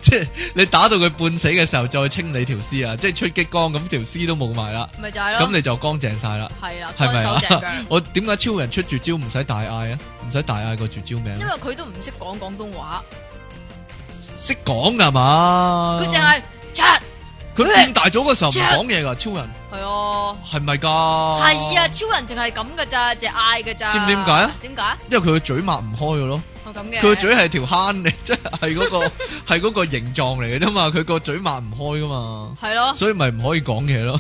Speaker 2: 即係你打到佢半死嘅時候再清理條屍啊，即係出激光咁條屍都冇埋啦，
Speaker 1: 咪就係
Speaker 2: 咁
Speaker 1: 咯。
Speaker 2: 你就乾淨晒啦。
Speaker 1: 係啦，
Speaker 2: 係
Speaker 1: 乾
Speaker 2: 咪
Speaker 1: 手淨
Speaker 2: (laughs)
Speaker 1: 腳
Speaker 2: 啊，？我點解超人出絕招唔使大嗌啊？唔使大嗌個絕招名
Speaker 1: 因，為佢都唔識講廣東話，
Speaker 2: 識講噶嘛？
Speaker 1: 佢淨係 chat
Speaker 2: 佢變大咗嘅時候唔
Speaker 1: 即
Speaker 2: 講嘢噶，超人
Speaker 1: 係啊。
Speaker 2: 係咪噶？
Speaker 1: 系啊，，超人净系咁噶咋，净嗌噶咋。
Speaker 2: 知唔知點解啊？
Speaker 1: 点解？
Speaker 2: 因為佢個嘴擘唔開嘅咯，
Speaker 1: 我咁嘅。
Speaker 2: 佢個嘴係條坑嚟， (laughs) 即係嗰個係嗰個形狀嚟嘅啫嘛，佢個嘴擘唔開噶嘛，
Speaker 1: 系咯，
Speaker 2: 所以咪唔可以講嘢咯，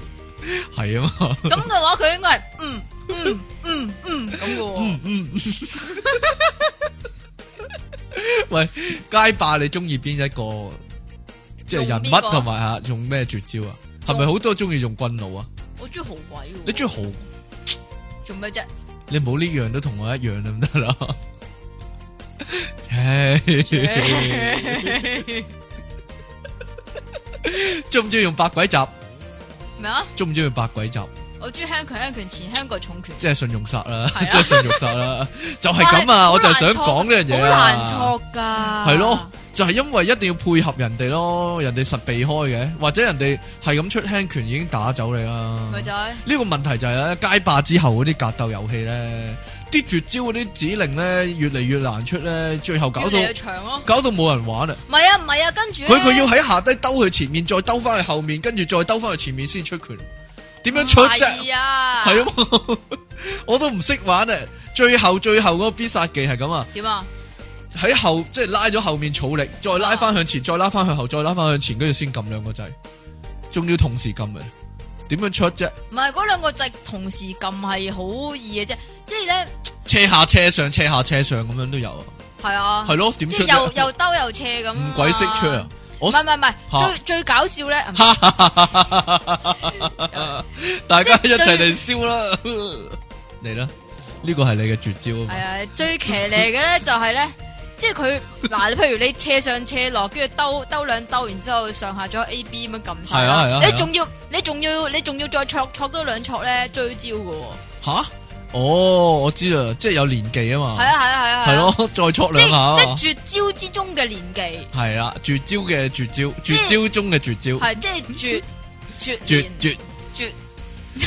Speaker 2: (laughs) 係啊嘛。
Speaker 1: 咁嘅话佢应该系嗯嗯嗯嗯咁嘅喎。
Speaker 2: (laughs) 喂，街霸你中意邊一個？即係人
Speaker 1: 用邊
Speaker 2: 物
Speaker 1: 個
Speaker 2: 同埋吓用咩絕招啊？係咪好多中意用棍弩啊？
Speaker 1: 我中意豪伟。
Speaker 2: 你中意豪？
Speaker 1: 做咩
Speaker 2: (laughs)
Speaker 1: 啫？
Speaker 2: 你冇呢樣都同我一樣得唔得啦？ (laughs)
Speaker 1: (laughs)
Speaker 2: 唉中唔中意用百鬼集？
Speaker 1: 咩啊？
Speaker 2: 中唔中意用百鬼集？
Speaker 1: 我中意轻拳、轻拳前、轻過重拳。
Speaker 2: 即係信用殺啦，
Speaker 1: 係啊
Speaker 2: 即係信用殺啦，就係咁啊！
Speaker 1: 哇
Speaker 2: 我就係想講呢樣嘢
Speaker 1: 好
Speaker 2: 啊！
Speaker 1: 难错噶。
Speaker 2: 系咯，就係因為一定要配合人哋咯，人哋實避開嘅，或者人哋係咁出輕拳已經打走你啦。
Speaker 1: 咪就係
Speaker 2: 呢個問題就係咧，街霸之後嗰啲格鬥遊戲咧，啲絕招嗰啲指令咧越嚟越難出咧，最後搞
Speaker 1: 搞
Speaker 2: 到
Speaker 1: 到长咯。
Speaker 2: 搞到冇人玩啊！
Speaker 1: 唔系啊，唔系啊，跟住
Speaker 2: 佢佢
Speaker 1: 呢
Speaker 2: 要喺下低兜去前面，再兜翻去後面，跟住再兜翻去前面先出拳，點樣出啫？
Speaker 1: 唔係啊，
Speaker 2: 係啊嘛， (laughs) 我都唔識玩啊！最後最後嗰個必殺技係咁啊！
Speaker 1: 点啊？
Speaker 2: 喺後即係拉咗後面草力，再拉翻向前，再拉翻向後，再拉翻向前，跟住先撳兩個掣，仲要同時撳嘅，點樣出啫？
Speaker 1: 唔系嗰两个掣同时揿系好易嘅啫，即系咧
Speaker 2: 車下車上，車下車上咁樣都有啊，
Speaker 1: 系啊。
Speaker 2: 係咯？點
Speaker 1: 即
Speaker 2: 出
Speaker 1: 係又
Speaker 2: 啫？
Speaker 1: 又兜又斜咁啊。
Speaker 2: 唔鬼識出
Speaker 1: 唔
Speaker 2: 啊！我
Speaker 1: 係！唔係唔
Speaker 2: 嚇
Speaker 1: 係，最最搞笑咧，唔
Speaker 2: 大家
Speaker 1: 即
Speaker 2: 一
Speaker 1: 係
Speaker 2: 齊
Speaker 1: 最
Speaker 2: 嚟燒啦， (laughs) 嚟啦！呢個係你嘅絕招啊
Speaker 1: 係啊，最騎呢嘅咧就係咧，即係
Speaker 2: (laughs)
Speaker 1: 佢嗱，你譬如你斜上斜落，跟住兜兜兩兜，然之後上下咗 A B 咁樣撳晒
Speaker 2: 係啊係
Speaker 1: 啦，
Speaker 2: 啊
Speaker 1: 你
Speaker 2: 係啊
Speaker 1: 仲要你仲要你仲要再戳戳多兩戳咧追焦嘅喎，
Speaker 2: 嘛！吓？哦，我知啦，即係有連技啊嘛
Speaker 1: 啊係，啊係啊係啊，
Speaker 2: 係
Speaker 1: 啊，
Speaker 2: 咯， (laughs) 再戳
Speaker 1: 即
Speaker 2: 兩下啊嘛
Speaker 1: 係，即係絕招之中嘅連技，
Speaker 2: 係啦，絕招嘅絕招，
Speaker 1: 即係
Speaker 2: 絕招中嘅絕招，
Speaker 1: 係即係絕
Speaker 2: (laughs)
Speaker 1: 絕
Speaker 2: 絕
Speaker 1: 連
Speaker 2: 絕
Speaker 1: 絕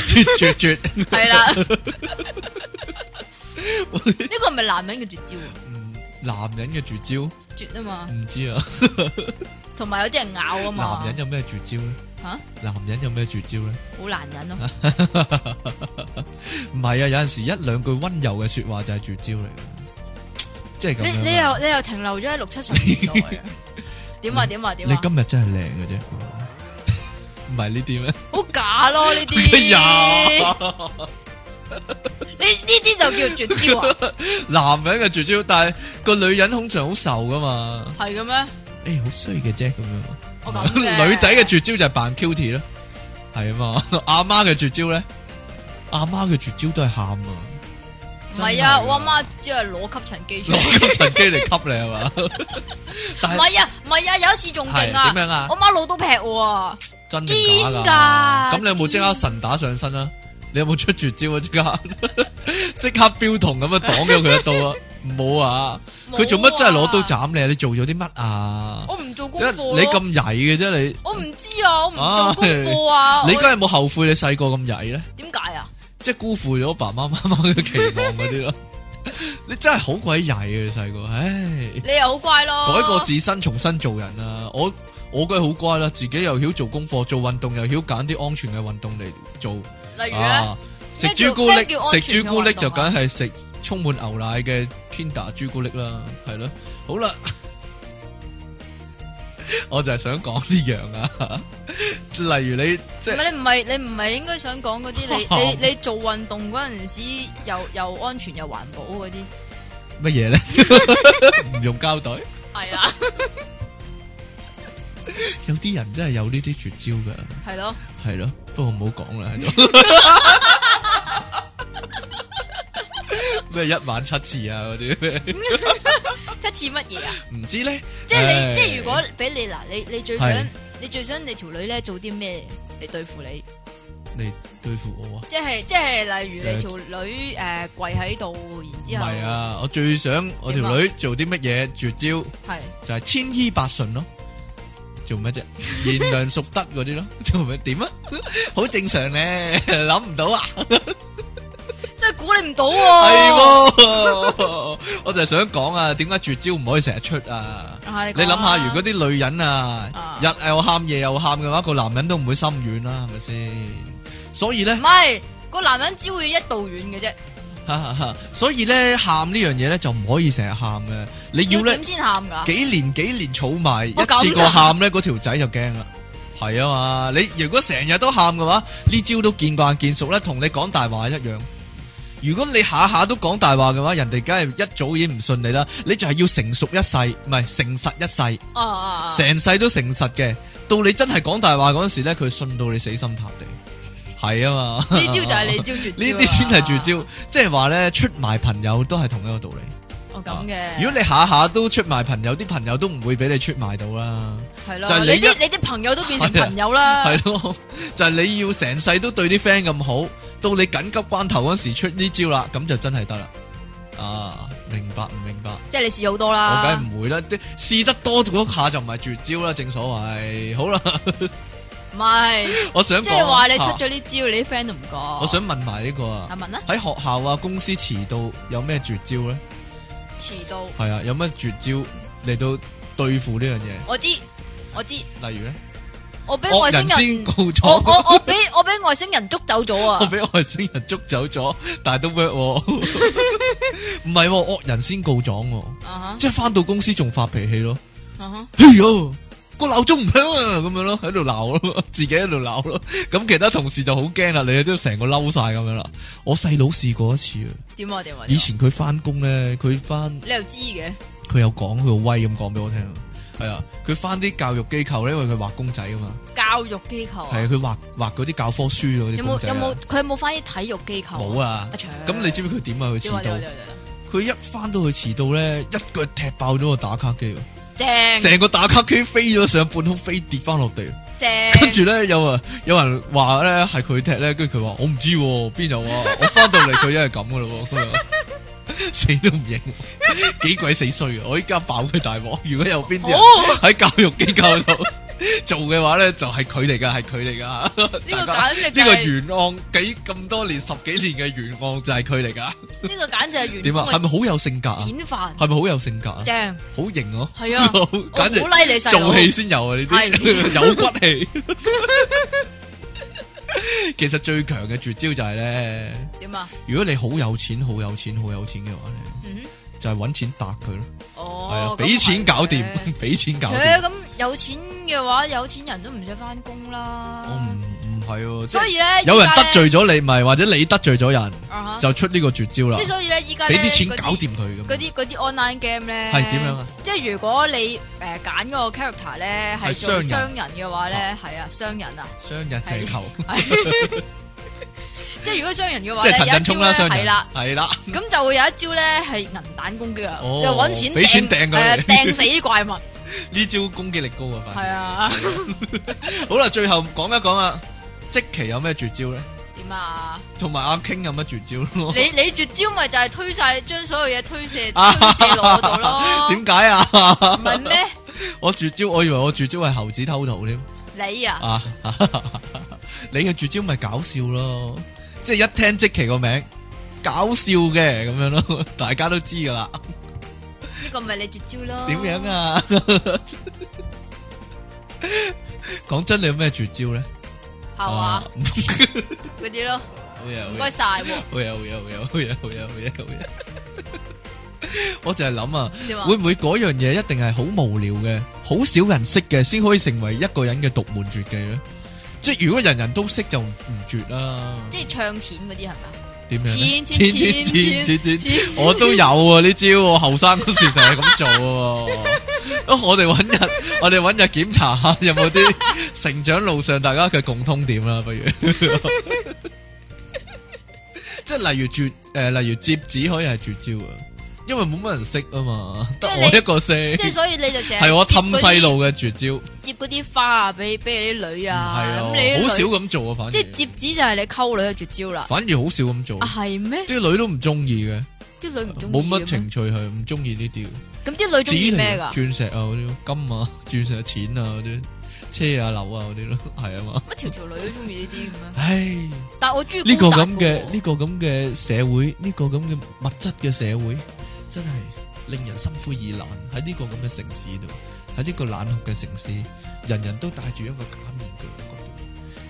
Speaker 2: 絕絕絕。
Speaker 1: 係
Speaker 2: (laughs)
Speaker 1: 啦，呢個唔係男人嘅絕招啊，
Speaker 2: 嗯，男人嘅絕招
Speaker 1: 絕啊嘛，
Speaker 2: 唔
Speaker 1: (laughs)
Speaker 2: 知啊，
Speaker 1: 同埋有啲人咬啊嘛，
Speaker 2: 男人有咩絕招咧？
Speaker 1: 嚇
Speaker 2: 男人有咩絕招咧？
Speaker 1: 好男人咯。
Speaker 2: 啊唔係啊，有陣時一兩句温柔嘅说話就係絕招嚟嘅，即係咁
Speaker 1: 你
Speaker 2: 樣啊。嗯
Speaker 1: 你又你又停留咗喺六七十年代啊？點啊點啊點
Speaker 2: 你
Speaker 1: 啊！
Speaker 2: 今日真係靚嘅啫， (laughs) 唔係呢啲咩？ (laughs)
Speaker 1: 好假咯呢啲。
Speaker 2: 哎呀，
Speaker 1: 呢呢啲就叫絕
Speaker 2: (laughs)
Speaker 1: 招啊？
Speaker 2: 男人嘅絕招，但係個女人通常好瘦噶嘛，
Speaker 1: 係嘅咩？
Speaker 2: 誒、好衰嘅啫咁樣。
Speaker 1: 我咁嘅
Speaker 2: 女仔嘅絕招就係扮 cute 啦，係啊嘛。 (laughs) 阿媽嘅絕招咧，阿媽嘅絕招都係喊啊。 (laughs)
Speaker 1: 唔係啊，
Speaker 2: 真係
Speaker 1: 我阿媽只係攞吸塵機出嚟。
Speaker 2: 攞個塵機嚟吸你係嘛？ (laughs) 但
Speaker 1: 唔
Speaker 2: 係
Speaker 1: 係啊，唔係啊，有一次仲勁
Speaker 2: 係
Speaker 1: 啊，
Speaker 2: 點樣啊
Speaker 1: 我？媽老都劈我啊，
Speaker 2: 真定假
Speaker 1: 堅
Speaker 2: 噶？
Speaker 1: 㗎
Speaker 2: 咁你有冇即刻神打上身啊？你有冇出絕招啊？即刻 (laughs) 即刻標同咁樣擋咗佢
Speaker 1: (laughs)
Speaker 2: 一刀啊？冇啊！佢做乜真係攞刀
Speaker 1: 斬？
Speaker 2: 斬你啊？你做咗啲乜啊？
Speaker 1: 我唔做功
Speaker 2: 因為
Speaker 1: 課
Speaker 2: 你
Speaker 1: 咯，
Speaker 2: 咁曳嘅啫，你
Speaker 1: 我唔知啊，我唔做功課啊，
Speaker 2: 你
Speaker 1: 我
Speaker 2: 而家有冇後悔你細個咁曳咧？
Speaker 1: 點解啊？
Speaker 2: 即係辜負咗爸爸媽媽嘅期望嗰啲咯。你真係好鬼曳啊！你細個，唉。
Speaker 1: 你又好乖咯，
Speaker 2: 改過自身，重新做人啊！我我梗係好乖啦，自己又曉做功課，做運動又曉揀啲安全嘅運動嚟做
Speaker 1: 例如咧，
Speaker 2: 啊！食
Speaker 1: 咩叫
Speaker 2: 朱古力
Speaker 1: 咩叫，
Speaker 2: 食
Speaker 1: 安全嘅
Speaker 2: 朱古力
Speaker 1: 運動啊
Speaker 2: 就梗係食充滿牛奶嘅 Kinder 朱古力啦，係咯，好啦， (laughs) 我就係想講呢樣啊， (laughs) 例如你即
Speaker 1: 唔
Speaker 2: 係
Speaker 1: 係你唔係你唔係應該想講嗰
Speaker 2: (laughs)
Speaker 1: 啲你你你做運動嗰陣時又又安全又環保嗰啲，
Speaker 2: 乜嘢 (laughs) 咧？唔用膠袋，
Speaker 1: 係啊，
Speaker 2: 有啲人真係有呢啲絕招㗎。
Speaker 1: 係咯，
Speaker 2: 系咯，不过唔好讲啦喺度。咩一晚七次啊嗰啲，
Speaker 1: 即 (laughs) 係似乜嘢啊？
Speaker 2: 唔知咧。
Speaker 1: 即係
Speaker 2: 唉
Speaker 1: 你即係如果俾你嗱，你你最想
Speaker 2: 係
Speaker 1: 你最想你條女咧做啲咩嚟對付你？
Speaker 2: 你對付我啊，
Speaker 1: 即係即係例如你條女诶跪喺度，然
Speaker 2: 唔
Speaker 1: 之后
Speaker 2: 係啊，我最想我條女做啲乜嘢絕招，
Speaker 1: 係
Speaker 2: 就係千依百順咯。做乜啫？賢良淑德嗰啲咯， (laughs) 做咩點啊？好正常咧，諗唔到啊，
Speaker 1: 即係估你唔到
Speaker 2: 係
Speaker 1: 喎，
Speaker 2: 喎。我就係想講啊，點解絕招唔可以成日出啊？
Speaker 1: 係
Speaker 2: 你諗下，如果
Speaker 1: 啲
Speaker 2: 啲女人啊
Speaker 1: 啊，
Speaker 2: 日又喊夜又喊嘅話，個男人都唔會心軟啦，係咪先？所以咧
Speaker 1: 唔，係個男人只會一度遠嘅啫，
Speaker 2: 所以咧，喊呢樣嘢咧就唔可以成日喊嘅，你要
Speaker 1: 要
Speaker 2: 咧
Speaker 1: 點先喊㗎？
Speaker 2: 幾年幾年儲埋，一
Speaker 1: 我咁
Speaker 2: 次過
Speaker 1: 㗎
Speaker 2: 喊咧，嗰條仔就驚啦。係啊嘛，你如果成日都喊嘅話，呢招都見慣見熟咧，同你講大話一樣。如果你下下都講大話嘅話，人哋梗係一早已經唔信你啦。你就係要成熟一世，唔係誠實一世。
Speaker 1: 啊啊啊！
Speaker 2: 成世都誠實嘅，到你真係講大話嗰陣時咧，佢信到你死心塌地，係啊嘛。
Speaker 1: 呢招就係
Speaker 2: (laughs)
Speaker 1: 你招絕招
Speaker 2: 呢啲先係絕。招，即係話咧出賣朋友都係同一個道理。
Speaker 1: 哦咁嘅，
Speaker 2: 如果你下下都出賣朋友，啲朋友都唔會俾你出賣到啦，
Speaker 1: 係咯，
Speaker 2: 就係你
Speaker 1: 你啲
Speaker 2: 一
Speaker 1: 你啲朋友都變成朋友啦，
Speaker 2: 係咯、就係你要成世都對啲 friend 咁好，到你緊急關頭嗰時出呢招啦，咁就真係得啦。啊，明白唔明白？
Speaker 1: 即係你試好多
Speaker 2: 我
Speaker 1: 啦。
Speaker 2: 梗係唔會啦，啲試得多嗰下就唔係絕招啦，正所謂。好啦， (laughs)
Speaker 1: 唔係，
Speaker 2: 我想
Speaker 1: 即係
Speaker 2: 講
Speaker 1: 話你出
Speaker 2: 啊
Speaker 1: 咗呢招，你啲 friend 都唔覺。
Speaker 2: 我想問埋呢個啊
Speaker 1: 阿，文啊，
Speaker 2: 喺學校啊、公司遲到有咩絕招咧？
Speaker 1: 遲到，
Speaker 2: 係啊，有乜絕招嚟到對付呢樣嘢？
Speaker 1: 我知我知，
Speaker 2: 例如咧，
Speaker 1: 我俾外
Speaker 2: 惡
Speaker 1: 星
Speaker 2: 人先
Speaker 1: 人，
Speaker 2: 告
Speaker 1: 我我
Speaker 2: 狀，
Speaker 1: 我俾我俾外星人捉走咗啊
Speaker 2: (laughs) 我！俾外星人捉走咗，但係都 work 喎。 (laughs) 唔係喎，惡人先告狀喎，
Speaker 1: 啊
Speaker 2: 即係翻到公司仲發脾氣咯。
Speaker 1: 哈啊哈。
Speaker 2: 哎呦，個鬧鐘唔響啊，咁樣咯，喺度鬧咯， (laughs) 自己喺度鬧咯。咁其他同事就好驚啦，你哋都成個嬲晒咁樣啦。我細佬試過一次啊，
Speaker 1: 点啊点啊！
Speaker 2: 以前佢翻工咧，佢翻。
Speaker 1: 你又知嘅，
Speaker 2: 佢有講，佢好威咁講俾我聽。係啊，佢翻啲教育機構咧，因為佢畫公仔啊嘛，
Speaker 1: 教育機構啊
Speaker 2: 係啊，佢畫畫嗰啲教科書嗰啲
Speaker 1: 有
Speaker 2: 公
Speaker 1: 冇
Speaker 2: 仔
Speaker 1: 有
Speaker 2: 啊
Speaker 1: 冇佢有冇翻啲體育機構？
Speaker 2: 冇
Speaker 1: 啊！
Speaker 2: 啊
Speaker 1: 阿！長，
Speaker 2: 咁你知唔知佢點啊？佢
Speaker 1: 點啊點啊
Speaker 2: 遲到，
Speaker 1: 點啊點
Speaker 2: 佢一翻到去遲到咧，一腳踢爆咗個打卡機，
Speaker 1: 啊正
Speaker 2: 成個打卡機飛咗上半空，飛跌翻落地。
Speaker 1: 正，
Speaker 2: 跟住咧有啊，有人話咧係佢踢咧，跟住佢話我唔知喎邊有
Speaker 1: (laughs)
Speaker 2: 啊，我翻到嚟佢已經係咁噶咯喎，咁啊 (laughs) 死都唔認喎，幾鬼死衰啊！我依家爆佢大鑊，如果有邊啲人
Speaker 1: 哦
Speaker 2: 喺教育機構度 (laughs) 做嘅話咧，就係佢嚟噶，係佢嚟噶。
Speaker 1: 呢個
Speaker 2: 大
Speaker 1: 簡
Speaker 2: 家
Speaker 1: 直
Speaker 2: 呢個
Speaker 1: 就
Speaker 2: 原案幾咁多年十幾年嘅原案就係佢嚟噶。
Speaker 1: 係呢個簡直係員
Speaker 2: 點啊？係
Speaker 1: 工
Speaker 2: 咪好有性格啊
Speaker 1: 嘅？典範，
Speaker 2: 係咪好有性格啊？
Speaker 1: 正
Speaker 2: 好型咯，
Speaker 1: 係啊！我
Speaker 2: (laughs) 簡直
Speaker 1: 鼓勵你細佬
Speaker 2: 做，戲先有啊！呢啲
Speaker 1: 係
Speaker 2: (laughs) 有骨氣。其實最強嘅絕招就係咧，
Speaker 1: 點啊？
Speaker 2: 如果你好有錢、好有錢、好有錢嘅話咧，
Speaker 1: 嗯
Speaker 2: 就係揾錢白佢咯，
Speaker 1: 哼，
Speaker 2: 係啊
Speaker 1: 哦，，
Speaker 2: 俾錢搞掂
Speaker 1: 咁係嘅，
Speaker 2: (laughs) 俾錢搞掂。
Speaker 1: 切咁有錢嘅話，有錢人都唔使翻工
Speaker 2: 我
Speaker 1: 啦
Speaker 2: 唔。唔係喎，即係
Speaker 1: 所以咧，
Speaker 2: 有人
Speaker 1: 依家呢
Speaker 2: 得罪咗你，咪或者你得罪咗人，
Speaker 1: 啊哈
Speaker 2: 就出呢個絕招啦
Speaker 1: 即係，所以咧，依家
Speaker 2: 俾
Speaker 1: 咧
Speaker 2: 啲錢
Speaker 1: 嗰
Speaker 2: 搞掂佢
Speaker 1: 嗰
Speaker 2: 咁。
Speaker 1: 啲嗰啲 online game 咧，
Speaker 2: 係點樣啊？
Speaker 1: 即係如果你誒揀嗰個 character 咧係
Speaker 2: 係
Speaker 1: 做
Speaker 2: 商
Speaker 1: 商
Speaker 2: 人
Speaker 1: 人嘅話咧，係啊商人啊，
Speaker 2: 雙日石球，
Speaker 1: 係即係如果商人嘅話
Speaker 2: (laughs) 即
Speaker 1: 咧，
Speaker 2: 係陳
Speaker 1: 有一
Speaker 2: 振聰啦，
Speaker 1: 招
Speaker 2: 雙
Speaker 1: 咧係
Speaker 2: 人
Speaker 1: 啦，
Speaker 2: 係啦，
Speaker 1: 咁就會有一招咧係銀彈攻擊啊，
Speaker 2: 哦
Speaker 1: 就揾錢
Speaker 2: 俾錢掟佢
Speaker 1: 誒掟死啲
Speaker 2: (laughs)
Speaker 1: 怪物，
Speaker 2: 呢招攻擊力高啊，
Speaker 1: 係
Speaker 2: 反
Speaker 1: 啊
Speaker 2: 而好啦，最後講一講啊，即期有咩絕招咧？
Speaker 1: 點啊？
Speaker 2: 同埋阿 King 有乜絕招 (laughs) 咯？
Speaker 1: 你你絕招咪就係推晒將所有嘢推卸推卸落我度咯，
Speaker 2: 啊 (laughs) 點解啊？ (laughs)
Speaker 1: 唔係咩？
Speaker 2: 我絕招，我以為我絕招係猴子偷桃添。
Speaker 1: 你啊，
Speaker 2: 啊！ (laughs) 你嘅絕招咪搞笑咯，即係一聽即奇個名搞笑嘅咁樣咯， (laughs) 大家都知噶啦。
Speaker 1: 呢個咪你絕招咯？
Speaker 2: 點樣？啊？ (laughs) 講真，你有咩絕招咧？
Speaker 1: 係嘛
Speaker 2: 啊？
Speaker 1: 嗰啲咯，
Speaker 2: 好嘢，
Speaker 1: 唔
Speaker 2: 好
Speaker 1: 該
Speaker 2: 嘢，
Speaker 1: 晒喎，
Speaker 2: 好嘢，好嘢，好嘢，好嘢，好嘢，好嘢。 (laughs) 我就係諗啊，
Speaker 1: 點啊
Speaker 2: 會？唔會嗰樣嘢一定係好無聊嘅，好少人識嘅，先可以成為一個人嘅獨門絕技咧？即係如果人人都識就唔絕啦。
Speaker 1: 即係唱錢嗰啲係咪
Speaker 2: (laughs)
Speaker 1: 啊？
Speaker 2: 點樣咧？
Speaker 1: 錢錢錢
Speaker 2: 錢錢錢
Speaker 1: 錢
Speaker 2: 錢
Speaker 1: 錢，
Speaker 2: 我都有啊！呢招我後生嗰時成日咁做喎。
Speaker 1: (laughs)
Speaker 2: 啊我哋揾日，我哋揾日檢查下 (laughs) 有冇啲成長路上大家嘅共通點啦，不如。 (laughs) 即係例如絕誒、例如摺紙可以係絕招啊，因為冇乜人識啊嘛，得
Speaker 1: 即係
Speaker 2: 我
Speaker 1: 你
Speaker 2: 一個識
Speaker 1: 即。係所以你就成日
Speaker 2: 係我
Speaker 1: 接
Speaker 2: 氹
Speaker 1: 嗰啲
Speaker 2: 細路嘅絕招，唔
Speaker 1: 接嗰啲花啊，俾俾你啲女
Speaker 2: 係
Speaker 1: 啊，
Speaker 2: 啊，
Speaker 1: 咁你啲
Speaker 2: 好少
Speaker 1: 女
Speaker 2: 咁做啊，反而
Speaker 1: 即係接紙就係你溝女嘅絕招啦。
Speaker 2: 反而好少咁做
Speaker 1: 啊，，係咩？
Speaker 2: 啲女都唔中意嘅。
Speaker 1: 啲女唔中意
Speaker 2: 冇乜
Speaker 1: 嘅
Speaker 2: 情趣，係唔中意呢啲。
Speaker 1: 咩，咁啲女中意咩
Speaker 2: 㗎
Speaker 1: 噶？
Speaker 2: 鑽石啊，嗰啲金啊， (laughs) 鑽石、錢啊，嗰啲車啊、樓啊，嗰啲咯， (laughs) 係啊嘛。
Speaker 1: 乜條條女都中意呢啲咁樣？
Speaker 2: 唉，
Speaker 1: 但係我中意
Speaker 2: 呢個
Speaker 1: 高達
Speaker 2: 咁嘅
Speaker 1: 喎
Speaker 2: 呢個咁嘅社會，呢個咁嘅物質嘅社會，真係令人心灰意冷。喺呢個咁嘅城市度，喺呢個冷酷嘅城市，人人都戴住一個假面具，我覺得。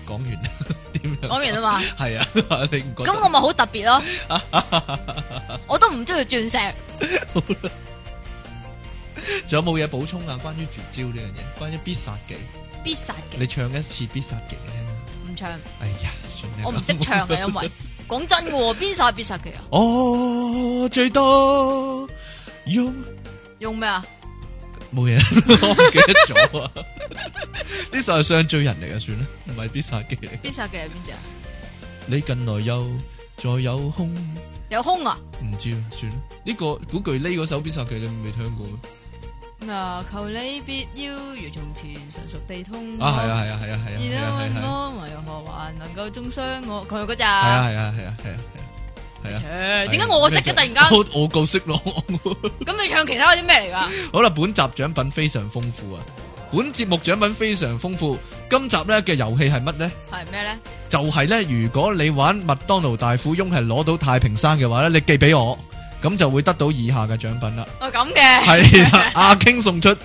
Speaker 2: 講完啦， (laughs) 點樣？
Speaker 1: 講完啦嘛，
Speaker 2: 係啊， (laughs) 你唔覺
Speaker 1: 咁我
Speaker 2: 得？
Speaker 1: 咪好特
Speaker 2: (laughs)
Speaker 1: 別咯。我都唔中意鑽石，
Speaker 2: 仲有冇嘢補充啊？關於絕招呢樣嘢，關於必殺技，
Speaker 1: 必殺
Speaker 2: 你
Speaker 1: 嘅
Speaker 2: 唱一次必殺技你聽下。
Speaker 1: 唔唱，
Speaker 2: 哎呀，算啦，
Speaker 1: 我唔識唱嘅，因為講真嘅喎，邊殺必殺嘅啊？
Speaker 2: 我最多用
Speaker 1: 用咩啊？
Speaker 2: 冇 (laughs) 嘢，我唔記得咗啊！呢首係傷追人嚟嘅，算啦，唔係必殺技嚟。
Speaker 1: 必殺嘅係邊只啊？
Speaker 2: 你近來又再有空，唔
Speaker 1: 有胸啊？
Speaker 2: 知啊算啦。呢、個古巨呢嗰首必殺技你未聽過咩？
Speaker 1: 咩啊？求你別要如從前常熟地通
Speaker 2: 啊，係啊，係啊，係啊，係啊，係啊，係啊，
Speaker 1: 而我為何還能夠中傷我？佢嗰
Speaker 2: 係啊，
Speaker 1: 咋？
Speaker 2: 係啊，係啊，係啊，係啊。
Speaker 1: 切點解我識嘅突然間？
Speaker 2: 我我夠識咯。
Speaker 1: 咁你唱其他嗰啲咩嚟噶？ (laughs)
Speaker 2: 好啦，本集獎品非常豐富啊！本節目獎品非常豐富，今集呢嘅遊戲係乜呢？
Speaker 1: 係咩咧？
Speaker 2: 就係呢，如果你玩麥當勞大富翁係攞到太平山嘅話呢，你寄俾我，咁就會得到以下嘅獎品啦。
Speaker 1: 哦咁嘅，
Speaker 2: 係啦，阿 King 送出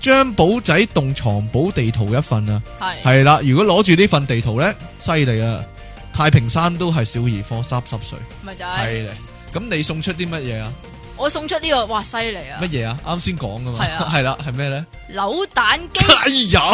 Speaker 2: 張寶仔洞藏寶地圖一份啊！
Speaker 1: 係
Speaker 2: 係啦，如果攞住呢份地圖呢，犀利啊！太平山都係小兒科，濕濕碎
Speaker 1: 咪就係
Speaker 2: 係咧。咁你送出啲乜嘢啊？
Speaker 1: 我送出呢個，哇犀利啊
Speaker 2: 乜！嘢啊？啱先講噶嘛，
Speaker 1: 係啊
Speaker 2: (laughs) 係啦，係咩呢？
Speaker 1: 扭蛋機
Speaker 2: 哎呀！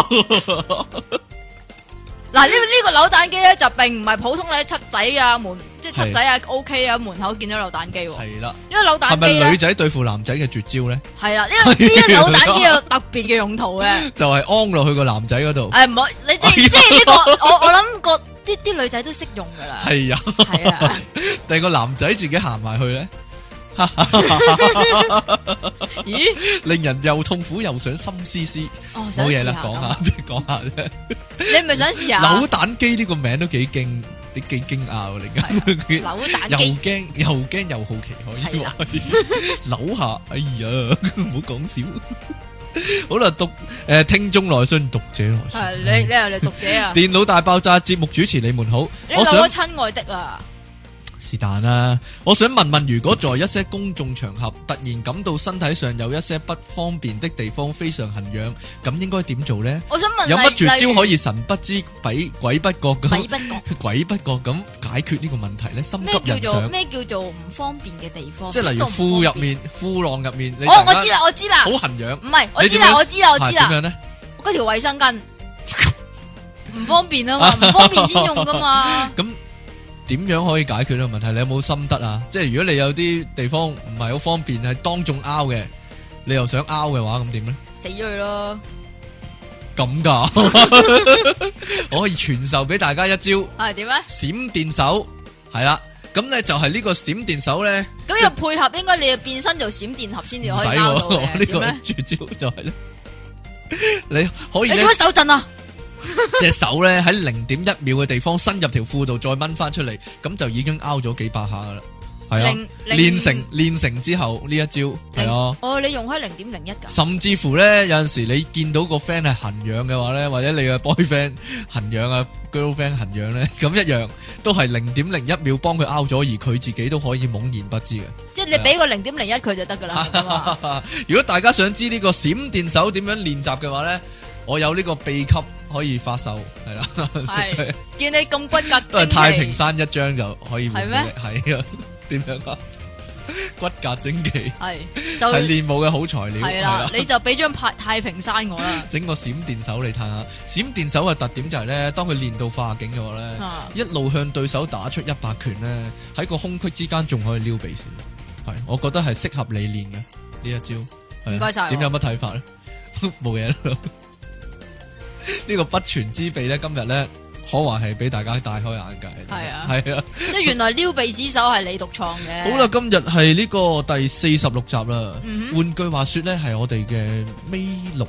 Speaker 1: 嗱呢呢個扭蛋機咧就並唔係普通咧七仔啊門，即係七仔啊 OK 啊門口見到扭蛋機喎。
Speaker 2: 系啦，
Speaker 1: 呢個扭
Speaker 2: 系
Speaker 1: 蛋機
Speaker 2: 咪女
Speaker 1: 咧
Speaker 2: 仔對付男仔嘅絕招咧？
Speaker 1: 係啦，呢
Speaker 2: (laughs)
Speaker 1: 個呢個扭蛋機有特別嘅用途嘅。
Speaker 2: 就係安落去個男仔嗰度。
Speaker 1: 诶，唔好，你
Speaker 2: (laughs)
Speaker 1: 即係即系呢個，我我谂个啲啲女仔都識用
Speaker 2: (laughs)
Speaker 1: 噶啦，
Speaker 2: 係啊，
Speaker 1: 係啊，
Speaker 2: 但係個男仔自己行埋去咧，
Speaker 1: 咦，
Speaker 2: 令人又痛苦又想心思思。
Speaker 1: 哦，想
Speaker 2: 冇嘢
Speaker 1: 試
Speaker 2: 啦，
Speaker 1: 下
Speaker 2: 講
Speaker 1: 咁，
Speaker 2: 下即係講下啫。
Speaker 1: 你係咪想試下
Speaker 2: 扭蛋機呢個名都幾驚，你幾驚訝喎！你而家
Speaker 1: 扭蛋
Speaker 2: 又
Speaker 1: 機？
Speaker 2: 驚又驚又好奇，可以
Speaker 1: 係
Speaker 2: 話
Speaker 1: 啦
Speaker 2: (laughs) 扭下。哎呀， (laughs) 唔好講笑。 (laughs) 好啦，讀诶聽眾來信，讀者來信。
Speaker 1: 係你你係你讀者
Speaker 2: (laughs)
Speaker 1: 啊？
Speaker 2: 電腦大爆炸節目主持你們好，
Speaker 1: 你
Speaker 2: 我
Speaker 1: 個
Speaker 2: 想
Speaker 1: 我。親愛的啊，
Speaker 2: 是但啦，我想問問，如果在一些公眾場合突然感到身體上有一些不方便的地方非常痕癢，咁應該點做呢？
Speaker 1: 我想問
Speaker 2: 有乜絕招可
Speaker 1: 以
Speaker 2: 以神不知鬼鬼不覺
Speaker 1: 鬼
Speaker 2: 咁
Speaker 1: 不覺
Speaker 2: 鬼不覺咁解決呢個問題呢？心急
Speaker 1: 咩
Speaker 2: 人
Speaker 1: 叫做
Speaker 2: 上，
Speaker 1: 咩叫做唔方便嘅地方？
Speaker 2: 即係例如
Speaker 1: 邊度唔
Speaker 2: 褲入
Speaker 1: 方便，
Speaker 2: 面、褲浪入面，你
Speaker 1: 我
Speaker 2: 突然
Speaker 1: 我知
Speaker 2: 間
Speaker 1: 啦，我知啦
Speaker 2: 好，痕癢，
Speaker 1: 唔係我
Speaker 2: 你
Speaker 1: 知
Speaker 2: 點
Speaker 1: 啦，
Speaker 2: 樣
Speaker 1: 我知啦，我知
Speaker 2: (laughs) 係點
Speaker 1: 啦，
Speaker 2: 樣呢？
Speaker 1: 嗰條衛生巾唔方便
Speaker 2: (laughs)
Speaker 1: 啊嘛，唔方便先用噶嘛。
Speaker 2: 咁點樣可以解決呢個問題？你有冇心得啊？即係如果你有啲地方唔係好方便，係當眾拗嘅，你又想拗嘅話，咁點咧？
Speaker 1: 死咗佢咯，
Speaker 2: (laughs) 咁噶，我可以傳授俾大家一招
Speaker 1: 係點咧？
Speaker 2: 閃電手，係啦。咁咧就係呢個閃電手咧，
Speaker 1: 咁要配合，應該你要變身做閃電俠先
Speaker 2: 唔
Speaker 1: 至
Speaker 2: 使
Speaker 1: 可以交到
Speaker 2: 喎 (laughs)
Speaker 1: 嘅。
Speaker 2: 我呢
Speaker 1: 點
Speaker 2: 個
Speaker 1: 咧？
Speaker 2: 絕招就係咧， (laughs) 你可以
Speaker 1: 你
Speaker 2: 咧
Speaker 1: 做乜手震啊？
Speaker 2: 隻手咧喺零點一秒嘅地方伸入條褲度再掹翻出嚟，咁就已經拗咗幾百下噶啦。係啊
Speaker 1: 零，零
Speaker 2: 練成練成之後呢一招係啊。
Speaker 1: 哦，你用開零點零一噶？
Speaker 2: 甚至乎咧，有阵时你見到個 friend 係痕痒嘅話咧，或者你嘅 boyfriend 痕痒啊，girlfriend 痕痒咧， (laughs) 咁一樣都係零點零一秒幫佢拗咗，而佢自己都可以懵然不知嘅。
Speaker 1: 即係你俾個零點零一佢就得噶
Speaker 2: (laughs)
Speaker 1: 啦。係咪咁啊
Speaker 2: 如果大家想知呢個閃電手點樣練習嘅話咧，我有呢個秘笈可以發售，係啦，
Speaker 1: 係見你咁骨骼
Speaker 2: (laughs) 都係
Speaker 1: 精奇
Speaker 2: 太平山一張就可以換
Speaker 1: 係
Speaker 2: 到
Speaker 1: 咩
Speaker 2: 嘅，係啊， (laughs) 點樣啊？骨骼精奇 (laughs)
Speaker 1: 係
Speaker 2: 係
Speaker 1: 就
Speaker 2: 練武嘅好材料，
Speaker 1: 係
Speaker 2: 係
Speaker 1: 啦，你就俾張太太平山我啦。
Speaker 2: 整個閃電手嚟睇下，閃電手嘅特點就係咧，當佢練到化境嘅話咧，
Speaker 1: 啊
Speaker 2: 一路向對手打出一百拳咧，喺個空隙之間仲可以撩鼻屎，係，我覺得係適合你練嘅呢一招。係啊
Speaker 1: 唔該晒
Speaker 2: 點有乜睇法咧？ (laughs) 冇嘢啦。呢個不傳之秘咧，今日咧可話係俾大家大開眼界。
Speaker 1: 係啊
Speaker 2: 係啊。
Speaker 1: 即係原來撩鼻屎手係你獨創嘅。
Speaker 2: 好啦，，今日係呢個第四十六集啦。
Speaker 1: 嗯哼
Speaker 2: 換句話說咧，係我哋嘅尾六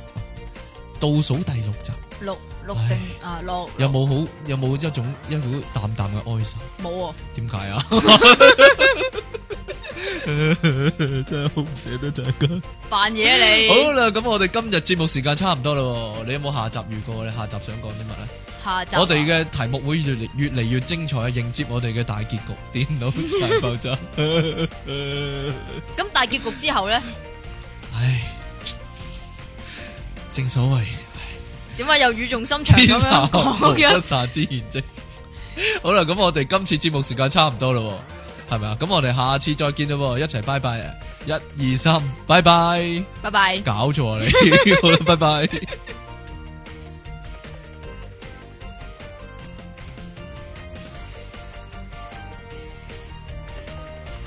Speaker 2: 倒數第六集。
Speaker 1: 六六定啊六
Speaker 2: 有冇好有冇一種一股淡淡嘅哀愁？
Speaker 1: 冇啊？
Speaker 2: 點解啊？ (laughs) 真係好唔捨得大家。
Speaker 1: 扮嘢啊你。
Speaker 2: 好啦，咁我哋今日節目時間差唔多啦喎，你有冇下集預告？你下集想講啲乜咧？
Speaker 1: 下集啊
Speaker 2: 我哋嘅題目會越嚟越嚟越精彩，啊迎接我哋嘅大結局，電腦大爆炸。
Speaker 1: 咁大結局之後咧，
Speaker 2: 唉，正所謂
Speaker 1: 點解又語重心長
Speaker 2: 天
Speaker 1: 咁
Speaker 2: 下
Speaker 1: 樣
Speaker 2: (laughs) 無
Speaker 1: 講
Speaker 2: 不
Speaker 1: 嘅？
Speaker 2: 散之筵席。好啦，咁我哋今次節目時間差唔多啦喎，係咪啊？咁我哋下次再見啦喎，一齊拜拜啊！一二三，拜拜！
Speaker 1: 拜拜。
Speaker 2: 搞錯
Speaker 1: (laughs)
Speaker 2: 啊你，好啦，拜拜。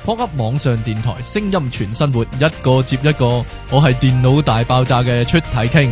Speaker 2: p o 網上電台，聲音全生活，一個接一個。我係電腦大爆炸嘅出體傾。